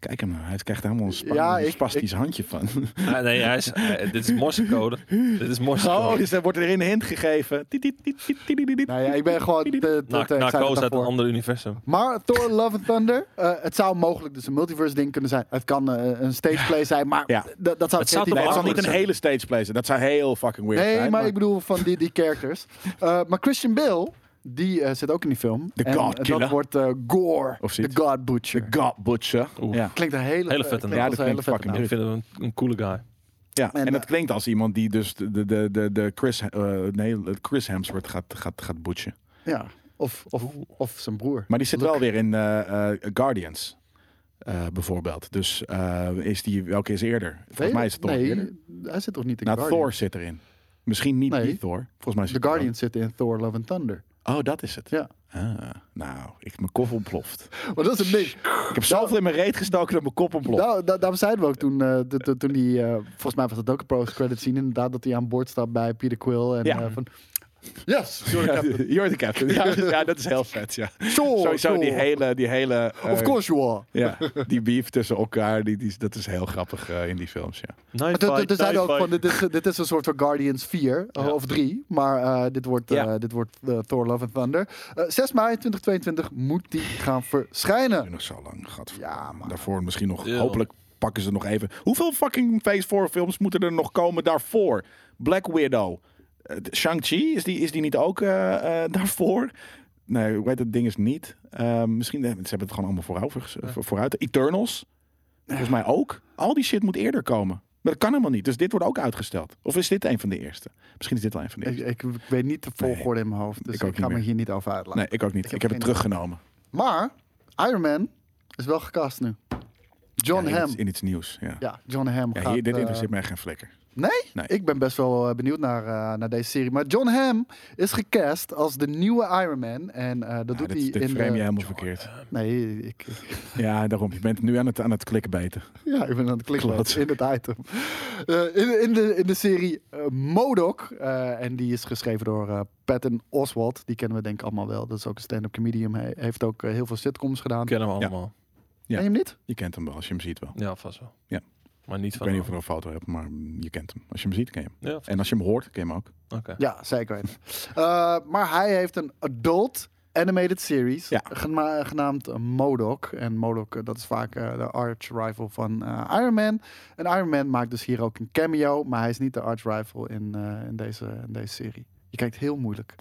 Speaker 1: Kijk hem nou, hij krijgt helemaal een, spa-
Speaker 2: Ja,
Speaker 1: een
Speaker 2: ik-
Speaker 1: spastisch handje van.
Speaker 3: Ah, nee, hij is, eh, dit is morsecode. dit is morsecode.
Speaker 1: Oh, dus er wordt er een hint gegeven. Tiet, tiet, tiet, tiet, tiet, tiet, tiet.
Speaker 2: Nou ja, ik ben gewoon te, te,
Speaker 1: eh,
Speaker 3: Na-
Speaker 2: te excited
Speaker 3: Narcose uit een
Speaker 2: daarvoor.
Speaker 3: ander universum.
Speaker 2: Maar Thor Love and Thunder, eh, het zou mogelijk dus een multiverse ding kunnen zijn. Het kan eh, een stageplay zijn, maar
Speaker 1: Ja.
Speaker 2: dat- dat zou
Speaker 3: Het zou
Speaker 1: Nee,
Speaker 2: creatief
Speaker 1: het zal
Speaker 3: Awkward
Speaker 1: niet een
Speaker 3: zijn.
Speaker 1: hele stage play zijn. Dat zou heel fucking weird
Speaker 2: Nee,
Speaker 1: zijn.
Speaker 2: maar ik bedoel van die, die characters. Eh, maar Christian Bale, die eh, zit ook in die film.
Speaker 1: The
Speaker 2: en
Speaker 1: God Killer.
Speaker 2: dat wordt eh, Gore,
Speaker 1: Of
Speaker 2: The
Speaker 1: zoiets.
Speaker 2: God Butcher.
Speaker 1: God Butcher.
Speaker 3: Oeh.
Speaker 1: Ja.
Speaker 2: Klinkt een hele,
Speaker 3: Hele vette
Speaker 2: klinkt
Speaker 3: naam.
Speaker 2: als
Speaker 1: Ja,
Speaker 2: een hele
Speaker 1: dat klinkt
Speaker 2: vette
Speaker 1: fucking
Speaker 3: Nou,
Speaker 2: naam.
Speaker 3: ik vind hem een, een coole guy.
Speaker 1: Ja, en,
Speaker 2: En,
Speaker 1: dat
Speaker 2: eh,
Speaker 1: klinkt als iemand die dus de, de, de, de Chris, eh, nee, Chris Hemsworth gaat, gaat, gaat butchen.
Speaker 2: Ja. Of, of, of zijn broer.
Speaker 1: Maar die zit wel weer in eh, eh, Guardians, eh, bijvoorbeeld. Dus eh, is die, welke is eerder? Volgens
Speaker 2: Nee,
Speaker 1: mij is het toch
Speaker 2: nee,
Speaker 1: eerder.
Speaker 2: hij zit toch niet in
Speaker 1: Nou,
Speaker 2: Guardian?
Speaker 1: Thor zit erin. Misschien niet
Speaker 2: Nee.
Speaker 1: die Thor. Volgens mij is
Speaker 2: The
Speaker 1: het
Speaker 2: Guardian zit in Thor Love and Thunder.
Speaker 1: Oh, dat is het.
Speaker 2: Ja.
Speaker 1: Ah, nou, ik, mijn kop ontploft.
Speaker 2: Maar dat is het ding.
Speaker 1: Ik heb zoveel in mijn reet gestoken dat mijn kop ontploft.
Speaker 2: Nou, da- daarom zeiden we ook toen, eh, de- de- toen die, eh, volgens mij was dat ook een post-credit scene, inderdaad, dat hij aan boord staat bij Peter Quill. En,
Speaker 1: Ja.
Speaker 2: eh, van, yes, you're
Speaker 1: Ja,
Speaker 2: the captain.
Speaker 1: You're the captain. Ja, ja, dat is heel vet, ja.
Speaker 2: Sure,
Speaker 1: Sowieso die
Speaker 2: sure.
Speaker 1: hele... Die hele eh,
Speaker 2: Of course you are.
Speaker 1: Ja, die beef tussen elkaar, die, die, dat is heel grappig eh, in die films, ja.
Speaker 2: Maar toen- toen- toen zeiden we ook van, dit is, dit is een soort van Guardians 4 eh,
Speaker 3: Ja.
Speaker 2: of 3, maar eh, dit wordt, eh,
Speaker 1: Ja.
Speaker 2: dit wordt eh, Thor Love and Thunder. Eh, 6 mei 2022 moet die gaan verschijnen.
Speaker 1: nog zo lang, gat.
Speaker 2: Ja, man.
Speaker 1: Daarvoor misschien nog,
Speaker 3: Ja.
Speaker 1: hopelijk pakken ze nog even. Hoeveel fucking Phase 4 films moeten er nog komen daarvoor? Black Widow. Eh, de- Shang-Chi, is die, is die niet ook eh, eh, daarvoor? Nee, hoe heet dat ding is niet. Eh, misschien, eh, ze hebben het gewoon allemaal vooruit. vooruit. Eternals, volgens mij ook. Al die shit moet eerder komen. Maar dat kan helemaal niet. Dus dit wordt ook uitgesteld. Of is dit een van de eerste? Misschien is dit wel een van de
Speaker 2: Ik,
Speaker 1: eerste.
Speaker 2: ik, ik weet niet de volgorde in mijn hoofd, dus
Speaker 1: ik
Speaker 2: ik,
Speaker 1: ook
Speaker 2: ga
Speaker 1: niet
Speaker 2: me
Speaker 1: meer.
Speaker 2: hier niet over uitlaten.
Speaker 1: Nee, ik ook niet. Ik heb,
Speaker 2: heb
Speaker 1: het
Speaker 2: geen-
Speaker 1: teruggenomen.
Speaker 2: Maar Iron Man is wel gecast nu. John
Speaker 1: Ja, in,
Speaker 2: Hamm.
Speaker 1: iets, in iets nieuws. Ja.
Speaker 2: Ja, John Hamm
Speaker 1: Ja,
Speaker 2: gaat...
Speaker 1: hier, dit
Speaker 2: eh,
Speaker 1: interesseert mij geen flikker.
Speaker 2: nee?
Speaker 1: Nee.
Speaker 2: Ik ben best wel eh, benieuwd naar, eh, naar deze serie. Maar John Hamm is gecast als de nieuwe Iron Man. En eh, dat
Speaker 1: Ja,
Speaker 2: doet
Speaker 1: dit
Speaker 2: hij
Speaker 1: dit
Speaker 2: in...
Speaker 1: frame je
Speaker 2: de-
Speaker 1: helemaal verkeerd.
Speaker 2: Nee, ik, ik-
Speaker 1: Ja, daarom. Je bent nu aan het, aan het klikken
Speaker 2: ja, ik ben aan het klikken
Speaker 1: Klopt.
Speaker 2: in het item. Eh, in, in, de, in de serie eh, MODOK. eh, en die is geschreven door eh, Patton Oswalt. Die kennen we denk ik allemaal wel. Dat is ook een stand-up comedian. Hij heeft ook eh, heel veel sitcoms gedaan.
Speaker 3: Kennen we allemaal.
Speaker 1: Ja.
Speaker 2: Ken je hem niet?
Speaker 1: Je kent hem wel, als je hem ziet wel.
Speaker 3: Ja, vast wel.
Speaker 1: Ja.
Speaker 3: Maar niet
Speaker 1: Ik
Speaker 3: van...
Speaker 1: weet niet of je er een foto hebt, maar mm, je kent hem. Als je hem ziet, ken je hem.
Speaker 3: Ja,
Speaker 1: En als je hem hoort, ken je hem ook.
Speaker 3: oké.
Speaker 2: Ja, zeker weten. Eh, maar hij heeft een adult animated series
Speaker 1: Ja.
Speaker 2: gena- genaamd eh, MODOK. En MODOK, eh, dat is vaak eh, de arch rival van eh, Iron Man. En Iron Man maakt dus hier ook een cameo, maar hij is niet de arch rival in, eh, in, deze, in deze serie. Je kijkt heel moeilijk.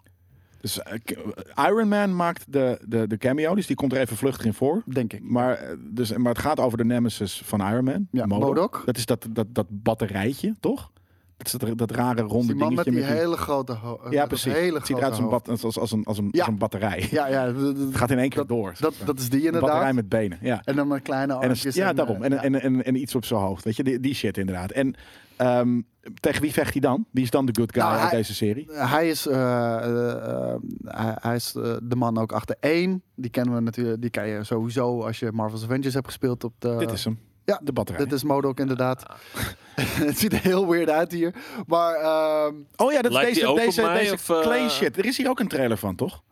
Speaker 1: Dus eh, k- Iron Man maakt de, de, de cameo, dus die komt er even vluchtig in voor.
Speaker 2: Denk ik.
Speaker 1: Maar, eh, dus, maar het gaat over de nemesis van Iron Man.
Speaker 2: Ja,
Speaker 1: Modok.
Speaker 2: MODOK.
Speaker 1: Dat is dat, dat, dat batterijtje, toch? Dat, is dat, dat rare
Speaker 2: Dus
Speaker 1: ronde
Speaker 2: die man met
Speaker 1: dingetje.
Speaker 2: die, hele grote ho- eh,
Speaker 1: ja,
Speaker 2: dat
Speaker 1: precies.
Speaker 2: Hele
Speaker 1: het ziet eruit als een,
Speaker 2: grote
Speaker 1: bat, als, als, als een, als een,
Speaker 2: Ja.
Speaker 1: als een batterij.
Speaker 2: hoofd. Ja, ja. d- d-
Speaker 1: Het gaat in één keer door.
Speaker 2: Dat, dat is die
Speaker 1: een batterij
Speaker 2: inderdaad.
Speaker 1: met benen, ja.
Speaker 2: En dan een kleine
Speaker 1: En een-
Speaker 2: armpjes.
Speaker 1: ja,
Speaker 2: en,
Speaker 1: daarom.
Speaker 2: eh,
Speaker 1: En,
Speaker 2: ja.
Speaker 1: en, en, en iets op zijn hoofd. Weet je, die, die shit inderdaad. En ehm, tegen wie vecht hij dan? Wie is dan de good guy
Speaker 2: Nou,
Speaker 1: uit
Speaker 2: hij-
Speaker 1: deze serie?
Speaker 2: Hij is, eh, eh, eh, hij, hij is eh, de man ook achter één. Die kennen we natuurlijk. Die ken je sowieso als je Marvel's Avengers hebt gespeeld op de.
Speaker 1: Dit is Ah. hem.
Speaker 2: Eh, ja,
Speaker 1: de batterij.
Speaker 2: Dit is Modok inderdaad. het ziet er heel weird uit hier. Maar ehm,
Speaker 1: Oh ja, dat is
Speaker 3: Lijkt die
Speaker 1: deze,
Speaker 3: ook op
Speaker 1: deze,
Speaker 3: mij,
Speaker 1: deze
Speaker 3: of, eh?
Speaker 1: clay shit. Er is hier ook een trailer van, toch?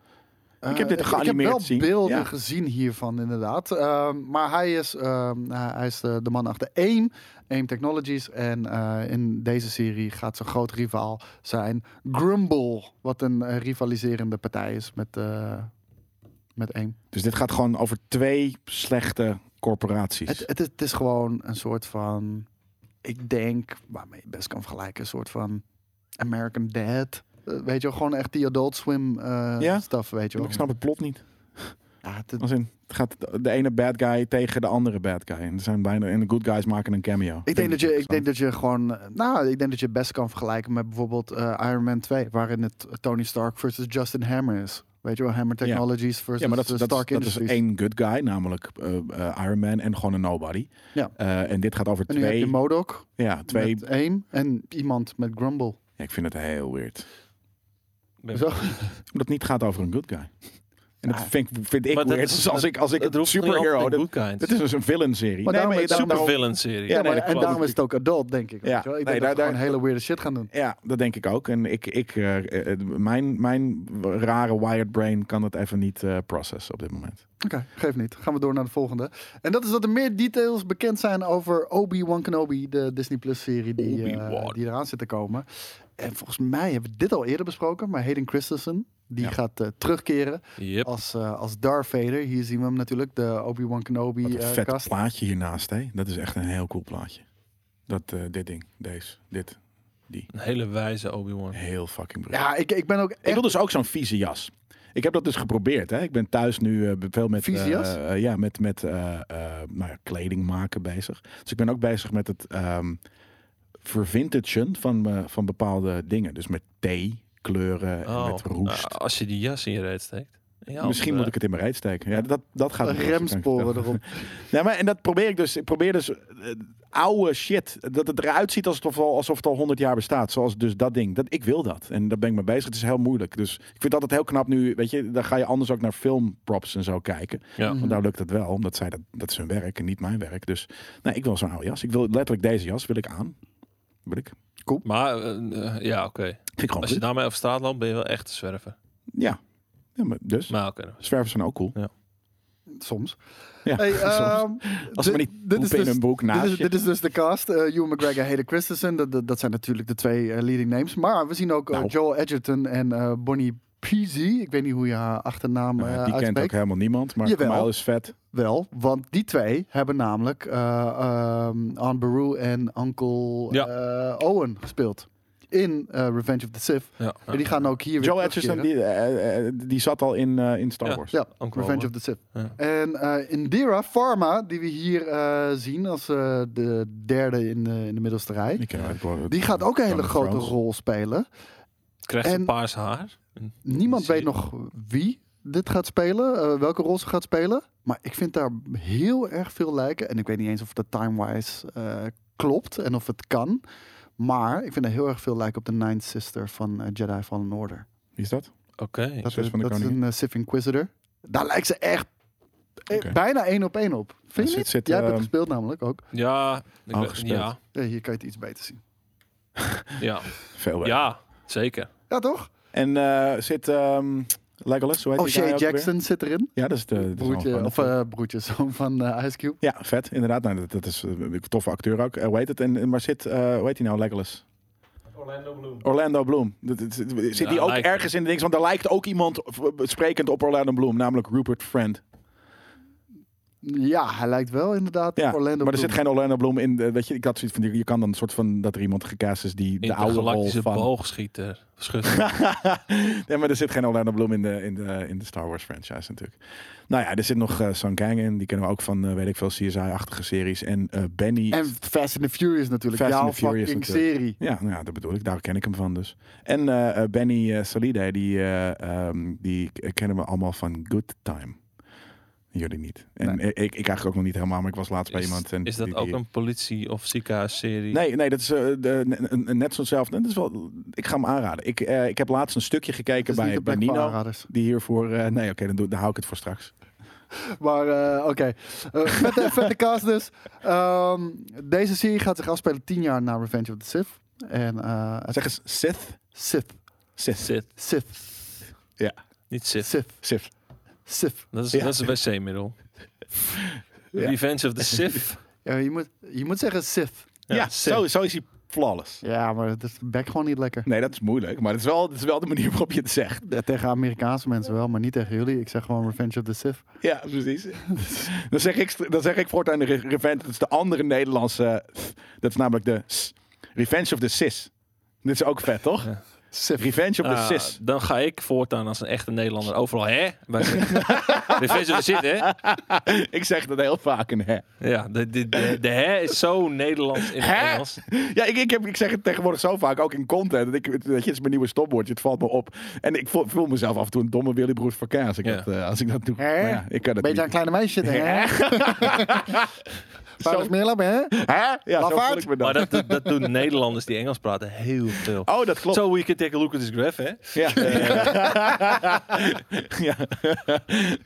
Speaker 1: Ik heb dit
Speaker 2: eh,
Speaker 1: geanimeerd
Speaker 2: Ik
Speaker 1: gezien.
Speaker 2: heb wel beelden
Speaker 1: Ja.
Speaker 2: gezien hiervan, inderdaad. Ehm, maar hij is, ehm, hij hij is de, de man achter AIM, AIM Technologies. En eh, in deze serie gaat zijn groot rivaal zijn Grumble. Wat een eh, rivaliserende partij is met, eh, met AIM.
Speaker 1: Dus dit gaat gewoon over twee slechte corporaties.
Speaker 2: Het, het, is- het is gewoon een soort van, ik denk, waarmee je best kan vergelijken, een soort van American Dad. Eh, weet je wel, gewoon echt die Adult Swim eh
Speaker 1: Ja.
Speaker 2: stuff, weet je wel.
Speaker 1: ik snap het plot niet.
Speaker 2: Ja, het,
Speaker 1: Als in, het gaat de- de ene bad guy tegen de andere bad guy. En, er zijn bijna, en de good guys maken een cameo.
Speaker 2: Ik denk, dat je, ik
Speaker 1: interessant.
Speaker 2: denk dat je gewoon, eh, nou, ik denk dat je het best kan vergelijken met bijvoorbeeld eh, Iron Man 2, waarin het Tony Stark versus Justin Hammer is. Weet je wel, Hammer Technologies versus
Speaker 1: Ja, maar dat,
Speaker 2: eh,
Speaker 1: is- dat,
Speaker 2: Stark
Speaker 1: is- dat is
Speaker 2: Industries.
Speaker 1: één good guy, namelijk eh, eh, Iron Man en gewoon een nobody.
Speaker 2: Ja.
Speaker 1: Eh, en dit gaat over
Speaker 2: en nu heb
Speaker 1: twee,
Speaker 2: je Modok
Speaker 1: ja, twee
Speaker 2: met één en iemand met Grumble.
Speaker 1: Ja, ik vind het heel weird.
Speaker 3: Ben-
Speaker 2: Zo.
Speaker 1: Omdat het niet gaat over een good guy. En dat
Speaker 2: Ah.
Speaker 1: vind, ik- vind ik
Speaker 3: Maar dat
Speaker 1: weird.
Speaker 3: is-
Speaker 1: Dus als ik, als ik
Speaker 3: Het
Speaker 1: een
Speaker 3: hoeft niet altijd
Speaker 1: superhero...
Speaker 3: een
Speaker 1: Dat,
Speaker 3: good kind.
Speaker 1: dat is dus een villain-serie.
Speaker 2: Maar daarom- daarom-
Speaker 3: Supervillain-serie.
Speaker 1: Ja,
Speaker 2: Ja,
Speaker 1: nee,
Speaker 2: maar,
Speaker 1: dat
Speaker 2: en
Speaker 1: klopt.
Speaker 2: daarom is het ook adult, denk ik. weet
Speaker 1: Ja.
Speaker 2: je wel. Ik
Speaker 1: Nee,
Speaker 2: denk
Speaker 1: daar-
Speaker 2: dat we
Speaker 1: daar-
Speaker 2: gewoon hele weirde shit gaan doen.
Speaker 1: Ja, dat denk ik ook. En ik, ik, eh, eh, mijn, mijn rare wired brain kan dat even niet eh, processen op dit moment.
Speaker 2: Oké, geef niet. Gaan we door naar de volgende. En dat is dat er meer details bekend zijn over Obi-Wan Kenobi, de Disney Plus serie die, eh,
Speaker 3: Obi-Wan.
Speaker 2: die eraan zit te komen. En volgens mij hebben we dit al eerder besproken, maar Hayden Christensen, die
Speaker 1: Ja.
Speaker 2: gaat eh, terugkeren
Speaker 3: Yep.
Speaker 2: als, eh, als Darth Vader. Hier zien we hem natuurlijk, de Obi-Wan
Speaker 1: Wat
Speaker 2: Kenobi
Speaker 1: een
Speaker 2: eh,
Speaker 1: vet
Speaker 2: kast.
Speaker 1: plaatje hiernaast, hè. Dat is echt een heel cool plaatje. Dat, eh, dit ding, deze, dit.
Speaker 3: Een hele wijze Obi-Wan.
Speaker 1: Heel fucking briljant.
Speaker 2: Ja, ik, ik ben ook
Speaker 1: Ik
Speaker 2: echt...
Speaker 1: wil dus ook zo'n vieze jas. Ik heb dat dus geprobeerd. Hè. Ik ben thuis nu eh, veel met, eh,
Speaker 2: Vizias?
Speaker 1: eh, ja, met, met eh, eh, nou ja, kleding maken bezig. Dus ik ben ook bezig met het ehm vervintagen van, eh, van bepaalde dingen. Dus met thee, kleuren, en
Speaker 3: Oh,
Speaker 1: met roest.
Speaker 3: nou, als je die jas in je reet steekt. Ja, eh,
Speaker 1: Misschien moet ik het in mijn reet steken. Ja, dat, dat gaat niet lukken, kan ik je
Speaker 2: Remsporen
Speaker 1: vertellen.
Speaker 2: erop.
Speaker 1: Nee, maar en dat probeer ik dus. Ik probeer dus eh, oude shit. Dat het eruit ziet alsof het, al, alsof het al 100 jaar bestaat. Zoals dus dat ding. Dat, ik wil dat. En daar ben ik mee bezig. Het is heel moeilijk. Dus ik vind het altijd heel knap nu. Weet je, dan ga je anders ook naar filmprops en zo kijken.
Speaker 3: Ja.
Speaker 1: Want daar lukt het wel. Omdat zij dat, dat is hun werk en niet mijn werk. Dus nee, ik wil zo'n oude jas. Ik wil letterlijk deze jas wil ik aan. Wil ik.
Speaker 3: Maar eh, eh, ja, oké.
Speaker 1: Vind ik gewoon
Speaker 3: Als je
Speaker 1: goed.
Speaker 3: daarmee op straat loopt, ben je wel echt te zwerven.
Speaker 1: Ja. ja maar dus.
Speaker 3: Maar oké.
Speaker 1: Zwervers zijn ook cool.
Speaker 2: Soms.
Speaker 1: Ja.
Speaker 2: Hey,
Speaker 1: soms.
Speaker 2: ehm,
Speaker 1: Als ze maar
Speaker 2: dit-
Speaker 1: niet
Speaker 2: dit
Speaker 1: poepen
Speaker 2: is
Speaker 1: in
Speaker 2: dus-
Speaker 1: hun broek
Speaker 2: Dit
Speaker 1: naast
Speaker 2: is,
Speaker 1: je.
Speaker 2: dit is dus de cast. eh Ewan McGregor, Hayden Christensen. Dat, dat, dat zijn natuurlijk de twee eh, leading names. Maar we zien ook eh,
Speaker 1: Nou.
Speaker 2: Joel Edgerton en eh, Bonnie Peasy. Ik weet niet hoe je haar achternaam
Speaker 1: Nou ja,
Speaker 2: eh
Speaker 1: die kent ook
Speaker 2: uitspreekt.
Speaker 1: helemaal niemand. Maar
Speaker 2: Jawel.
Speaker 1: Kamal is vet.
Speaker 2: Wel, want die twee hebben namelijk eh ehm Aunt Beru en Uncle
Speaker 3: Ja.
Speaker 2: eh, Owen gespeeld. In eh, Revenge of the Sith.
Speaker 3: Ja,
Speaker 2: En die gaan ook hier weer
Speaker 1: Joe Ah. Edgerton,
Speaker 2: terugkeren.
Speaker 1: die, eh, eh, die zat al in, eh, in Star
Speaker 3: Ja.
Speaker 1: Wars.
Speaker 2: Ja,
Speaker 3: Uncle
Speaker 2: Revenge
Speaker 3: Owen.
Speaker 2: of the Sith.
Speaker 3: Ja.
Speaker 2: En eh, Indira Pharma, die we hier eh, zien als eh, de derde in de, in de middelste rij.
Speaker 1: Ik, eh, ik hoor-
Speaker 2: Die gaat ook een hele
Speaker 1: Game of
Speaker 2: grote
Speaker 1: Thrones.
Speaker 2: rol spelen.
Speaker 3: Krijgt
Speaker 2: En-
Speaker 3: een paars haar.
Speaker 2: Niemand
Speaker 3: Zie je?
Speaker 2: weet nog wie dit gaat spelen, eh, welke rol ze gaat spelen. Maar ik vind daar heel erg veel lijken. En ik weet niet eens of dat time-wise eh, klopt en of het kan. Maar ik vind er heel erg veel lijken op de Ninth Sister van eh, Jedi Fallen Order.
Speaker 1: Wie is dat?
Speaker 3: Oké.
Speaker 2: Dat,
Speaker 1: zus
Speaker 2: is,
Speaker 1: van de
Speaker 2: dat is een
Speaker 1: koningin.
Speaker 2: eh, Sith Inquisitor. Daar lijkt ze echt eh,
Speaker 1: Oké.
Speaker 2: bijna één op één op. Vind je
Speaker 1: zit-
Speaker 2: niet?
Speaker 1: zit,
Speaker 2: Jij hebt
Speaker 1: eh,
Speaker 2: het gespeeld namelijk ook.
Speaker 3: Ja. ik
Speaker 1: Al
Speaker 3: weet-
Speaker 1: gespeeld.
Speaker 3: Ja.
Speaker 2: Ja, hier kan je het iets beter zien.
Speaker 3: Ja.
Speaker 1: Veel weg.
Speaker 3: ja, zeker.
Speaker 2: Ja, toch?
Speaker 1: En eh, zit ehm Legolas, hoe heet die guy
Speaker 2: O'Shea
Speaker 1: ook weer?
Speaker 2: Oh, Jackson zit erin.
Speaker 1: Ja, dat is de, de zoon
Speaker 2: Broertje,
Speaker 1: van-
Speaker 2: of eh broertje, zoon van eh, Ice Cube.
Speaker 1: Ja, vet, inderdaad. Nou, dat, dat is eh, een toffe acteur ook. Eh, hoe heet het? En, en- maar zit, eh, hoe heet hij nou, Legolas? Orlando Bloom. Orlando Bloom. Dat- dat- dat- Zit
Speaker 3: Ja,
Speaker 1: hij ook
Speaker 3: lijkt-
Speaker 1: ergens in de dings? Want er lijkt ook iemand v- sprekend op Orlando Bloom, namelijk Rupert Friend.
Speaker 2: Ja, hij lijkt wel inderdaad
Speaker 1: Ja,
Speaker 2: op Orlando
Speaker 1: maar er
Speaker 2: Bloom.
Speaker 1: zit geen Orlando Bloom in. eh, weet je, ik had zoiets van, je kan dan een soort van dat er iemand gecast is die de oude rol
Speaker 3: Intergalactische
Speaker 1: van...
Speaker 3: boogschieter. Schutter.
Speaker 1: nee, maar er zit geen Orlando Bloom in de, in, de, in de Star Wars franchise natuurlijk. Nou ja, er zit nog eh Sun Kang in. Die kennen we ook van, eh, weet ik veel, CSI-achtige series. En eh, Benny...
Speaker 2: En Fast and the Furious natuurlijk.
Speaker 1: Fast and
Speaker 2: Jouw
Speaker 1: the Furious
Speaker 2: fucking
Speaker 1: natuurlijk.
Speaker 2: serie.
Speaker 1: Ja, nou ja, dat bedoel ik. Daar ken ik hem van dus. En eh, eh, Benny eh, Solide, die, eh, ehm, die k- kennen we allemaal van Good Time. Jullie niet. En ik, ik eigenlijk ook nog niet helemaal, maar ik was laatst bij
Speaker 3: Is,
Speaker 1: iemand. En
Speaker 3: is dat
Speaker 1: die-
Speaker 3: ook
Speaker 1: die-
Speaker 3: een politie- of ziekenhuisserie?
Speaker 1: Nee, nee, dat is eh, de, ne- een- een- net zo'nzelfde. Dat is wel, ik ga hem aanraden. Ik, eh, ik heb laatst een stukje
Speaker 2: Het is
Speaker 1: gekeken
Speaker 2: niet
Speaker 1: bij,
Speaker 2: de
Speaker 1: bij
Speaker 2: plek voor
Speaker 1: Nino.
Speaker 2: aanraders.
Speaker 1: Die hiervoor. eh, nee, oké, dan, doe- dan hou ik het voor straks.
Speaker 2: Maar eh, oké, Eh, vette, vette cast dus. Ehm, deze serie gaat zich afspelen tien jaar na Revenge of the Sith. En eh, het-
Speaker 1: Zeg eens Sith.
Speaker 2: Sith,
Speaker 1: Sith.
Speaker 3: Zit.
Speaker 2: Sith,
Speaker 3: Niet zit.
Speaker 2: Sith,
Speaker 1: Sith.
Speaker 2: Sith.
Speaker 3: Dat is,
Speaker 1: Ja.
Speaker 3: dat is een wc-middel.
Speaker 1: Ja.
Speaker 3: Revenge of the Sith.
Speaker 2: Ja, je, moet, je moet zeggen Sith.
Speaker 1: Ja,
Speaker 3: Sith.
Speaker 1: Zo, zo is hij flawless.
Speaker 2: Ja, maar het is bek gewoon niet lekker.
Speaker 1: Nee, dat is moeilijk, maar het is wel, het is wel de manier waarop je het zegt.
Speaker 2: Ja, tegen Amerikaanse mensen wel, maar niet tegen jullie. Ik zeg gewoon Revenge of the Sith.
Speaker 1: Ja, precies. dan, zeg ik, dan zeg ik voortaan de re- Revenge, dat is de andere Nederlandse, eh, dat is namelijk de s- Revenge of the Sis. Dit is ook vet, toch?
Speaker 3: Ja.
Speaker 2: Sith.
Speaker 1: Revenge of the
Speaker 3: Ah,
Speaker 1: Sis.
Speaker 3: dan ga ik voortaan als een echte Nederlander overal hè? Bij Revenge of the Sith, hè?
Speaker 1: ik zeg dat heel vaak, een hè.
Speaker 3: Ja, de, de, de, de hè is zo Nederlands in het
Speaker 1: Hè?
Speaker 3: Engels.
Speaker 1: Ja, ik, ik, heb, ik zeg het tegenwoordig zo vaak, ook in content. Dat ik, weet je, het is mijn nieuwe stopwoordje, het valt me op. En ik voel, voel mezelf af en toe een domme Willy Broers van Kaas. Ik
Speaker 3: Ja.
Speaker 1: dat, eh, als ik dat doe.
Speaker 2: Hè?
Speaker 1: Maar ja, ik kan dat
Speaker 2: Beetje aan
Speaker 1: niet.
Speaker 2: kleine meisje, hè? Paulus Meerlap, hè?
Speaker 1: Hè? Ja, zo
Speaker 2: Lafaard?
Speaker 1: voel ik me dan.
Speaker 3: Maar dat, dat, dat doen Nederlanders die Engels praten heel veel.
Speaker 1: Oh, dat klopt.
Speaker 3: So we can take a look at this graph, hè?
Speaker 1: Ja. ja.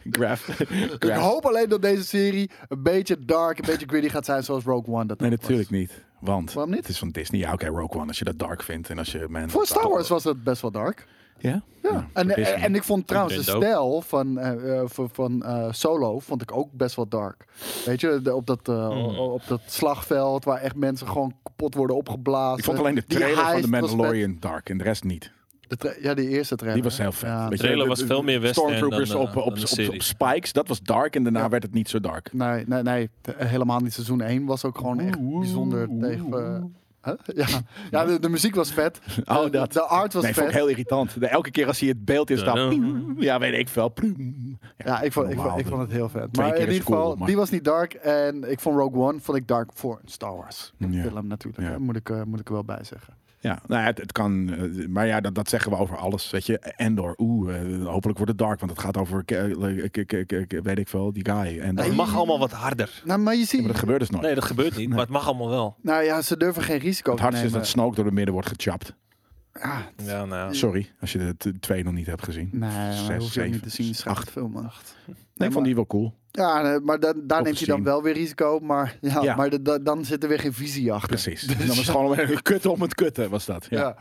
Speaker 1: Graph.
Speaker 2: Ik hoop alleen dat deze serie een beetje dark, een beetje gritty gaat zijn zoals Rogue One. Dat
Speaker 1: Nee,
Speaker 2: ook was.
Speaker 1: natuurlijk niet. Want
Speaker 2: Waarom niet?
Speaker 1: het is van Disney. Ja, oké, Rogue One. Als je dat dark vindt en als je... Man,
Speaker 2: Voor Star Wars was dat best wel dark.
Speaker 1: Ja?
Speaker 2: Ja. en,
Speaker 1: voor
Speaker 2: eh,
Speaker 1: Disney.
Speaker 2: en ik vond trouwens de
Speaker 3: Vind ook.
Speaker 2: stijl van, eh, eh, van, van, eh, Solo vond ik ook best wel dark. Weet je, de- op, dat, eh, o- op dat slagveld waar echt mensen gewoon kapot worden opgeblazen.
Speaker 1: ik vond alleen de
Speaker 2: Die
Speaker 1: trailer van
Speaker 2: heist
Speaker 1: The
Speaker 2: was vet.
Speaker 1: Mandalorian dark en de rest niet.
Speaker 2: De tra- ja, die eerste trailer.
Speaker 1: Die was
Speaker 2: hè?
Speaker 1: heel vet.
Speaker 2: Ja.
Speaker 1: Weet je,
Speaker 3: Trailer
Speaker 1: de-
Speaker 3: was
Speaker 1: de-
Speaker 3: veel meer western
Speaker 1: Stormtroopers
Speaker 3: dan, eh,
Speaker 1: op, op,
Speaker 3: dan de
Speaker 1: op,
Speaker 3: serie.
Speaker 1: op spikes, dat was dark en daarna
Speaker 2: Ja.
Speaker 1: werd het niet zo dark.
Speaker 2: Nee, nee, nee. T- Helemaal niet. Seizoen 1 was ook gewoon echt bijzonder tegen... eh, Ja, ja de, de muziek was vet.
Speaker 1: Oh,
Speaker 2: De-
Speaker 1: dat.
Speaker 2: De art was
Speaker 1: nee, vond
Speaker 2: vet.
Speaker 1: ik heel irritant. De- Elke keer als hij het beeld is,
Speaker 3: Ja.
Speaker 1: dan... Ja, weet ik veel. Ploem.
Speaker 2: Ja, ik vond, ik, vond,
Speaker 1: Normaal, dus.
Speaker 2: ik vond het heel vet.
Speaker 1: twee
Speaker 2: Maar
Speaker 1: keer
Speaker 2: in
Speaker 1: is
Speaker 2: ieder geval,
Speaker 1: cool, maar-
Speaker 2: die was niet dark. En ik vond Rogue One vond ik dark voor een Star Wars
Speaker 1: Ja.
Speaker 2: film natuurlijk.
Speaker 1: Ja.
Speaker 2: hè, Moet, ik, eh, moet ik er wel bij zeggen.
Speaker 1: Ja, nou ja, het, het kan. eh, Maar ja, dat, dat zeggen we over alles. Weet je, Endor. Oeh, eh, hopelijk wordt het dark, want het gaat over. ke- ke- ke- ke- ke- Weet ik veel, die guy. En
Speaker 3: Het
Speaker 1: dan-
Speaker 3: mag allemaal wat harder.
Speaker 2: Nou, maar je ziet...
Speaker 1: maar dat gebeurt dus nooit.
Speaker 3: Nee, dat gebeurt niet, maar het mag allemaal wel.
Speaker 2: Nou ja, ze durven geen risico
Speaker 1: het
Speaker 2: te
Speaker 1: hardste is
Speaker 2: nemen.
Speaker 1: dat Snoke door de midden wordt gechapt.
Speaker 2: Ah,
Speaker 3: Ja, nou, ja.
Speaker 1: Sorry, als je de t- twee nog niet hebt gezien.
Speaker 2: nee, maar
Speaker 1: Zes,
Speaker 2: dat hoef je ook niet
Speaker 1: zeven,
Speaker 2: te zien.
Speaker 1: acht.
Speaker 2: Schacht film, man.
Speaker 1: Nee, ik vond die wel cool.
Speaker 2: Ja, nee, maar dan, daar neem je dan
Speaker 1: gezien.
Speaker 2: wel weer risico. Maar, ja,
Speaker 1: Ja.
Speaker 2: maar de- da- dan zit er weer geen visie achter.
Speaker 1: Precies. Dan was het gewoon een kutten om het kutten, was dat. Ja.
Speaker 2: Ja.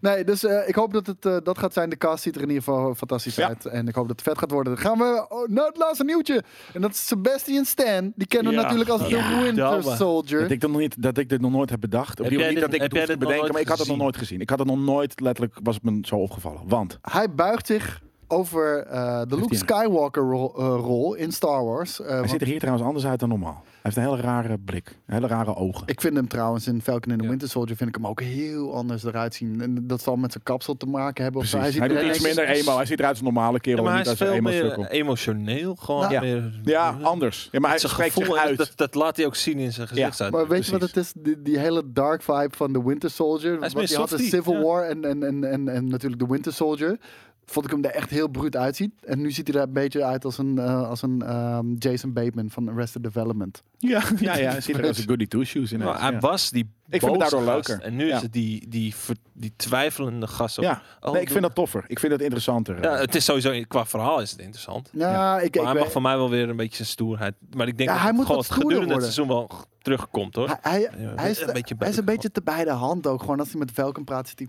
Speaker 2: Nee, dus eh, ik hoop dat het eh, dat gaat zijn. De cast ziet er in ieder geval eh, fantastisch
Speaker 1: Ja.
Speaker 2: uit. En ik hoop dat het vet gaat worden. Dan gaan we oh, naar het laatste nieuwtje. En dat is Sebastian Stan. Die kennen we
Speaker 3: Ja.
Speaker 2: natuurlijk
Speaker 1: Ja,
Speaker 2: als The Winter
Speaker 3: domme.
Speaker 2: Soldier.
Speaker 1: Dat ik, dat nog niet, dat ik dit nog nooit heb bedacht. Op
Speaker 3: Heb
Speaker 1: die
Speaker 3: jij
Speaker 1: manier
Speaker 3: dit-
Speaker 1: dat ik het
Speaker 3: heb
Speaker 1: hoef
Speaker 3: jij
Speaker 1: te
Speaker 3: dit nog
Speaker 1: bedenken, maar
Speaker 3: nooit
Speaker 1: ik had het nog
Speaker 3: gezien?
Speaker 1: nooit gezien. Ik had het nog nooit, letterlijk was het me zo opgevallen. Want,
Speaker 2: Hij buigt zich over eh, de Luke
Speaker 1: hij-
Speaker 2: Skywalker rol, eh, rol in Star Wars. Eh,
Speaker 1: hij
Speaker 2: want
Speaker 1: ziet er hier trouwens anders uit dan normaal. Hij heeft een hele rare blik, hele rare ogen.
Speaker 2: Ik vind hem trouwens in Falcon and the
Speaker 3: Ja.
Speaker 2: Winter Soldier vind ik hem ook heel anders eruit zien. En dat zal met zijn kapsel te maken hebben. Of zo.
Speaker 1: Precies. Hij,
Speaker 2: ziet er
Speaker 1: doet iets
Speaker 2: ineens-
Speaker 1: minder emo. Hij ziet eruit als een normale kerel.
Speaker 3: maar hij
Speaker 1: niet
Speaker 3: is
Speaker 1: als een
Speaker 3: veel
Speaker 1: emo
Speaker 3: meer
Speaker 1: sukkel.
Speaker 3: emotioneel. Gewoon
Speaker 2: Nou,
Speaker 3: ja. meer...
Speaker 1: Ja, anders. Ja, maar hij
Speaker 3: zijn
Speaker 1: spreekt
Speaker 3: gevoel,
Speaker 1: zich
Speaker 3: en
Speaker 1: uit.
Speaker 3: Dat, dat laat hij ook zien in zijn gezichtsuitdrukking.
Speaker 2: Maar weet je wat
Speaker 1: Eh, Precies.
Speaker 2: het is? Die, die hele dark vibe van The Winter Soldier.
Speaker 3: is
Speaker 2: Want
Speaker 3: meer
Speaker 2: die had de
Speaker 3: softie,
Speaker 2: Civil
Speaker 3: ja.
Speaker 2: War en, en, en, en, en natuurlijk The Winter Soldier. Vond ik hem er echt heel bruut uitziet. En nu ziet hij er een beetje uit als een, eh, als een ehm, Jason Bateman van Arrested Development.
Speaker 1: Ja, ja, ja. Hij ziet er als een goody two-shoes in.
Speaker 3: Nou, hij was die
Speaker 1: Ik vind het
Speaker 3: boze
Speaker 1: daardoor
Speaker 3: gast.
Speaker 1: leuker.
Speaker 3: En nu
Speaker 1: Ja.
Speaker 3: is het die, die, ver- die twijfelende gast. op-
Speaker 1: Ja,
Speaker 3: Oh,
Speaker 1: nee, ik vind dat toffer. Ik vind dat interessanter. eh.
Speaker 3: Ja, het is sowieso, qua verhaal is het interessant.
Speaker 2: Ja, ik,
Speaker 3: Maar
Speaker 2: ik
Speaker 3: hij
Speaker 2: weet-
Speaker 3: mag van mij wel weer een beetje zijn stoerheid. Maar ik denk
Speaker 2: Ja,
Speaker 3: dat
Speaker 2: hij
Speaker 3: het
Speaker 2: moet
Speaker 3: gewoon
Speaker 2: wat
Speaker 3: het
Speaker 2: stoerder
Speaker 3: gedurende het
Speaker 2: worden.
Speaker 3: seizoen wel g- terugkomt hoor.
Speaker 2: hij, hij,
Speaker 3: Ja,
Speaker 2: hij is,
Speaker 3: een
Speaker 2: een
Speaker 3: beetje
Speaker 2: beetje hij is een
Speaker 3: bij de
Speaker 2: beetje te bij de hand ook. Gewoon als hij met Falcon praat zit hij...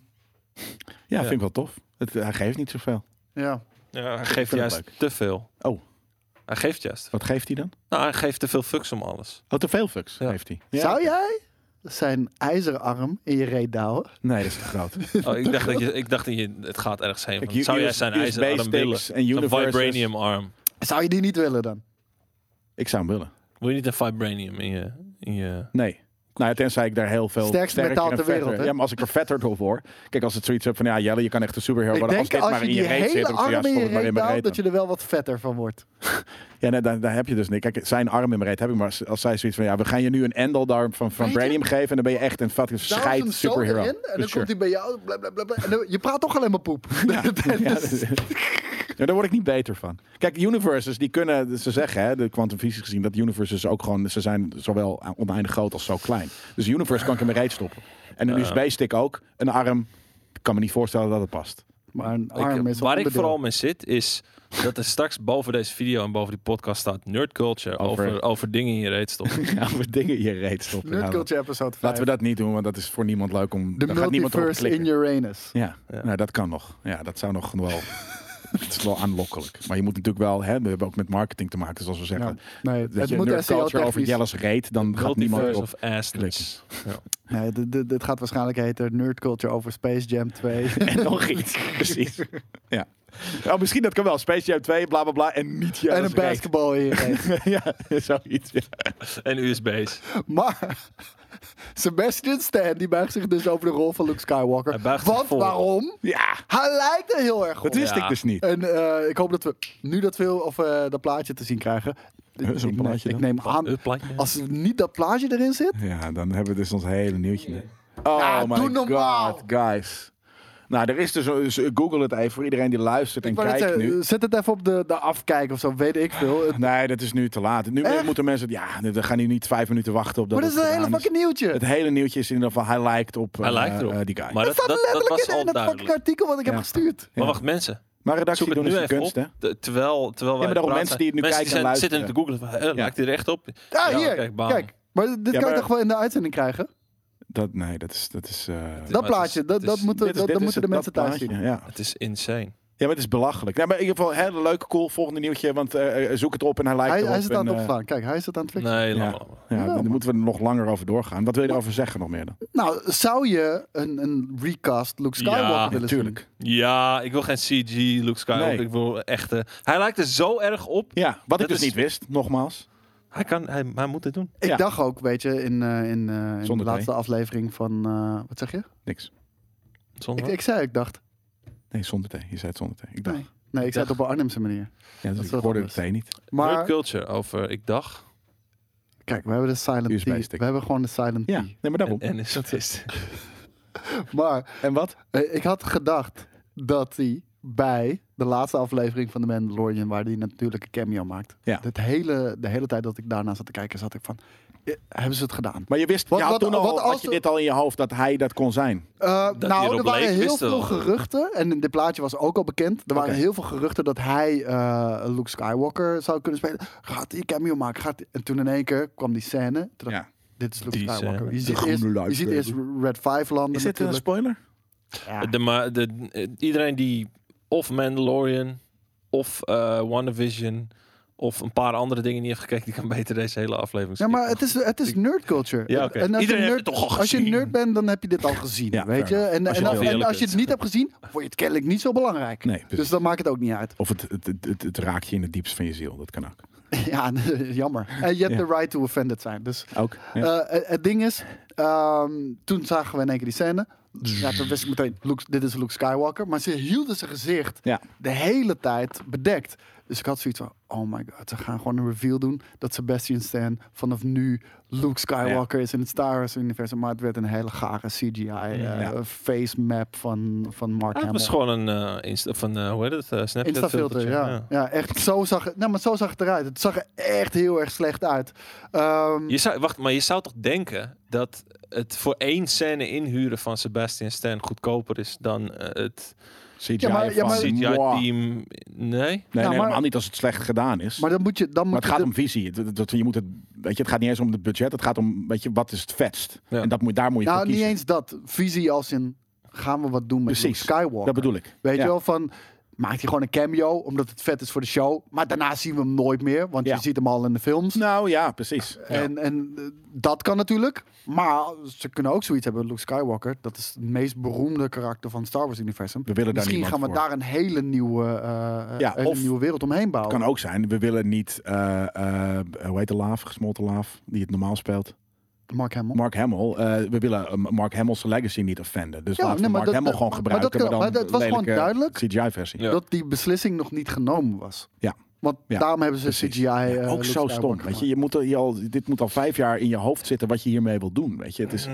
Speaker 1: Ja, vind ik wel tof. Het, hij geeft niet zoveel.
Speaker 2: Ja.
Speaker 3: Ja, hij geeft
Speaker 1: vind het
Speaker 3: juist te veel.
Speaker 1: Oh.
Speaker 3: Hij geeft juist.
Speaker 1: Wat geeft hij dan?
Speaker 3: Nou, hij geeft te veel fucks om alles.
Speaker 1: Oh, te veel fucks
Speaker 3: Ja.
Speaker 1: heeft hij. Ja.
Speaker 2: Zou jij zijn ijzerarm in je reet douwen?
Speaker 1: Nee, dat is te groot.
Speaker 3: Oh, ik dacht dat je, ik dacht dat je, het gaat ergens heen.
Speaker 1: Kijk,
Speaker 3: Want Zou jij zijn
Speaker 1: USB
Speaker 3: ijzerarm willen?
Speaker 1: sticks en
Speaker 3: Een
Speaker 1: universes.
Speaker 3: vibranium arm.
Speaker 2: Zou je die niet willen dan?
Speaker 1: Ik zou hem willen.
Speaker 3: Wil je niet een vibranium in je... In je...
Speaker 1: Nee. Nou, ja, tenzij ik daar heel veel
Speaker 2: Sterkste
Speaker 1: sterker
Speaker 2: metaal
Speaker 1: en
Speaker 2: ter
Speaker 1: vetter-
Speaker 2: wereld, hè?
Speaker 1: Ja, maar als ik er vetter door word. Kijk, als het zoiets heb van ja, Jelle, je kan echt een superhero
Speaker 2: ik
Speaker 1: worden. Als
Speaker 2: denk
Speaker 1: dit
Speaker 2: als
Speaker 1: maar
Speaker 2: je
Speaker 1: in je
Speaker 2: die
Speaker 1: reet zit,
Speaker 2: hele
Speaker 1: dan zeg je, ja,
Speaker 2: arm in
Speaker 1: stop
Speaker 2: je
Speaker 1: het maar in
Speaker 2: reet
Speaker 1: mijn
Speaker 2: douwt,
Speaker 1: reet.
Speaker 2: dat je er wel wat vetter van wordt.
Speaker 1: Ja, nee, daar, daar heb je dus niet. Kijk, zijn arm in mijn reet heb ik. Maar als- als zij zoiets van, ja, we gaan je nu een endeldarm van, van
Speaker 2: Weet je?
Speaker 1: Branium geven. En dan ben je echt een fucking
Speaker 2: Daar was een
Speaker 1: scheid superhero.
Speaker 2: zoon erin, En dan
Speaker 1: Dus
Speaker 2: komt
Speaker 1: sure.
Speaker 2: hij bij jou. Bla, bla, bla, bla, en dan- je praat toch alleen maar poep.
Speaker 1: Ja, ja, daar word ik niet beter van. Kijk, universes, die kunnen, ze zeggen, hè, de kwantumfysisch gezien, dat universes ook gewoon, ze zijn zowel oneindig groot als zo klein. Dus een universe kan ik in mijn reet stoppen. En een USB-stick ook, een arm, ik kan me niet voorstellen dat het past.
Speaker 2: Maar een
Speaker 3: Ik- eh,
Speaker 2: arm is
Speaker 3: waar ik vooral mee zit, is dat er straks boven deze video en boven die podcast staat nerd culture over,
Speaker 1: Over-
Speaker 3: over, dingen in je reet stoppen.
Speaker 1: Ja, we dingen in je reet stoppen.
Speaker 2: Nerd
Speaker 1: Ja,
Speaker 2: Culture episode 5.
Speaker 1: laten we dat niet doen, want dat is voor niemand leuk om.
Speaker 2: De
Speaker 1: daar gaat niemand erop
Speaker 2: multiverse
Speaker 1: klikken.
Speaker 2: in Uranus.
Speaker 1: Ja, nou dat kan nog. Ja, dat zou nog wel. Het is wel aanlokkelijk. Maar je moet natuurlijk wel, hè, we hebben ook met marketing te maken, zoals we zeggen.
Speaker 2: Ja. Nee,
Speaker 1: Dat
Speaker 2: het
Speaker 1: je
Speaker 2: moet
Speaker 1: nerd culture over
Speaker 2: SEO-technisch.
Speaker 1: Jelle's reet, dan gaat niemand
Speaker 3: Multiverse
Speaker 1: erop.
Speaker 3: of ass. Ja.
Speaker 2: Nee, dit- dit- dit gaat waarschijnlijk heten Nerd Culture over Space Jam 2.
Speaker 1: En nog iets. Precies. Ja. Oh, misschien dat kan wel. Space Jam 2, bla bla bla. En niet
Speaker 2: en
Speaker 1: Jelle's
Speaker 2: een basketbal in je reet.
Speaker 1: reet. ja, zoiets. Ja.
Speaker 3: En USB's.
Speaker 2: Maar Sebastian Stan die buigt zich dus over de rol van Luke Skywalker.
Speaker 3: Hij buigt zich
Speaker 2: Want
Speaker 3: voor.
Speaker 2: waarom?
Speaker 1: Ja,
Speaker 2: Hij lijkt er heel erg op.
Speaker 1: dat wist
Speaker 3: Ja.
Speaker 1: ik dus niet.
Speaker 2: En eh, ik hoop dat we, nu dat we of, eh, dat plaatje te zien krijgen.
Speaker 1: Huh, zo'n
Speaker 2: ik,
Speaker 1: plaatje
Speaker 2: ik
Speaker 1: dan?
Speaker 2: neem aan,
Speaker 3: Het plaatje.
Speaker 2: als er niet dat plaatje erin zit.
Speaker 1: Ja, dan hebben we dus ons hele nieuwtje. nu. Oh
Speaker 2: Ja,
Speaker 1: my
Speaker 2: doe normaal.
Speaker 1: god, guys. Nou, er is dus, dus Google het even voor iedereen die luistert en
Speaker 2: Ik wou net
Speaker 1: kijkt nu.
Speaker 2: zeggen, zet het even op de, de afkijk of zo, weet ik veel. Het-
Speaker 1: Nee, dat is nu te laat. Nu
Speaker 2: Echt?
Speaker 1: moeten mensen. Ja, we gaan nu niet vijf minuten wachten op dat.
Speaker 2: maar dat is
Speaker 1: het
Speaker 2: een hele
Speaker 1: gedaan
Speaker 2: fucking nieuwtje.
Speaker 1: Het hele nieuwtje is in ieder geval. Hij lijkt op.
Speaker 3: Hij
Speaker 1: eh,
Speaker 3: lijkt erop.
Speaker 1: eh, die guy. Maar,
Speaker 3: Maar
Speaker 2: dat
Speaker 3: dat,
Speaker 2: staat
Speaker 3: dat, dat
Speaker 2: letterlijk
Speaker 3: was
Speaker 2: in
Speaker 3: al
Speaker 2: het fucking
Speaker 3: duidelijk.
Speaker 2: artikel wat ik
Speaker 1: Ja.
Speaker 2: heb gestuurd.
Speaker 1: Ja.
Speaker 3: Maar wacht, mensen. Zoek
Speaker 1: redactie
Speaker 3: het
Speaker 1: doen
Speaker 3: nu
Speaker 1: is de
Speaker 3: even
Speaker 1: kunst, hè?
Speaker 3: op. Te- Terwijl, terwijl wij
Speaker 1: maar daarom
Speaker 3: praten.
Speaker 1: mensen die het nu
Speaker 3: mensen
Speaker 1: kijken en
Speaker 3: zijn- zitten te googlen. van, eh,
Speaker 1: Ja.
Speaker 3: Lijkt hij recht op?
Speaker 2: Ja,
Speaker 3: Ja,
Speaker 2: Ah, hier,
Speaker 3: kijk,
Speaker 2: kijk.
Speaker 3: bam.
Speaker 2: Maar dit kan
Speaker 1: maar-
Speaker 2: je toch wel in de uitzending krijgen?
Speaker 1: Dat, nee, dat is. Dat is eh,
Speaker 3: maar
Speaker 2: Dat
Speaker 3: het is-
Speaker 2: plaatje, dat,
Speaker 3: het
Speaker 2: dat,
Speaker 3: is-
Speaker 2: moeten,
Speaker 1: dit is-
Speaker 2: dat,
Speaker 1: dit
Speaker 2: dat
Speaker 1: is
Speaker 2: moeten de
Speaker 1: het-
Speaker 2: mensen
Speaker 1: dat
Speaker 2: thuis zien.
Speaker 1: plaatje, Ja.
Speaker 3: Het is insane.
Speaker 1: ja, maar het is belachelijk. Nee, maar in ieder geval, hele leuke, cool volgende nieuwtje. Want eh, eh, zoek het op en hij lijkt
Speaker 2: Hij,
Speaker 1: erop.
Speaker 2: hij is het
Speaker 1: en,
Speaker 2: aan het
Speaker 1: eh,
Speaker 2: opslaan. Kijk, hij is het aan het fixen.
Speaker 1: Ja.
Speaker 3: Nee, laat maar.
Speaker 1: Ja,
Speaker 2: Ja,
Speaker 1: daar
Speaker 2: man.
Speaker 1: moeten we er nog langer over doorgaan. Wat wil je erover zeggen nog meer dan?
Speaker 2: Nou, zou je een, een recast Luke Skywalker
Speaker 3: Ja,
Speaker 2: willen
Speaker 1: natuurlijk.
Speaker 2: zien?
Speaker 3: Ja, ik wil geen CG Luke Skywalker.
Speaker 1: Nee.
Speaker 3: Ik wil echte. Hij lijkt er zo erg op.
Speaker 1: Ja, wat
Speaker 3: Dat
Speaker 1: ik dus
Speaker 3: is-
Speaker 1: niet wist, nogmaals.
Speaker 3: Hij, kan, hij, hij moet dit doen.
Speaker 2: Ik
Speaker 1: Ja.
Speaker 2: dacht ook, weet je, in, eh, in, eh, in de
Speaker 1: Zonder
Speaker 2: laatste aflevering van... eh, wat zeg je?
Speaker 1: Niks.
Speaker 3: Zonder
Speaker 2: Ik, ik zei, ik dacht.
Speaker 1: Nee, zonder thee. Je zei het zonder thee. Ik dacht.
Speaker 2: Nee, nee ik zei
Speaker 3: dacht-
Speaker 2: het op een Arnhemse manier.
Speaker 1: Ja, dus
Speaker 2: Dat is
Speaker 1: ik
Speaker 2: wat
Speaker 1: hoorde de
Speaker 2: anders.
Speaker 1: thee niet.
Speaker 3: Nerd
Speaker 2: Maar
Speaker 3: culture over ik dacht.
Speaker 2: kijk, we hebben de silent
Speaker 1: USB-stick.
Speaker 2: T. We hebben gewoon de silent
Speaker 1: Ja,
Speaker 2: T.
Speaker 1: nee, maar daarom.
Speaker 3: En, en is dat is.
Speaker 2: Maar
Speaker 1: En wat?
Speaker 2: eh, ik had gedacht dat hij bij de laatste aflevering van The Mandalorian... waar hij natuurlijk een cameo maakt.
Speaker 1: Ja.
Speaker 2: Het hele, de hele tijd dat ik daarna zat te kijken, zat ik van... eh, Hebben ze het gedaan?
Speaker 1: Maar je wist,
Speaker 2: Wat-
Speaker 1: je had
Speaker 2: wat-
Speaker 1: toen al,
Speaker 2: wat als-
Speaker 1: had je dit al in je hoofd dat hij dat kon zijn.
Speaker 2: Eh,
Speaker 3: hij
Speaker 2: nou,
Speaker 3: erop
Speaker 2: er waren
Speaker 3: leek,
Speaker 2: heel
Speaker 3: wisten we
Speaker 2: veel
Speaker 3: al.
Speaker 2: geruchten. En dit plaatje was ook al bekend. Er waren
Speaker 1: Oké.
Speaker 2: heel veel geruchten dat hij eh, Luke Skywalker zou kunnen spelen. Gaat hij een cameo maken? Gaat hij- En toen in één keer kwam die scène. Toen dacht ik,
Speaker 1: Ja.
Speaker 2: Dit is Luke
Speaker 3: Die
Speaker 2: Skywalker.
Speaker 3: scène.
Speaker 2: Je ziet,
Speaker 1: groene
Speaker 2: eerst, je
Speaker 1: luik,
Speaker 2: ziet
Speaker 1: eh,
Speaker 2: eerst Red 5 landen
Speaker 1: Is dit een
Speaker 2: natuurlijk.
Speaker 1: spoiler?
Speaker 2: Ja.
Speaker 3: De, ma- de, eh, iedereen die of Mandalorian of eh WandaVision of een paar andere dingen niet heeft gekeken, die kan beter deze hele aflevering
Speaker 2: Ja, maar
Speaker 3: skippen.
Speaker 2: het is, het is nerd culture.
Speaker 3: Ja, oké.
Speaker 2: En als
Speaker 3: Iedereen
Speaker 2: je nerd,
Speaker 3: heeft het toch al
Speaker 2: als je
Speaker 3: gezien?
Speaker 2: nerd bent, dan heb je dit al gezien,
Speaker 1: Ja,
Speaker 2: weet je.
Speaker 1: fair
Speaker 2: En,
Speaker 3: Als je
Speaker 2: en,
Speaker 3: het
Speaker 2: en,
Speaker 3: eerlijk
Speaker 2: als je het
Speaker 3: doet.
Speaker 2: niet hebt gezien, vond je het kennelijk niet zo belangrijk.
Speaker 1: Nee, precies.
Speaker 2: dus dan maakt het ook niet uit.
Speaker 1: Of het, het, het, het, het raakt je in het diepst van je ziel. Dat kan ook.
Speaker 2: ja, jammer. En je hebt
Speaker 1: Ja.
Speaker 2: de right to offended zijn. Dus
Speaker 1: Ook. Ja.
Speaker 2: Eh, het- het ding is, ehm, toen zagen we in één keer die scène. Ja, toen wist ik meteen, Luke, dit is Luke Skywalker. Maar ze hielden zijn gezicht
Speaker 1: Ja.
Speaker 2: de hele tijd bedekt. Dus ik had zoiets van, oh my god, ze gaan gewoon een reveal doen... dat Sebastian Stan vanaf nu Luke Skywalker is in het Star Wars-universum. Maar het werd een hele gare CGI eh,
Speaker 1: Ja.
Speaker 2: face map van, van Mark
Speaker 3: Ah, het
Speaker 2: Hamill.
Speaker 3: was gewoon een, eh, insta, of een eh, hoe heet het, eh, Snapchat
Speaker 2: Instafilter,
Speaker 3: filtertje.
Speaker 2: ja. ja. echt zo zag het, nou, maar zo zag het eruit. Het zag er echt heel erg slecht uit. Ehm,
Speaker 3: Je zou, wacht, maar je zou toch denken dat het voor één scène inhuren van Sebastian Stan goedkoper is dan eh, het
Speaker 1: CGI
Speaker 2: Ja, maar-
Speaker 1: van-
Speaker 2: ja, maar-
Speaker 1: Mwah. Nee,
Speaker 3: CGI-team? Nee?
Speaker 1: nee,
Speaker 2: Ja, maar-
Speaker 1: helemaal niet als het slecht gedaan is.
Speaker 2: maar dan moet je... Dan moet
Speaker 1: Maar het
Speaker 2: je
Speaker 1: gaat
Speaker 2: de-
Speaker 1: om visie. Het, het- het- je moet het, weet je, het gaat niet eens om het budget. Het gaat om weet je, wat is het vetst.
Speaker 3: Ja.
Speaker 1: En dat moet, daar moet je
Speaker 2: Nou,
Speaker 1: voor
Speaker 2: niet
Speaker 1: kiezen.
Speaker 2: eens dat. Visie als in, gaan we wat doen met
Speaker 1: Precies.
Speaker 2: Luke Skywalker?
Speaker 1: Dat bedoel ik.
Speaker 2: Weet
Speaker 1: Ja.
Speaker 2: je wel, van, maakt hij gewoon een cameo, omdat het vet is voor de show. Maar daarna zien we hem nooit meer, want
Speaker 1: Ja.
Speaker 2: je ziet hem al in de films.
Speaker 1: Nou ja, precies. Ja.
Speaker 2: En, en eh, dat kan natuurlijk. Maar ze kunnen ook zoiets hebben. Luke Skywalker, dat is het meest beroemde karakter van het Star Wars universum.
Speaker 1: We willen daar
Speaker 2: Misschien
Speaker 1: niemand
Speaker 2: gaan we
Speaker 1: voor.
Speaker 2: daar een hele nieuwe, eh, eh,
Speaker 1: Ja,
Speaker 2: hele
Speaker 1: of-
Speaker 2: nieuwe wereld omheen
Speaker 1: Het
Speaker 2: bouwen.
Speaker 1: kan ook zijn, we willen niet, eh, eh, hoe heet de laaf, gesmolten laaf, die het normaal speelt.
Speaker 2: Mark Hamill.
Speaker 1: Mark Hamill, eh, we willen eh, Mark Hamill's legacy niet offenden. Dus
Speaker 2: Ja,
Speaker 1: laten we
Speaker 2: nee, maar
Speaker 1: Mark
Speaker 2: dat-
Speaker 1: Hamill
Speaker 2: dat-
Speaker 1: gewoon
Speaker 2: maar
Speaker 1: gebruiken,
Speaker 2: dat
Speaker 1: maar,
Speaker 2: kan-
Speaker 1: dan
Speaker 2: maar dat was gewoon
Speaker 1: lelijke
Speaker 2: duidelijk.
Speaker 1: CGI-versie.
Speaker 3: Ja.
Speaker 2: Dat die beslissing nog niet genomen was.
Speaker 1: Ja.
Speaker 2: Want
Speaker 1: Ja,
Speaker 2: daarom hebben ze
Speaker 1: precies.
Speaker 2: CGI.
Speaker 1: Ja,
Speaker 2: eh,
Speaker 1: ook
Speaker 2: Luke
Speaker 1: zo stom.
Speaker 2: Skywalker
Speaker 1: Weet je, je moet er, je al, dit moet al vijf jaar in je hoofd zitten wat je hiermee wil doen. Weet je, het
Speaker 3: Mm.
Speaker 1: is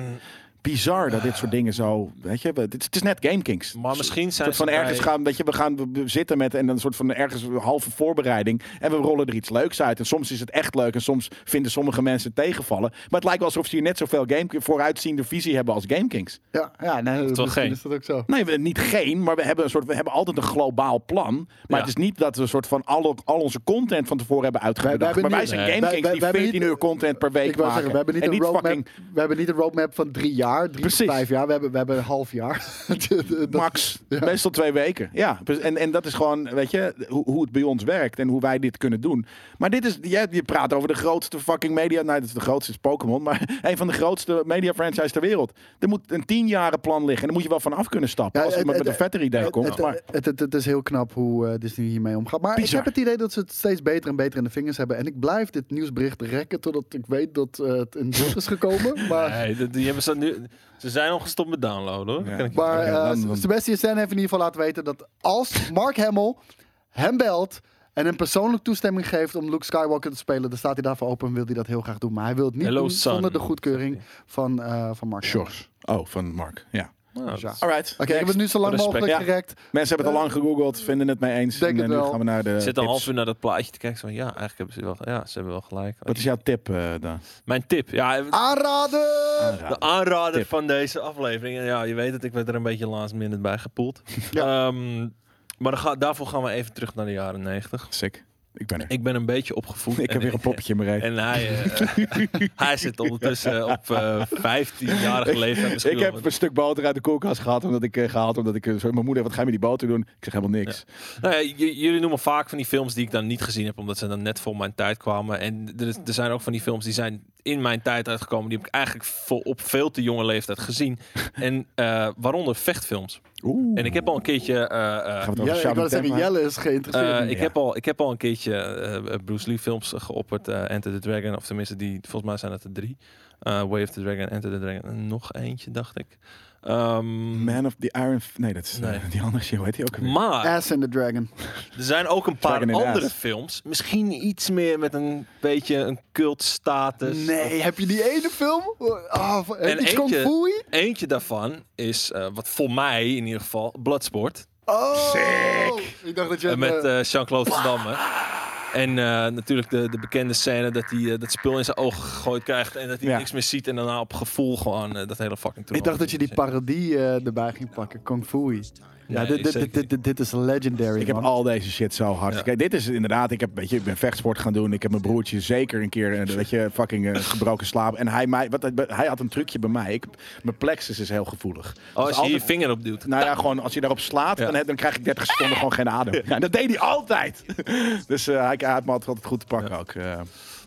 Speaker 1: bizar dat dit soort dingen zo. Weet je, we- dit, het is net Game Kings.
Speaker 3: Maar misschien zijn
Speaker 1: Een soort
Speaker 3: ze
Speaker 1: van ergens
Speaker 3: bij-
Speaker 1: gaan, weet je, we gaan we- we zitten met en dan een soort van ergens een halve voorbereiding en we rollen er iets leuks uit. En soms is het echt leuk en soms vinden sommige mensen het tegenvallen. Maar het lijkt wel alsof ze hier net zoveel game vooruitziende visie hebben als Game Kings.
Speaker 2: Ja, ja nee,
Speaker 3: wel
Speaker 2: misschien
Speaker 3: geen.
Speaker 2: is dat ook zo.
Speaker 1: Nee, we, niet geen, maar we hebben, een soort, we hebben altijd een globaal plan. Maar
Speaker 3: Ja.
Speaker 1: het is niet dat we een soort van al, al onze content van tevoren hebben uitgedacht.
Speaker 2: Wij- wij
Speaker 1: maar wij
Speaker 2: hebben
Speaker 1: zijn
Speaker 3: niet-
Speaker 1: Game
Speaker 2: wij-
Speaker 1: Kings
Speaker 2: wij-
Speaker 1: die
Speaker 2: wij hebben
Speaker 1: 14
Speaker 2: niet-
Speaker 1: uur content per week
Speaker 2: Ik wil
Speaker 1: maken.
Speaker 2: zeggen, we hebben, niet
Speaker 1: en
Speaker 2: een
Speaker 1: niet
Speaker 2: roadmap,
Speaker 1: fucking
Speaker 2: we hebben niet een roadmap van drie jaar, drie,
Speaker 1: Precies.
Speaker 2: vijf jaar. We hebben, we hebben een half jaar. Dat-
Speaker 1: max, meestal twee weken. Ja, dus- en, en dat is gewoon, weet je, hoe, hoe het bij ons werkt en hoe wij dit kunnen doen. Maar dit is, je, je praat over de grootste fucking media, nou dat is de grootste is Pokémon, maar een van de grootste media franchise ter wereld. Er moet een tienjaren plan liggen en daar moet je wel van af kunnen stappen
Speaker 2: Ja,
Speaker 1: als
Speaker 2: het-
Speaker 1: iemand met
Speaker 2: het-
Speaker 1: een vetter idee
Speaker 2: Het,
Speaker 1: komt.
Speaker 2: het,
Speaker 1: maar
Speaker 2: het, het- het is heel knap hoe eh, Disney hiermee omgaat. Maar ik
Speaker 1: Bizar.
Speaker 2: heb het idee dat ze het steeds beter en beter in de vingers hebben. En ik blijf dit nieuwsbericht rekken totdat ik weet dat eh, het in beeld is gekomen. Maar,
Speaker 3: Nee, die, die hebben ze, nu, ze zijn al gestopt met downloaden hoor.
Speaker 1: Ja.
Speaker 3: Kan ik-
Speaker 2: maar
Speaker 1: Oké,
Speaker 2: eh,
Speaker 1: dan- dan-
Speaker 2: Sebastian Stan heeft in ieder geval laten weten dat als Mark Hamill hem belt en hem persoonlijk toestemming geeft om Luke Skywalker te spelen, dan staat hij daarvoor open en wil hij dat heel graag doen. Maar hij wil het niet
Speaker 3: Hello,
Speaker 2: doen
Speaker 3: son,
Speaker 2: zonder de goedkeuring van, eh, van Mark Hamill.
Speaker 1: Sjors. Oh, van Mark, ja.
Speaker 3: Nou,
Speaker 2: Ja.
Speaker 3: dat-
Speaker 1: Alright.
Speaker 2: Oké, ik heb het nu zo lang
Speaker 3: Respect.
Speaker 2: mogelijk
Speaker 1: Ja.
Speaker 2: gerekt.
Speaker 1: Mensen hebben het al lang gegoogeld, vinden het mee eens.
Speaker 2: denk
Speaker 1: en eh,
Speaker 2: het
Speaker 1: nu
Speaker 2: wel.
Speaker 1: gaan we naar de
Speaker 3: Ik zit al
Speaker 1: tips.
Speaker 3: half uur naar dat plaatje te kijken. Van, ja, eigenlijk hebben ze wel, ja, ze hebben wel gelijk.
Speaker 1: Wat is jouw tip eh dan?
Speaker 3: Mijn tip, ja,
Speaker 2: Ah. Aanraden!
Speaker 3: de aanrader
Speaker 1: Tip.
Speaker 3: van deze aflevering. En ja, je weet het, ik werd er een beetje last minute bij gepoeld.
Speaker 2: Ja.
Speaker 3: Ehm, maar dan ga- daarvoor gaan we even terug naar de jaren 90.
Speaker 1: Sick. Ik ben er.
Speaker 3: Ik ben een beetje opgevoed.
Speaker 1: Ik heb
Speaker 3: en-
Speaker 1: weer een poppetje in mijn reet.
Speaker 3: En hij, eh, hij zit ondertussen op eh 15-jarige leeftijd. misschien
Speaker 1: Ik
Speaker 3: wel
Speaker 1: heb
Speaker 3: wat-
Speaker 1: een stuk boter uit de koelkast gehad omdat ik eh, gehaald omdat ik eh, zei, mijn moeder wat ga je met die boter doen? Ik zeg helemaal niks.
Speaker 3: Nou ja, j- jullie noemen vaak van die films die ik dan niet gezien heb, omdat ze dan net voor mijn tijd kwamen. En er, is- er zijn ook van die films die zijn in mijn tijd uitgekomen. Die heb ik eigenlijk vo- op veel te jonge leeftijd gezien. En eh, waaronder vechtfilms.
Speaker 1: Oeh.
Speaker 3: En ik heb al een keertje... eh, eh,
Speaker 1: Gaan we het over
Speaker 2: Jelle, ik
Speaker 1: Shadow
Speaker 2: wou zeggen,
Speaker 1: Temple
Speaker 2: Jelle is geïnteresseerd.
Speaker 3: eh, ik,
Speaker 1: ja.
Speaker 3: heb al, ik heb al een keertje eh, Bruce Lee films geopperd. eh, Enter the Dragon, of tenminste, die, volgens mij zijn het er drie. Eh, Way of the Dragon, Enter the Dragon en nog eentje, dacht ik. Ehm,
Speaker 1: Man of the Iron... F- Nee, dat is eh,
Speaker 3: Nee.
Speaker 1: die andere show. Heet die ook weer?
Speaker 3: maar
Speaker 2: Ass in the Dragon.
Speaker 3: er zijn ook een paar
Speaker 1: Dragon in the
Speaker 3: andere
Speaker 1: Ass.
Speaker 3: films. Misschien iets meer met een beetje een cultstatus.
Speaker 2: Nee, heb je die ene film? Oh, van-
Speaker 3: En
Speaker 2: iets
Speaker 3: eentje-
Speaker 2: Kung Fu-y?
Speaker 3: Eentje daarvan is, eh, wat voor mij in ieder geval, Bloodsport.
Speaker 2: Oh, Ik dacht dat je...
Speaker 3: Eh, met
Speaker 2: eh,
Speaker 3: eh, Jean-Claude Van Damme. En eh, natuurlijk de, de bekende scène dat hij eh, dat spul in zijn ogen gegooid krijgt. En dat hij
Speaker 1: Ja.
Speaker 3: niks meer ziet. En daarna op gevoel gewoon eh, dat hele fucking toernooi.
Speaker 2: ik dacht dat je die parodie eh, erbij ging pakken, Kung Fu-y. Ja,
Speaker 3: Nee,
Speaker 2: dit, dit,
Speaker 3: zeker
Speaker 2: dit, dit, dit, dit is legendary,
Speaker 1: Ik heb
Speaker 2: man.
Speaker 1: al deze shit zo hard.
Speaker 3: Ja.
Speaker 1: Kijk, dit is inderdaad... Ik, heb, weet je, ik ben vechtsport gaan doen. Ik heb mijn broertje zeker een keer... eh, weet je, fucking eh, gebroken slaap. En hij, mij, wat, hij had een trucje bij mij. Ik, mijn plexus is heel gevoelig. Dus
Speaker 3: Oh, als je
Speaker 1: altijd-
Speaker 3: je vinger opduwt.
Speaker 1: Nou ja, gewoon als je daarop slaat,
Speaker 3: Ja.
Speaker 1: dan, heb- dan krijg ik 30 seconden gewoon geen adem. Ja, dat deed hij altijd. Dus eh, hij, hij had me altijd goed te pakken ook. eh.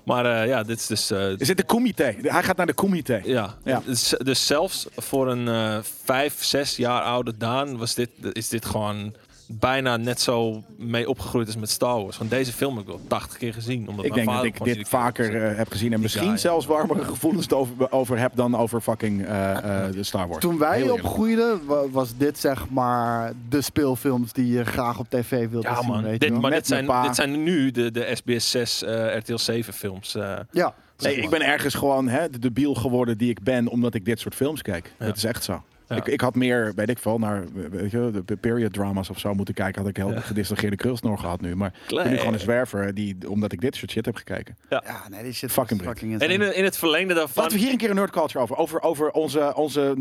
Speaker 3: Maar eh, ja, dit is dus... eh,
Speaker 1: Er zit de comité. Hij gaat naar de comité.
Speaker 3: ja.
Speaker 1: Ja.
Speaker 3: Dus, dus zelfs voor een eh, vijf, zes jaar oude Daan was dit, is dit gewoon bijna net zo mee opgegroeid als met Star Wars. Want deze film heb ik wel 80 keer gezien. Omdat
Speaker 1: Ik denk
Speaker 3: mijn
Speaker 1: dat
Speaker 3: vader
Speaker 1: ik
Speaker 3: gewoon
Speaker 1: dit
Speaker 3: iedere keer
Speaker 1: vaker
Speaker 3: gezien.
Speaker 1: eh, heb gezien en misschien
Speaker 3: guy.
Speaker 1: zelfs warmere gevoelens over, over heb dan over fucking eh, eh, de Star Wars.
Speaker 2: Toen wij
Speaker 1: Heel eerlijk.
Speaker 2: opgroeiden, wa- was dit zeg maar de speelfilms die je graag op tv wilde
Speaker 3: Ja
Speaker 2: zien.
Speaker 3: man,
Speaker 2: weet je
Speaker 3: dit,
Speaker 2: wel.
Speaker 3: maar
Speaker 1: Met
Speaker 3: dit zijn,
Speaker 1: mijn pa.
Speaker 3: dit zijn nu de, de SBS 6, eh, RTL 7 films. eh,
Speaker 2: Ja.
Speaker 1: Nee, ik ben ergens gewoon hè, de debiel geworden die ik ben, omdat ik dit soort films kijk.
Speaker 3: Ja.
Speaker 1: Dat is echt zo.
Speaker 3: Ja.
Speaker 1: Ik, ik had meer, weet ik veel, naar weet je, de period drama's of zo moeten kijken. Had ik heel
Speaker 3: Ja.
Speaker 1: gedistingeerde krulsnor gehad nu. Maar ik ben nu
Speaker 3: Klein.
Speaker 1: gewoon een zwerver, die, omdat ik dit soort shit heb gekeken.
Speaker 2: Ja, nee, die shit was
Speaker 1: Fucking Brit.
Speaker 2: fucking
Speaker 3: En in, het- in het verlengde daarvan...
Speaker 1: Laten we hier een keer een nerd culture over. Over, over onze, onze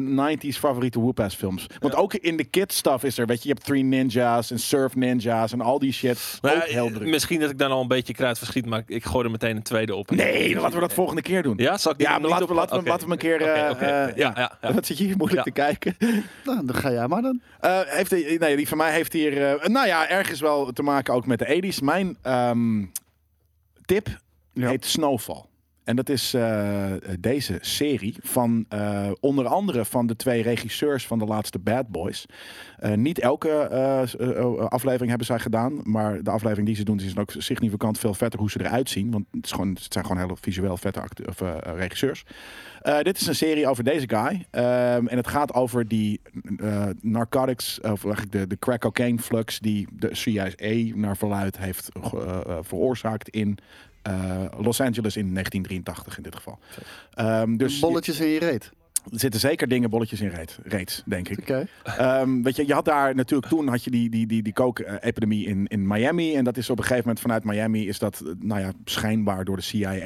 Speaker 1: 90s favoriete whoop-ass films. Want ook in de kid stuff is er, weet je, je hebt Three Ninjas en Surf Ninjas en al die shit.
Speaker 3: Nou ja,
Speaker 1: ook heel druk.
Speaker 3: Misschien dat ik dan al een beetje kruid verschiet, maar ik gooi er meteen een tweede op.
Speaker 1: Nee, dan laten we dat volgende keer doen.
Speaker 3: Ja, zal ik die
Speaker 1: Ja,
Speaker 3: er
Speaker 1: maar
Speaker 3: niet
Speaker 1: laten we,
Speaker 3: op-
Speaker 1: laten we,
Speaker 3: Oké.
Speaker 1: laten we een keer... eh,
Speaker 3: Oké, oké.
Speaker 1: eh,
Speaker 3: ja, ja, ja.
Speaker 1: Wat zit je hier moeilijk
Speaker 3: Ja.
Speaker 1: te kijken?
Speaker 2: Nou, dan ga jij maar dan.
Speaker 1: Eh, heeft, hij- nee, die van mij heeft hier... eh, nou ja, ergens wel te maken ook met de 80s. Mijn ehm, tip
Speaker 2: Ja.
Speaker 1: heet Snowfall. En dat is eh, deze serie van eh, onder andere van de twee regisseurs van de laatste Bad Boys. Eh, niet elke eh, s- eh, eh, aflevering hebben zij gedaan, maar de aflevering die ze doen, die is ook significant veel vetter hoe ze eruit zien. Want het, is gewoon, het zijn gewoon hele visueel vette act- of, eh, eh, regisseurs. Eh, dit is een serie over deze guy. Ehm, en het gaat over die eh, narcotics, of eigenlijk de, de crack cocaine flux die de CIA naar verluid heeft eh, eh, veroorzaakt in eh, Los Angeles in 1983 in dit geval. Ehm, dus
Speaker 2: Bolletjes in je reet.
Speaker 1: er zitten zeker dingen bolletjes in reet, reeds, denk ik.
Speaker 2: Oké.
Speaker 1: Ehm, weet je, je had daar natuurlijk toen had je die, die, die, die coke-epidemie in, in Miami. En dat is op een gegeven moment vanuit Miami is dat, eh, nou ja, schijnbaar door de CIA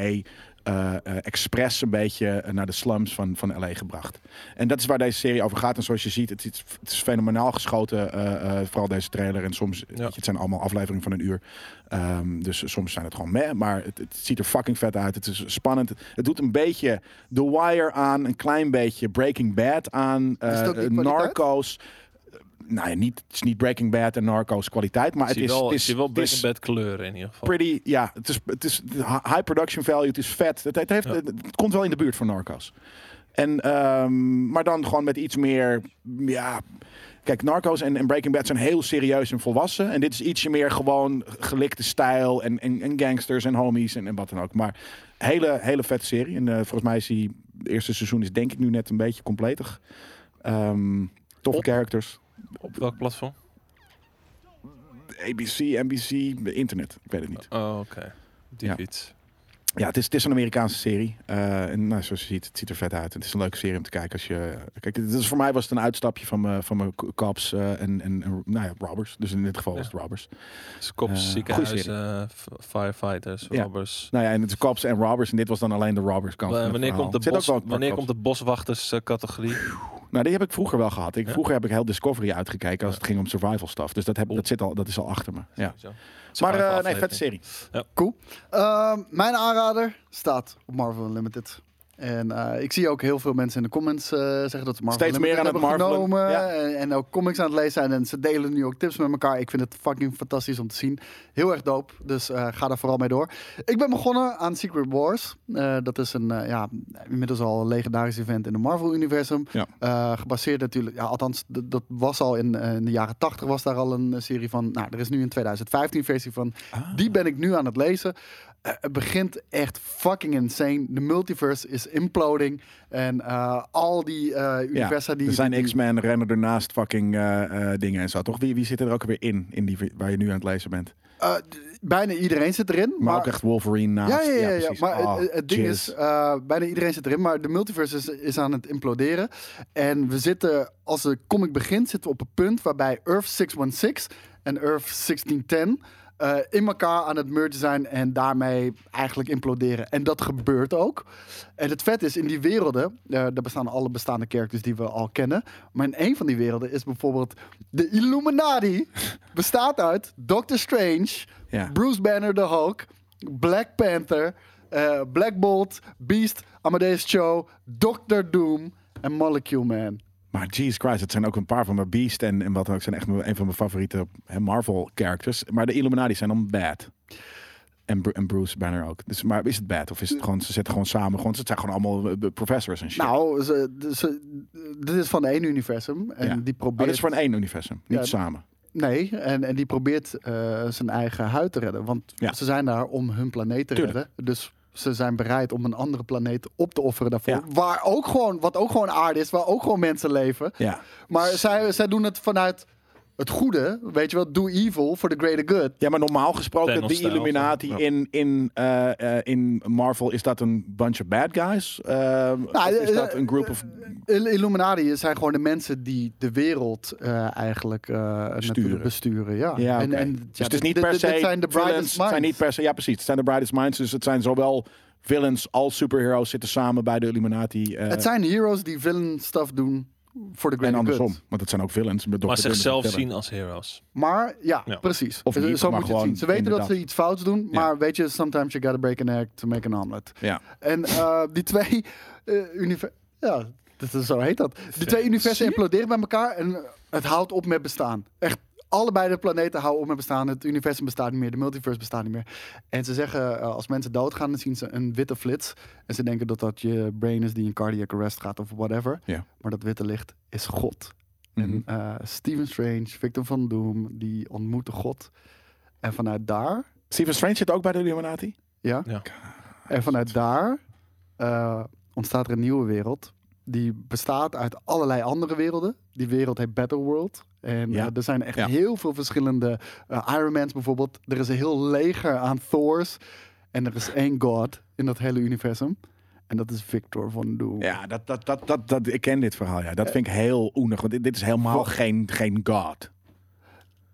Speaker 1: eh, eh, expres een beetje eh, naar de slums van, van LA gebracht. En dat is waar deze serie over gaat. En zoals je ziet, het is, het is fenomenaal geschoten. eh, eh, vooral deze trailer. En soms, weet je, het zijn allemaal afleveringen van een uur. Ehm, dus soms zijn het gewoon meh. Maar het, het ziet er fucking vet uit. Het is spannend. Het doet een beetje The Wire aan. Een klein beetje Breaking Bad aan.
Speaker 2: Is het ook
Speaker 1: eh,
Speaker 2: die kwaliteit?
Speaker 1: Narcos. Nou ja, niet, het is niet Breaking Bad en Narcos kwaliteit, maar
Speaker 3: Ik
Speaker 1: het
Speaker 3: zie
Speaker 1: is,
Speaker 3: wel,
Speaker 1: het
Speaker 3: ik
Speaker 1: is,
Speaker 3: zie wel
Speaker 1: het is
Speaker 3: Breaking Bad kleuren in ieder geval.
Speaker 1: pretty, ja, het is, het is high production value, het is vet. Het, het, heeft,
Speaker 3: Ja.
Speaker 1: het, het komt wel in de buurt van Narcos. En, ehm, maar dan gewoon met iets meer, ja... Kijk, Narcos en, en Breaking Bad zijn heel serieus en volwassen. En dit is ietsje meer gewoon gelikte stijl en, en, en gangsters en homies en, en wat dan ook. Maar hele, hele vette serie. En eh, volgens mij is die het eerste seizoen is denk ik nu net een beetje completer. Ehm, toffe
Speaker 3: Op.
Speaker 1: characters.
Speaker 3: Op welk platform?
Speaker 1: ABC, NBC, internet. Ik weet het niet.
Speaker 3: Oh, oké. Die
Speaker 1: Ja.
Speaker 3: iets.
Speaker 1: Ja, het is, het is een Amerikaanse serie. Eh, en nou, zoals je ziet, het ziet er vet uit. Het is een leuke serie om te kijken. Als je, kijk, het is, voor mij was het een uitstapje van mijn van mijn co- cops eh, en, en, en nou ja, robbers. Dus in dit geval was het robbers.
Speaker 3: Dus kops,
Speaker 1: Eh, goeie
Speaker 3: ziekenhuizen, eh, f- firefighters,
Speaker 1: Ja.
Speaker 3: robbers.
Speaker 1: Nou ja, en het is cops en robbers. En dit was dan alleen de robbers kant.
Speaker 3: Wa-
Speaker 1: van het
Speaker 3: wanneer
Speaker 1: verhaal.
Speaker 3: komt, de
Speaker 1: Er zit
Speaker 3: bos,
Speaker 1: ook wel een paar
Speaker 3: wanneer
Speaker 1: cops.
Speaker 3: komt de boswachters eh, categorie?
Speaker 1: Nou, die heb ik vroeger wel gehad. Ik,
Speaker 3: Ja?
Speaker 1: Vroeger heb ik heel Discovery uitgekeken als het ging om survival stuff. Dus dat, heb, dat, zit al, dat is al achter me. Ja.
Speaker 3: Zo.
Speaker 1: Maar eh, nee,
Speaker 3: Aflevering.
Speaker 1: vette serie.
Speaker 2: Cool. Ehm, mijn aanrader staat op Marvel Unlimited. En eh, ik zie ook heel veel mensen in de comments eh, zeggen dat ze Marvel
Speaker 1: Steeds meer aan
Speaker 2: hebben
Speaker 1: het marvelen.
Speaker 2: genomen.
Speaker 1: Ja.
Speaker 2: En, en ook comics aan het lezen zijn. En ze delen nu ook tips met elkaar. Ik vind het fucking fantastisch om te zien. Heel erg dope. Dus eh, ga daar vooral mee door. Ik ben begonnen aan Secret Wars. Eh, dat is een eh, ja, inmiddels al een legendarisch event in de Marvel-universum.
Speaker 1: Ja.
Speaker 2: Eh, gebaseerd natuurlijk, ja, althans, d- dat was al in, eh, in de jaren 80 was daar al een eh, serie van. Nou, er is nu een 2015 versie van.
Speaker 1: Ah.
Speaker 2: Die ben ik nu aan het lezen. Eh, het begint echt fucking insane. De multiverse is imploding. En eh, al die eh, universa die.
Speaker 1: er zijn
Speaker 2: die-
Speaker 1: X-Men, rennen ernaast fucking eh, eh, dingen en zo. Toch? Wie, wie zit er ook weer in, in die, waar je nu aan het lezen bent?
Speaker 2: eh, d- bijna iedereen zit erin.
Speaker 1: Maar, ook echt Wolverine naast.
Speaker 2: Ja, ja, ja, ja,
Speaker 1: precies.
Speaker 2: maar
Speaker 1: Oh,
Speaker 2: het, het ding
Speaker 1: jizz.
Speaker 2: is, eh, bijna iedereen zit erin, maar de multiverse is, is aan het imploderen. En we zitten, als de comic begint, zitten we op een punt waarbij Earth 616 en Earth 1610 eh, in elkaar aan het mergen zijn en daarmee eigenlijk imploderen. En dat gebeurt ook. En het vet is, in die werelden, eh daar bestaan alle bestaande characters die we al kennen, maar in een van die werelden is bijvoorbeeld de Illuminati, bestaat uit Doctor Strange,
Speaker 1: Ja.
Speaker 2: Bruce Banner de Hulk, Black Panther, eh, Black Bolt, Beast, Amadeus Cho, Doctor Doom en Molecule Man.
Speaker 1: Maar Jesus Christ, het zijn ook een paar van mijn Beast en, en wat dan ook. zijn echt mijn- een van mijn favoriete hè, Marvel-characters. Maar de Illuminati zijn dan bad. En, Bru- en Bruce Banner ook. Dus, maar is het bad? Of is het gewoon, ze zitten gewoon samen. Gewoon, het zijn gewoon allemaal eh, professors en shit.
Speaker 2: Nou, ze, ze- dit is van één universum en
Speaker 1: Ja.
Speaker 2: die
Speaker 1: Oh, dat
Speaker 2: probeert...
Speaker 1: is voor een één universum. Niet
Speaker 2: Ja.
Speaker 1: samen.
Speaker 2: Nee, en, en die probeert eh, zijn eigen huid te redden. Want
Speaker 1: Ja.
Speaker 2: ze zijn daar om hun planeet te
Speaker 1: Tuurlijk.
Speaker 2: redden. Dus ze zijn bereid om een andere planeet op te offeren daarvoor.
Speaker 1: Ja.
Speaker 2: Waar ook gewoon, wat ook gewoon aarde is, waar ook gewoon mensen leven.
Speaker 1: Ja.
Speaker 2: Maar zij, zij doen het vanuit het goede, weet je wel, do evil for the greater good.
Speaker 1: Ja, maar normaal gesproken,
Speaker 3: Thanos
Speaker 1: die
Speaker 3: style,
Speaker 1: Illuminati
Speaker 3: ja.
Speaker 1: in, in, eh, eh, in Marvel, is dat een bunch of bad guys? Eh, of is
Speaker 2: eh,
Speaker 1: dat een group of...
Speaker 2: Il- Illuminati zijn gewoon de mensen die de wereld eh, eigenlijk eh, natuurlijk besturen. Ja.
Speaker 1: Ja,
Speaker 2: en,
Speaker 1: oké.
Speaker 2: en,
Speaker 1: dus
Speaker 2: ja,
Speaker 1: het is niet
Speaker 2: dit-
Speaker 1: per
Speaker 2: dit-
Speaker 1: se
Speaker 2: Dit zijn de
Speaker 1: villains,
Speaker 2: brightest
Speaker 1: het zijn niet
Speaker 2: minds.
Speaker 1: per se, ja precies, het zijn de brightest minds. Dus het zijn zowel villains als superheroes zitten samen bij de Illuminati. eh,
Speaker 2: Het zijn heroes die villain stuff doen voor de
Speaker 1: en
Speaker 2: greater
Speaker 1: andersom,
Speaker 2: good.
Speaker 1: want het zijn ook villains. met
Speaker 3: Maar
Speaker 1: Dr. Doom is
Speaker 3: zichzelf
Speaker 1: een villain.
Speaker 3: zien als heroes.
Speaker 2: Maar ja,
Speaker 3: Ja.
Speaker 2: precies.
Speaker 1: Of
Speaker 2: Zo-
Speaker 1: niet,
Speaker 2: Zo
Speaker 1: maar
Speaker 2: moet je het
Speaker 1: gewoon
Speaker 2: zien. Ze weten dat
Speaker 1: inderdaad.
Speaker 2: ze iets fouts doen,
Speaker 1: Ja.
Speaker 2: maar weet je, sometimes you gotta break an egg to make an omelet.
Speaker 1: Ja.
Speaker 2: En eh, die twee universen. Ja, dat is, zo heet dat. Die twee universen imploderen bij elkaar en het houdt op met bestaan. Echt, allebei de planeten houden op met bestaan. Het universum bestaat niet meer, de multiverse bestaat niet meer. En ze zeggen, eh, als mensen doodgaan, dan zien ze een witte flits. En ze denken dat dat je brain is die in cardiac arrest gaat of whatever.
Speaker 1: Ja.
Speaker 2: Maar dat witte licht is God.
Speaker 1: Mhm.
Speaker 2: En eh, Stephen Strange, Victor van Doom, die ontmoeten God. En vanuit daar
Speaker 1: Stephen Strange zit ook bij de Illuminati?
Speaker 2: ja.
Speaker 3: Ja.
Speaker 2: En vanuit daar eh, ontstaat er een nieuwe wereld. Die bestaat uit allerlei andere werelden. Die wereld heet Battleworld. En
Speaker 1: Ja.
Speaker 2: eh, er zijn echt
Speaker 1: Ja.
Speaker 2: heel veel verschillende eh, Iron Mans bijvoorbeeld. Er is een heel leger aan Thors. En er is één god in dat hele universum. En dat is Victor van Doom.
Speaker 1: Ja, dat, dat, dat, dat, dat, ik ken dit verhaal. Ja. Dat vind ik heel oenig, want dit, dit is helemaal geen, geen god.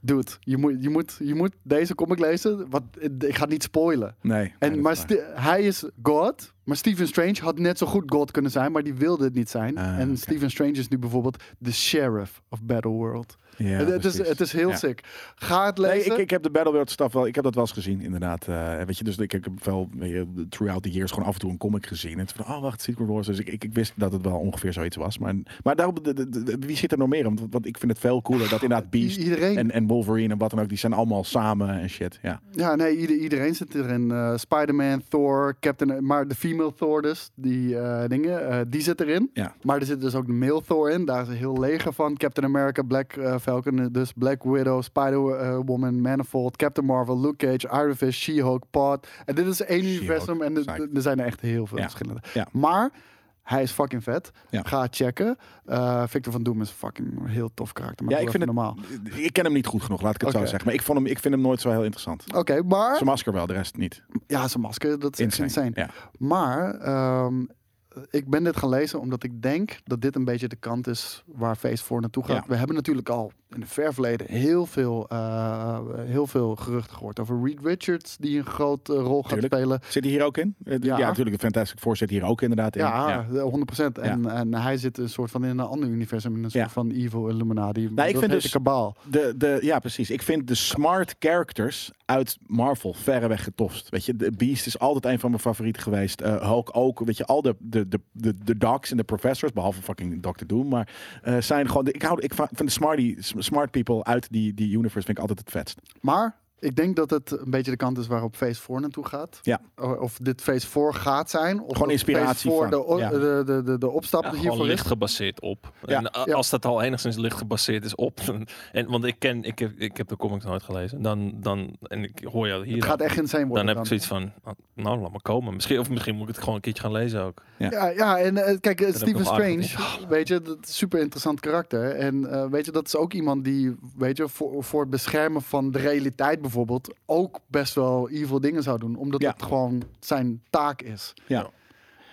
Speaker 2: Dude, je moet, je, moet, je moet deze comic lezen. Wat, ik ga het niet spoilen.
Speaker 1: Nee.
Speaker 2: En,
Speaker 1: nee, dat
Speaker 2: maar
Speaker 1: is waar.
Speaker 2: Ste- hij is God. Maar Stephen Strange had net zo goed God kunnen zijn, maar die wilde het niet zijn.
Speaker 1: Ah,
Speaker 2: en
Speaker 1: oké.
Speaker 2: Stephen Strange is nu bijvoorbeeld de sheriff of Battleworld.
Speaker 1: Ja,
Speaker 2: het, het is,
Speaker 1: precies.
Speaker 2: het is heel
Speaker 1: Ja.
Speaker 2: sick. Ga het
Speaker 1: Nee,
Speaker 2: lezen.
Speaker 1: ik, ik heb de Battleworld stuff wel. Ik heb dat wel eens gezien, inderdaad. Eh, weet je, dus ik heb wel weet je, throughout the years gewoon af en toe een comic gezien. En het van, oh wacht, Secret Wars. Dus ik, ik, ik wist dat het wel ongeveer zoiets was. Maar, maar daarom, de- de- de- wie zit er nog meer? Want, want ik vind het veel cooler dat inderdaad
Speaker 2: I-
Speaker 1: Beast
Speaker 2: iedereen.
Speaker 1: en, en Wolverine en wat dan ook, die zijn allemaal samen en shit. Ja,
Speaker 2: Ja, nee, ieder- iedereen zit erin. Eh, Spider-Man, Thor, Captain... Maar de female Thor dus, die eh, dingen, eh, die zit erin.
Speaker 1: ja.
Speaker 2: Maar er zit dus ook de male Thor in. Daar is een heel leger van. Captain America, Black eh, Falcon, eh, dus Black Widow, Spider-Woman, Manifold, Captain Marvel, Luke Cage, Iron Fist, She-Hulk, Pod. En dit is één
Speaker 1: She-Hulk,
Speaker 2: universum en er-
Speaker 1: zei ik.
Speaker 2: er zijn er echt heel veel
Speaker 1: Ja,
Speaker 2: verschillende.
Speaker 1: ja.
Speaker 2: Maar hij is fucking vet.
Speaker 1: Ja.
Speaker 2: Ga het checken. Eh, Victor van Doom is fucking een heel tof karakter. Maar
Speaker 1: ja
Speaker 2: doe
Speaker 1: ik vind
Speaker 2: even
Speaker 1: het
Speaker 2: normaal.
Speaker 1: Ik ken hem niet goed genoeg, laat ik het zo
Speaker 2: Oké.
Speaker 1: zeggen. Maar ik, vond hem, ik vind hem nooit zo heel interessant.
Speaker 2: Oké, maar...
Speaker 1: Zijn masker wel, de rest niet.
Speaker 2: Ja, zijn masker, dat is echt
Speaker 1: Insane.
Speaker 2: insane.
Speaker 1: Ja.
Speaker 2: Maar ehm, ik ben dit gaan lezen omdat ik denk dat dit een beetje de kant is waar Phase 4 naartoe gaat.
Speaker 1: Ja.
Speaker 2: We hebben natuurlijk al in het ver verleden heel veel, eh, heel veel geruchten gehoord over Reed Richards, die een grote rol gaat
Speaker 1: Tuurlijk.
Speaker 2: spelen.
Speaker 1: Zit hij hier ook in? Eh,
Speaker 2: Ja.
Speaker 1: Ja, natuurlijk. De Fantastic Four zit hier ook inderdaad in.
Speaker 2: Ja, 100%. En, en hij zit een soort van in een ander universum, in een soort
Speaker 1: Ja.
Speaker 2: van evil Illuminati.
Speaker 1: Nou, ik
Speaker 2: dat
Speaker 1: vind
Speaker 2: heet
Speaker 1: dus-
Speaker 2: de kabaal.
Speaker 1: De, de, ja, precies. Ik vind de smart characters uit Marvel verreweg getofst. Weet je, de Beast is altijd een van mijn favorieten geweest. Eh Hulk ook. Weet je, al de, de de, de, de, de docs en de professors, behalve fucking Dr. Doom, maar eh, zijn gewoon. De, ik hou ik va- van de smarty, smart people uit die, die universe vind ik altijd het vetst.
Speaker 2: Maar ik denk dat het een beetje de kant is waarop Phase 4 naartoe gaat.
Speaker 1: Ja.
Speaker 2: O- Of dit Phase 4 gaat zijn. Of
Speaker 1: Gewoon
Speaker 2: dat
Speaker 1: inspiratie
Speaker 2: Phase 4
Speaker 1: van,
Speaker 2: de, o-
Speaker 1: ja.
Speaker 2: de, de, de, de opstap
Speaker 3: Ja, gewoon
Speaker 2: hiervoor
Speaker 3: licht
Speaker 2: is.
Speaker 3: gebaseerd op.
Speaker 1: Ja,
Speaker 3: en a-
Speaker 2: ja.
Speaker 3: als dat al enigszins licht gebaseerd is op. dan- En, want ik ken, ik heb, ik heb de comics nooit gelezen. Dan, dan, en ik hoor jou hier.
Speaker 2: Het gaat echt insane worden
Speaker 3: dan heb
Speaker 2: dan.
Speaker 3: ik zoiets van, ah, nou laat maar komen. Misschien, of misschien moet ik het gewoon een keertje gaan lezen ook.
Speaker 2: Ja, ja en eh, kijk, eh,
Speaker 3: heb ik
Speaker 2: Stephen
Speaker 3: nog
Speaker 2: Strange,
Speaker 3: aardig
Speaker 2: weet je, dat is super interessant karakter. En eh, weet je, dat is ook iemand die, weet je, voor, voor het beschermen van de realiteit bijvoorbeeld, ook best wel evil dingen zou doen. Omdat
Speaker 1: Ja.
Speaker 2: het gewoon zijn taak is.
Speaker 1: Ja.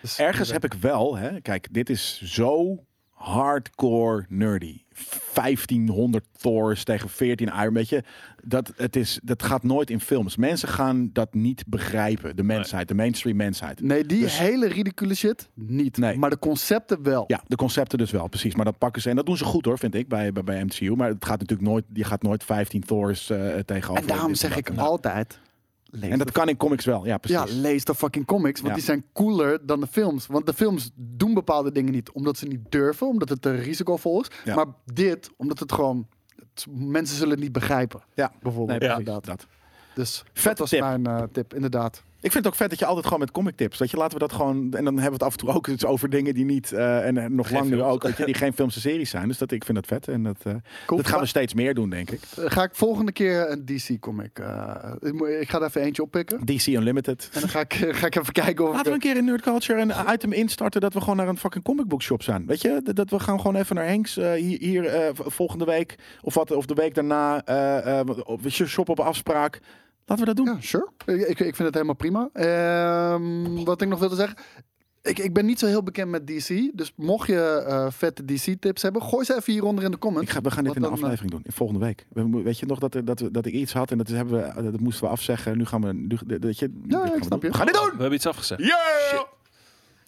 Speaker 2: Dus-
Speaker 1: Ergens heb ik wel, hè, kijk, dit is zo hardcore nerdy. 1500 Thors tegen 14 Iron, weet je, dat, het is, dat gaat nooit in films. Mensen gaan dat niet begrijpen, de mensheid, de mainstream mensheid.
Speaker 2: Nee, die
Speaker 1: Dus-
Speaker 2: hele ridicule shit niet.
Speaker 1: Nee.
Speaker 2: Maar de concepten wel.
Speaker 1: Ja, de concepten dus wel, precies. Maar dat pakken ze, en dat doen ze goed hoor, vind ik, bij, bij, bij MCU. Maar het gaat natuurlijk nooit, je gaat nooit 15 Thors eh, tegenover.
Speaker 2: En daarom
Speaker 1: dit
Speaker 2: zeg
Speaker 1: dat.
Speaker 2: ik
Speaker 1: Nou,
Speaker 2: altijd. Lees
Speaker 1: En dat kan in comics wel, ja,
Speaker 2: de, ja,
Speaker 1: precies.
Speaker 2: lees de fucking comics. Want
Speaker 1: Ja.
Speaker 2: die zijn cooler dan de films. Want de films doen bepaalde dingen niet. Omdat ze niet durven, omdat het te risicovol is.
Speaker 1: Ja.
Speaker 2: Maar dit, omdat het gewoon. het- mensen zullen het niet begrijpen.
Speaker 1: Ja,
Speaker 2: Bijvoorbeeld.
Speaker 1: Nee,
Speaker 3: Ja.
Speaker 1: precies,
Speaker 2: inderdaad.
Speaker 1: dat.
Speaker 2: Dus
Speaker 1: Vette
Speaker 2: dat was
Speaker 1: tip.
Speaker 2: mijn eh, tip, inderdaad.
Speaker 1: Ik vind het ook vet dat je altijd gewoon met comic tips. Dat je laten we dat gewoon. En dan hebben we het af en toe ook eens over dingen die niet. eh, en eh, nog
Speaker 3: Geen
Speaker 1: lang nu
Speaker 3: films.
Speaker 1: ook. Dat je, die geen films en series zijn. Dus dat, ik vind dat vet. En dat, eh,
Speaker 2: Cool.
Speaker 1: dat gaan we
Speaker 2: Ga-
Speaker 1: steeds meer doen, denk ik.
Speaker 2: Eh, Ga ik volgende keer een DC-comic. eh, ik, moet- ik ga er even eentje oppikken.
Speaker 1: DC Unlimited.
Speaker 2: En dan ga ik, ga ik even kijken of. ik-
Speaker 1: Laten we een keer in Nerd Culture een item instarten dat we gewoon naar een fucking comic book shop zijn. Weet je, dat, dat we gaan gewoon even naar Henks eh, hier, hier eh, v- volgende week of, wat, of de week daarna. eh eh, op- we shop op afspraak. Laten we dat doen.
Speaker 2: Ja, sure. Ik, ik, ik vind het helemaal prima. Ehm, wat ik nog wilde zeggen. Ik, ik ben niet zo heel bekend met DC. Dus mocht je eh, vette DC-tips hebben, gooi ze even hieronder in de
Speaker 1: Ik
Speaker 2: comments.
Speaker 1: ga, we gaan dit
Speaker 2: Wat
Speaker 1: in de
Speaker 2: dan, eh?
Speaker 1: aflevering doen. in Volgende week. We, mo- weet je nog dat, er- dat, we- dat ik iets had en dat, is- hebben we, eh, dat moesten we afzeggen. Nu gaan we. Nu, dat je, dit gaan we
Speaker 2: ik snap
Speaker 1: doen.
Speaker 2: je.
Speaker 1: We gaan dit
Speaker 3: We
Speaker 1: doen!
Speaker 3: hebben iets afgezegd.
Speaker 1: Yeah!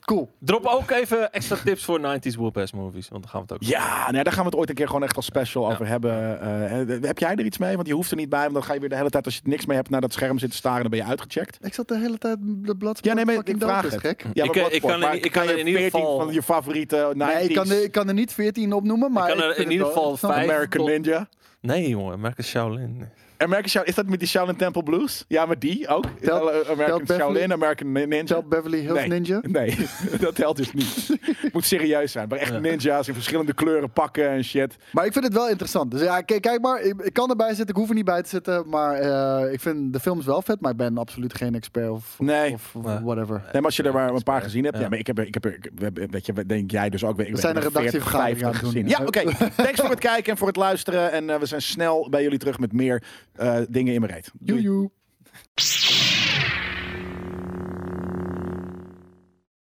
Speaker 2: Cool.
Speaker 3: Drop ook even extra tips voor 90s whoop-ass movies. Want dan gaan we het ook
Speaker 1: Ja, nou, daar gaan we het ooit een keer gewoon echt als special over hebben. Eh, eh, heb jij er iets mee? Want je hoeft er niet bij, want dan ga je weer de hele tijd, als je er niks mee hebt, naar dat scherm zitten staren en dan ben je uitgecheckt.
Speaker 2: Ik zat de hele tijd de bladzijde.
Speaker 1: Ja, nee, maar ik
Speaker 2: fucking
Speaker 1: vraag
Speaker 2: dood is,
Speaker 1: het.
Speaker 2: gek.
Speaker 1: Ja, maar
Speaker 3: Ik, eh, ik
Speaker 1: Bloodsport,
Speaker 3: kan in-
Speaker 1: maar
Speaker 3: ik kan in ieder
Speaker 1: 14
Speaker 3: geval-
Speaker 1: van je favoriete
Speaker 2: Nee, ik, kan er,
Speaker 1: 90s
Speaker 2: ik kan er niet 14 opnoemen, maar.
Speaker 3: Ik kan er
Speaker 2: vind
Speaker 3: in ieder
Speaker 2: het wel-
Speaker 3: geval
Speaker 2: ik snap het.
Speaker 3: vijf-
Speaker 1: American
Speaker 3: tot-
Speaker 1: Ninja.
Speaker 3: Nee jongen, American Shaolin.
Speaker 1: American Shaolin, is dat met die Shaolin Temple Blues? Ja, maar die ook.
Speaker 2: Telt-
Speaker 1: American
Speaker 2: telt Beverly-
Speaker 1: Shaolin, American Nin- Ninja.
Speaker 2: Telt Beverly Hills
Speaker 1: nee.
Speaker 2: Ninja.
Speaker 1: Nee, dat telt dus niet. Moet serieus zijn. Maar echt ninja's in verschillende kleuren pakken en shit.
Speaker 2: Maar ik vind het wel interessant. Dus ja, kijk, kijk maar, ik, ik kan erbij zitten, ik hoef er niet bij te zitten. Maar eh, ik vind de films wel vet, maar ik ben absoluut geen expert of, of-
Speaker 1: Nee.
Speaker 2: of
Speaker 3: Nee.
Speaker 2: whatever.
Speaker 1: Nee, maar als je er maar een paar gezien hebt. eh, Ja,
Speaker 3: Ja.
Speaker 1: maar ik heb, er- ik heb, er- ik heb- weet je, denk jij dus ook. We
Speaker 2: zijn een redactievergadering aan het doen,
Speaker 1: Ja,
Speaker 2: ja.
Speaker 1: oké. Thanks voor het kijken en voor het luisteren. En eh, we zijn snel bij jullie terug met meer eh, dingen in mijn reet. Doei.
Speaker 2: Joejoe.